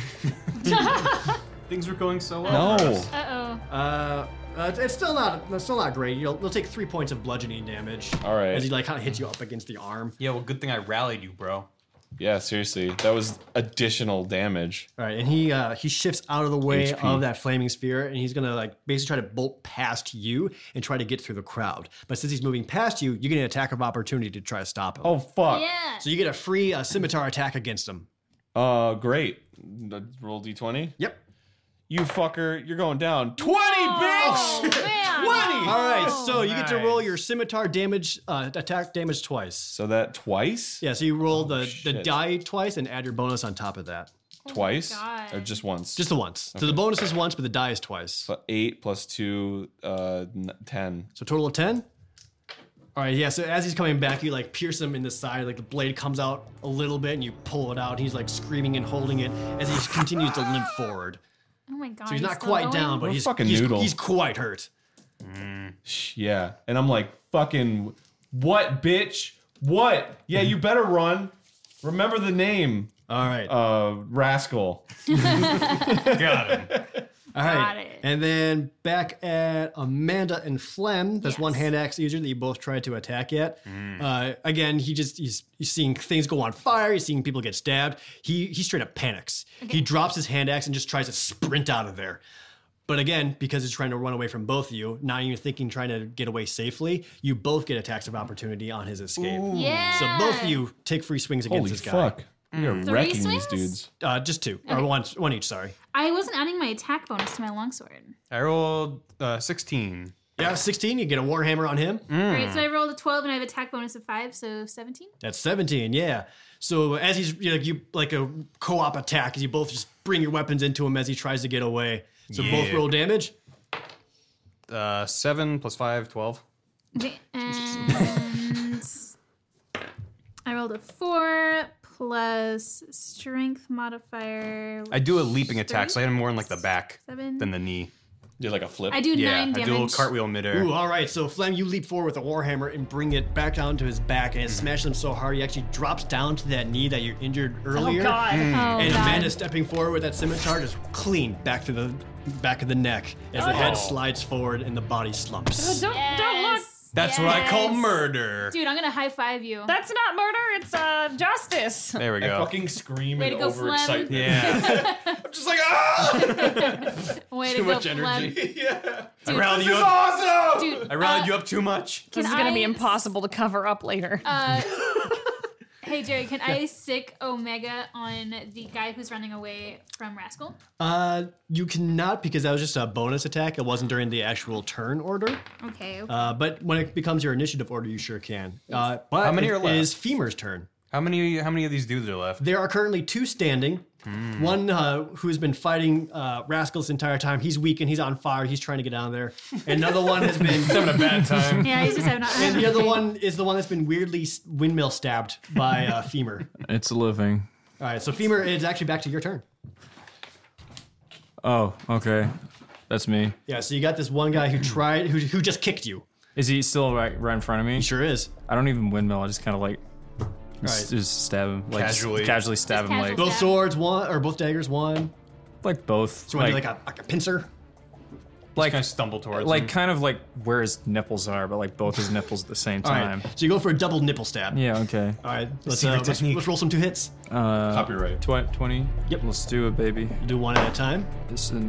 Speaker 9: Things were going so well.
Speaker 3: No.
Speaker 4: Uh oh.
Speaker 2: Uh, uh, it's still not it's still not great. You'll, you'll take three points of bludgeoning damage.
Speaker 3: All right.
Speaker 2: As he like kind of hits you up against the arm.
Speaker 11: yeah, well, good thing I rallied you, bro.
Speaker 3: Yeah, seriously. That was additional damage.
Speaker 2: All right, and he uh, he shifts out of the way
Speaker 3: HP.
Speaker 2: of that flaming sphere, and he's gonna like basically try to bolt past you and try to get through the crowd. But since he's moving past you, you get an attack of opportunity to try to stop him.
Speaker 3: Oh fuck.
Speaker 4: Yeah.
Speaker 2: So you get a free uh, scimitar attack against him.
Speaker 3: Uh great. Roll D twenty.
Speaker 2: Yep.
Speaker 3: You fucker, you're going down. Twenty
Speaker 4: Oh,
Speaker 3: bitch!
Speaker 4: man.
Speaker 2: All right, so you get to roll
Speaker 5: nice.
Speaker 2: your scimitar damage uh, attack damage twice.
Speaker 3: So that twice?
Speaker 2: Yeah, so you roll the the
Speaker 3: Oh, shit.
Speaker 2: die twice and add your bonus on top of that.
Speaker 3: twice?
Speaker 4: Oh,
Speaker 7: Oh
Speaker 4: God.
Speaker 3: Or just once?
Speaker 2: Just the once. So the bonus is once, but the die is twice.
Speaker 3: So eight plus two, uh, n- ten.
Speaker 2: So total of ten. All right, yeah. So as he's coming back, you like pierce him in the side. Like the blade comes out a little bit, and you pull it out. And he's like screaming and holding it as he continues to limp forward.
Speaker 4: Oh my god.
Speaker 2: So he's not quite down, but
Speaker 3: What a
Speaker 2: he's
Speaker 3: fucking
Speaker 2: he's,
Speaker 3: noodle.
Speaker 2: he's quite hurt.
Speaker 3: Sh- Yeah. And I'm like, fucking, what, bitch? What? Yeah, you better run. Remember the name,
Speaker 2: All right,
Speaker 3: uh, rascal.
Speaker 11: Got him.
Speaker 2: all right.
Speaker 4: got it.
Speaker 2: And then back at Amanda and Flem, this
Speaker 4: Yes.
Speaker 2: one hand axe user that you both tried to attack at.
Speaker 3: Mm.
Speaker 2: Uh, again, he just he's, he's seeing things go on fire. He's seeing people get stabbed. He he straight up panics. He drops his hand axe and just tries to sprint out of there. But again, because he's trying to run away from both of you, not even thinking trying to get away safely, you both get attacks of opportunity on his escape.
Speaker 4: Yeah.
Speaker 2: So both of you take free swings against
Speaker 3: Holy
Speaker 2: this guy.
Speaker 3: fuck. We are
Speaker 7: Mm.
Speaker 4: Three
Speaker 3: wrecking
Speaker 4: swings?
Speaker 3: these dudes.
Speaker 2: Uh, just two or one one each. Sorry.
Speaker 4: I wasn't adding my attack bonus to my longsword.
Speaker 9: I rolled uh, 16.
Speaker 2: Yeah, sixteen. You get a warhammer on him.
Speaker 4: All right, so I rolled a 12 and I have attack bonus of 5, so 17.
Speaker 2: That's 17, yeah. So as he's you know, you like a co-op attack, you both just bring your weapons into him as he tries to get away. So both
Speaker 9: Yeah.
Speaker 2: roll damage.
Speaker 9: Uh, 7 plus 5, 12.
Speaker 4: Okay, and I rolled a 4 plus strength modifier.
Speaker 9: I do a leaping attack, so I hit him more in like the back
Speaker 4: 7.
Speaker 9: than the knee.
Speaker 3: Did like a flip?
Speaker 4: I do Yeah, nine I do a little damage.
Speaker 11: cartwheel midair.
Speaker 2: Ooh, all right. So Flem, you leap forward with a warhammer and bring it back down to his back, and it smashes him so hard he actually drops down to that knee that you injured earlier.
Speaker 7: God. Mm.
Speaker 4: Hmm.
Speaker 7: Oh,
Speaker 2: and
Speaker 7: God.
Speaker 2: Amanda stepping forward with that scimitar just clean back to the back of the neck as the
Speaker 4: Oh.
Speaker 2: head slides forward and the body slumps.
Speaker 7: Don't, don't look.
Speaker 11: That's what I call
Speaker 4: Yes.
Speaker 11: murder.
Speaker 4: Dude, I'm gonna high five you.
Speaker 7: That's not murder. It's uh, justice.
Speaker 11: There we
Speaker 3: I
Speaker 11: go.
Speaker 3: fucking scream
Speaker 4: Way
Speaker 3: and
Speaker 4: to go, Flem.
Speaker 3: overexcitement.
Speaker 11: Yeah.
Speaker 3: I'm just like, ah!
Speaker 4: Way
Speaker 3: Too
Speaker 4: to
Speaker 3: much
Speaker 4: go, Flem.
Speaker 3: energy. yeah.
Speaker 4: Dude,
Speaker 11: rallied
Speaker 4: this
Speaker 11: you
Speaker 4: is
Speaker 11: up.
Speaker 3: Awesome!
Speaker 4: Dude,
Speaker 11: I rallied
Speaker 4: uh,
Speaker 11: you up too much.
Speaker 4: Can
Speaker 7: this is gonna be
Speaker 4: I-
Speaker 7: impossible to cover up later.
Speaker 4: Uh, hey Jerry, can I sick Omega on the guy who's running away from Rascal?
Speaker 2: Uh, you cannot because that was just a bonus attack. It wasn't during the actual turn order.
Speaker 4: Okay.
Speaker 2: Uh, but when it becomes your initiative order, you sure can. Uh, but
Speaker 11: How many
Speaker 2: it
Speaker 11: are left?
Speaker 2: is Femur's turn.
Speaker 11: How many? How many of these dudes are left?
Speaker 2: There are currently two standing.
Speaker 11: Hmm.
Speaker 2: One uh, who has been fighting uh, Rascal this entire time. He's weak and he's on fire. He's trying to get down there. And another one has been.
Speaker 11: having a bad time.
Speaker 4: yeah, he's just having.
Speaker 2: and the other one is the one that's been weirdly s- windmill stabbed by uh, Femur.
Speaker 8: It's living.
Speaker 2: All right, so Femur is actually back to your turn.
Speaker 8: Oh, okay. That's me.
Speaker 2: Yeah, so you got this one guy who tried, who, who just kicked you.
Speaker 8: Is he still right, right in front of me?
Speaker 2: He sure is.
Speaker 8: I don't even windmill. I just kind of like s-
Speaker 2: Right.
Speaker 8: just stab him, like just
Speaker 11: Casually.
Speaker 8: casually stab
Speaker 4: Just
Speaker 8: him,
Speaker 4: casual
Speaker 2: Both
Speaker 4: stab.
Speaker 2: swords, one or both daggers, one.
Speaker 8: like like both,
Speaker 2: So you want
Speaker 8: like
Speaker 2: to do like a, like a pincer?
Speaker 8: like
Speaker 11: Kind of stumble towards.
Speaker 8: like
Speaker 11: him.
Speaker 8: kind of like where his nipples are, but like both his nipples at the same
Speaker 2: All
Speaker 8: time.
Speaker 2: right. So you go for a double nipple stab.
Speaker 8: Yeah. Okay.
Speaker 2: All right. Let's, uh,
Speaker 11: Secret
Speaker 2: let's,
Speaker 11: technique.
Speaker 2: let's roll some two hits.
Speaker 8: Uh,
Speaker 3: Copyright.
Speaker 8: Tw- Twenty.
Speaker 2: Yep.
Speaker 8: Let's do it, baby.
Speaker 2: Do one at a time.
Speaker 8: This is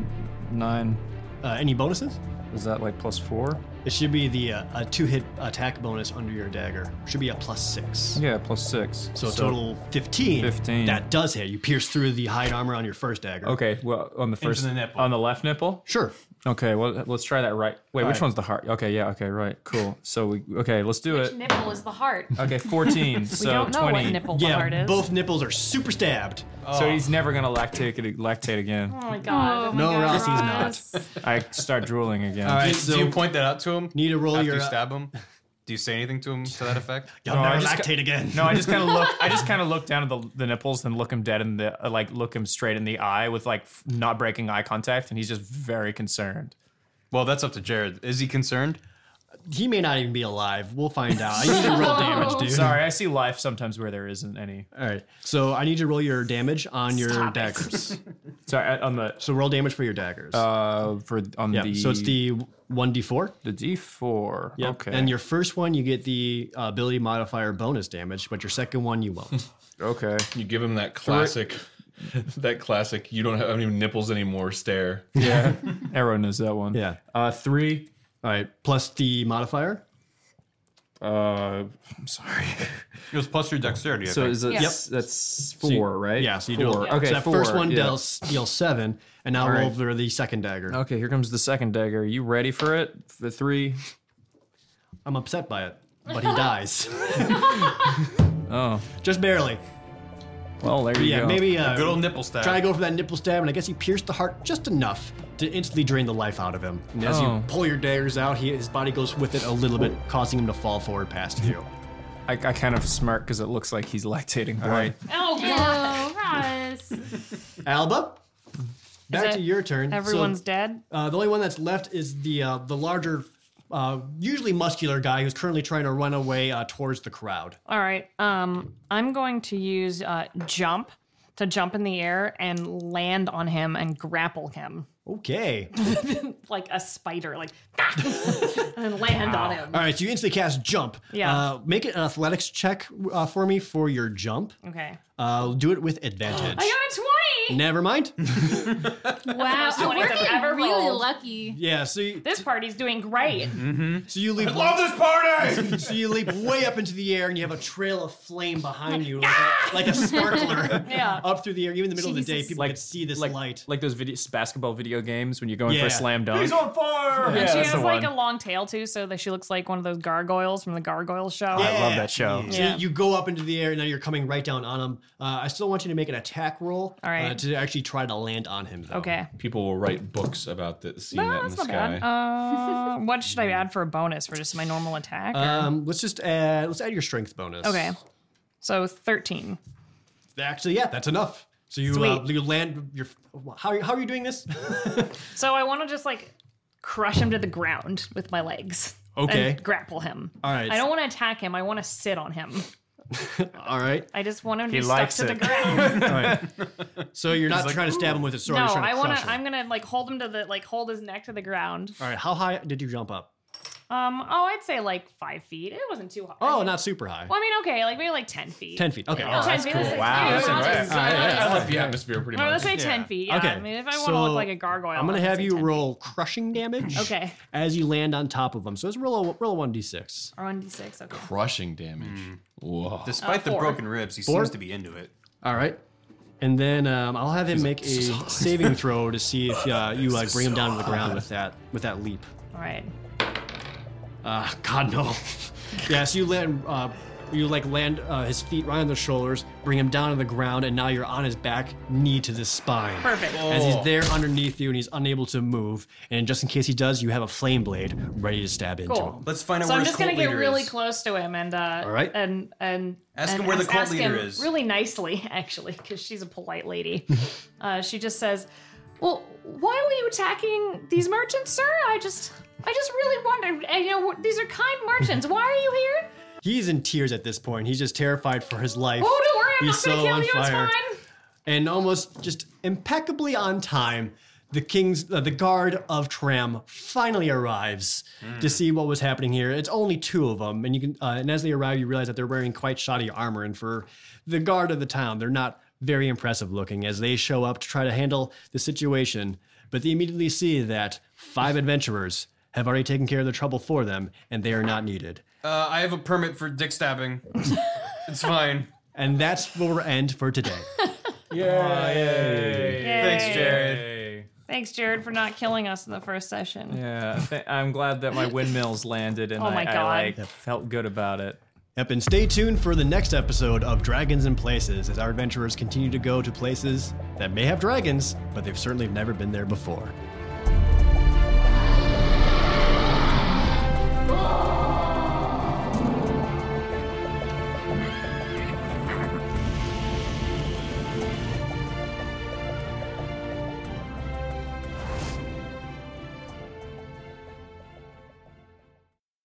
Speaker 8: nine.
Speaker 2: Uh, any bonuses?
Speaker 8: Is that like plus four?
Speaker 2: It should be the uh, a two hit attack bonus under your dagger. Should be a plus six.
Speaker 8: Yeah, plus six.
Speaker 2: So, a total 15.
Speaker 8: 15.
Speaker 2: That does hit. You pierce through the hide armor on your first dagger.
Speaker 8: Okay. Well, on the first
Speaker 11: the nipple.
Speaker 8: on the left nipple.
Speaker 2: Sure.
Speaker 8: Okay. Well, let's try that right. Wait, which one's the heart? Okay. Yeah. Okay. Right. Cool. So we. Okay. Let's do it.
Speaker 7: nipple is the heart.
Speaker 8: Okay. Fourteen.
Speaker 7: We
Speaker 8: so
Speaker 7: don't know
Speaker 8: twenty.
Speaker 7: what nipple the heart
Speaker 2: Yeah,
Speaker 7: is.
Speaker 2: both nipples are super stabbed.
Speaker 8: So he's never gonna lactate lactate again.
Speaker 7: Oh my god.
Speaker 2: No, Ross, he's not.
Speaker 7: not.
Speaker 8: I start drooling again.
Speaker 11: All right,
Speaker 2: Do-
Speaker 11: do
Speaker 2: so-
Speaker 11: you point that out to uh, him?
Speaker 2: Need to roll
Speaker 11: after
Speaker 2: your.
Speaker 11: you stab him? Do you say anything to him to that effect?
Speaker 2: You'll
Speaker 8: No, I
Speaker 2: never
Speaker 8: just
Speaker 2: lactate again.
Speaker 8: No, I just kind of look. I just kind of look down at the, the nipples, then look him dead in the uh, like look him straight in the eye with like f- not breaking eye contact, and he's just very concerned.
Speaker 11: Well, that's up to Jared. Is he concerned?
Speaker 2: He may not even be alive. We'll find out. I need to roll damage, dude.
Speaker 8: Sorry, I see life sometimes where there isn't any.
Speaker 2: All right. So I need to roll your damage on your
Speaker 7: Stop it.
Speaker 2: daggers.
Speaker 8: Sorry, I- on the
Speaker 2: So roll damage for your daggers.
Speaker 8: uh for on
Speaker 2: yeah.
Speaker 8: the
Speaker 2: so it's the one d four.
Speaker 8: the D four. Okay.
Speaker 2: And your first one, you get the uh, ability modifier bonus damage, but your second one, you won't.
Speaker 8: okay.
Speaker 3: You give him that classic, that classic. You don't have any nipples anymore. Stare.
Speaker 8: Yeah. Arrow knows that one.
Speaker 2: yeah.
Speaker 8: Uh, three.
Speaker 2: All right. Plus the modifier.
Speaker 8: Uh, I'm sorry.
Speaker 11: It was plus your dexterity. I
Speaker 8: So
Speaker 11: think.
Speaker 8: is it,
Speaker 7: Yep.
Speaker 8: that's
Speaker 2: So you-
Speaker 8: four, right?
Speaker 2: Yeah. So you
Speaker 8: four.
Speaker 2: do. it.
Speaker 8: Okay.
Speaker 2: So that
Speaker 8: four,
Speaker 2: first one
Speaker 8: yeah.
Speaker 2: deals deals seven, and now roll
Speaker 8: right.
Speaker 2: for the second dagger.
Speaker 8: Okay, here comes the second dagger. you ready for it? The three.
Speaker 2: I'm upset by it, but he dies
Speaker 8: Oh,
Speaker 2: just barely.
Speaker 8: well, there you
Speaker 2: Yeah.
Speaker 8: go.
Speaker 2: Maybe uh,
Speaker 11: good old nipple stab.
Speaker 2: Try to go for that nipple stab, and I guess he pierced the heart just enough to instantly drain the life out of him. And as
Speaker 8: Oh.
Speaker 2: you pull your daggers out, he, his body goes with it a little bit, causing him to fall forward past you.
Speaker 8: I, I kind of smirk because it looks like he's lactating blood.
Speaker 7: Oh god.
Speaker 4: Oh, Ross.
Speaker 2: Alba, back
Speaker 7: it
Speaker 2: to your turn. So,
Speaker 7: Everyone's dead.
Speaker 2: uh, the only one that's left is the uh, the larger, uh, usually muscular guy who's currently trying to run away uh, towards the crowd.
Speaker 7: All right. Um, I'm going to use uh, jump to jump in the air and land on him and grapple him
Speaker 2: Okay.
Speaker 7: like a spider, like and land on him.
Speaker 2: All right. So you instantly cast jump.
Speaker 7: Yeah.
Speaker 2: Uh, make an athletics check uh, for me for your jump.
Speaker 7: Okay.
Speaker 2: Uh, do it with advantage.
Speaker 7: I got a twenty.
Speaker 2: Never mind.
Speaker 4: Wow,
Speaker 7: First
Speaker 4: uh,
Speaker 7: 20
Speaker 4: we're
Speaker 7: that I've
Speaker 4: getting
Speaker 7: ever
Speaker 4: really
Speaker 7: rolled.
Speaker 4: lucky.
Speaker 2: Yeah. So you,
Speaker 7: This party's doing great.
Speaker 2: so you leave.
Speaker 3: Love this party.
Speaker 2: So you leap way up into the air and you have a trail of flame behind you, like a, like a sparkler,
Speaker 7: Yeah.
Speaker 2: up through the air. Even in the middle of the day,
Speaker 4: Jesus.
Speaker 2: people
Speaker 8: Like-
Speaker 2: could see this
Speaker 8: Like
Speaker 2: light.
Speaker 8: like those video, basketball video games when you're going for
Speaker 2: Yeah.
Speaker 8: a slam dunk.
Speaker 3: He's on fire.
Speaker 8: Yeah,
Speaker 7: she
Speaker 8: that's
Speaker 7: has
Speaker 8: the
Speaker 7: like
Speaker 8: one.
Speaker 7: a long tail too, so that she looks like one of those gargoyles from the Gargoyle show.
Speaker 2: Yeah.
Speaker 8: I love that show.
Speaker 2: So
Speaker 7: Yeah.
Speaker 2: you, you go up into the air and now you're coming right down on him. Uh, I still want you to make an attack roll
Speaker 7: All right.
Speaker 2: uh, to actually try to land on him. Though.
Speaker 7: Okay.
Speaker 3: People will write books about that. Seeing
Speaker 7: No,
Speaker 3: that in
Speaker 7: that's
Speaker 3: the
Speaker 7: not
Speaker 3: sky.
Speaker 7: bad. Uh, what should I add for a bonus for just my normal attack? or-
Speaker 2: Um, let's just add let's add your strength bonus.
Speaker 7: okay. So thirteen.
Speaker 2: Actually, yeah, that's enough. So you uh,
Speaker 7: Sweet.
Speaker 2: you land your how are you, how are you doing this?
Speaker 7: So I want to just like crush him to the ground with my legs.
Speaker 2: Okay.
Speaker 7: And grapple him.
Speaker 2: All right.
Speaker 7: I don't want to attack him. I want to sit on him.
Speaker 2: All right.
Speaker 7: I just want him to
Speaker 5: He
Speaker 7: be stuck
Speaker 5: likes
Speaker 7: to the
Speaker 5: it.
Speaker 7: ground.
Speaker 2: All right. So you're not trying to stab him with a sword.
Speaker 7: no,
Speaker 2: you're trying
Speaker 7: I
Speaker 2: to
Speaker 7: want
Speaker 2: crush
Speaker 7: to.
Speaker 2: him.
Speaker 7: I'm gonna like hold him to the like hold his neck to the ground.
Speaker 2: All right. How high did you jump up?
Speaker 7: Um. Oh, I'd say like five feet. It wasn't too high. I
Speaker 2: Oh,
Speaker 7: mean-
Speaker 2: not super high.
Speaker 7: Well, I mean, okay, like maybe like ten feet.
Speaker 2: Ten feet. Okay.
Speaker 7: Oh, 10 feet. Let's say 10 feet. I'll just-
Speaker 3: I,
Speaker 7: I'll
Speaker 3: love the atmosphere pretty
Speaker 7: just- Or
Speaker 3: much.
Speaker 7: let's say ten feet. Yeah.
Speaker 2: Okay.
Speaker 7: I mean, if I want to
Speaker 2: So,
Speaker 7: look like a gargoyle,
Speaker 2: I'm gonna
Speaker 7: I'll
Speaker 2: have
Speaker 7: say
Speaker 2: you
Speaker 7: 10
Speaker 2: roll crushing damage.
Speaker 7: Okay.
Speaker 2: As you land on top of him, so let's roll a roll a one d six.
Speaker 7: Or one d six. Okay.
Speaker 3: Crushing damage. Whoa.
Speaker 11: Despite the
Speaker 7: four.
Speaker 11: broken ribs, he
Speaker 2: Four?
Speaker 11: seems to be into it.
Speaker 2: All right. And then um, I'll have him make a saving throw to see if uh, you like bring him down to the ground with that with that leap.
Speaker 7: All right.
Speaker 2: Uh, God no. yeah, so you land, uh, you like land uh, his feet right on the shoulders, bring him down to the ground, and now you're on his back, knee to the spine.
Speaker 7: Perfect.
Speaker 2: As
Speaker 11: Oh.
Speaker 2: he's there underneath you and he's unable to move, and just in case he does, you have a flame blade ready to stab into
Speaker 7: Cool.
Speaker 2: him.
Speaker 11: Let's find out
Speaker 7: So
Speaker 11: where
Speaker 7: I'm
Speaker 11: his
Speaker 7: just gonna
Speaker 11: cult
Speaker 7: get
Speaker 11: leader
Speaker 7: really
Speaker 11: is.
Speaker 7: close to him and uh
Speaker 2: All right.
Speaker 7: and and
Speaker 11: Ask
Speaker 7: and
Speaker 11: him where the cult
Speaker 7: ask
Speaker 11: leader
Speaker 7: him
Speaker 11: is.
Speaker 7: Really nicely, actually, because she's a polite lady. uh, she just says, "Well, why were you attacking these merchants, sir? I just, I just really wondered. and, You know, these are kind merchants. Why are you here?
Speaker 2: He's in tears at this point. He's just terrified for his life.
Speaker 7: Oh, don't worry, I'm
Speaker 2: He's
Speaker 7: not
Speaker 2: so
Speaker 7: gonna
Speaker 2: on
Speaker 7: kill you.
Speaker 2: fire.
Speaker 7: It's fine."
Speaker 2: and almost just impeccably on time, the king's uh, the guard of Tram finally arrives to see what was happening here. It's only two of them, and you can uh, and as they arrive, you realize that they're wearing quite shoddy armor, and for the guard of the town, they're not very impressive looking as they show up to try to handle the situation. But they immediately see that five adventurers have already taken care of the trouble for them, and they are not needed.
Speaker 11: Uh, I have a permit for dick stabbing. it's fine.
Speaker 2: And that's where we're end for today.
Speaker 11: Thanks,
Speaker 7: Yay.
Speaker 11: Jared.
Speaker 7: Thanks, Jared, for not killing us in the first session.
Speaker 8: Yeah, th- I'm glad that my windmills landed and
Speaker 7: Oh my
Speaker 8: I,
Speaker 7: God.
Speaker 8: I like felt good about it.
Speaker 2: Yep, and stay tuned for the next episode of Dragons and Places as our adventurers continue to go to places that may have dragons, but they've certainly never been there before.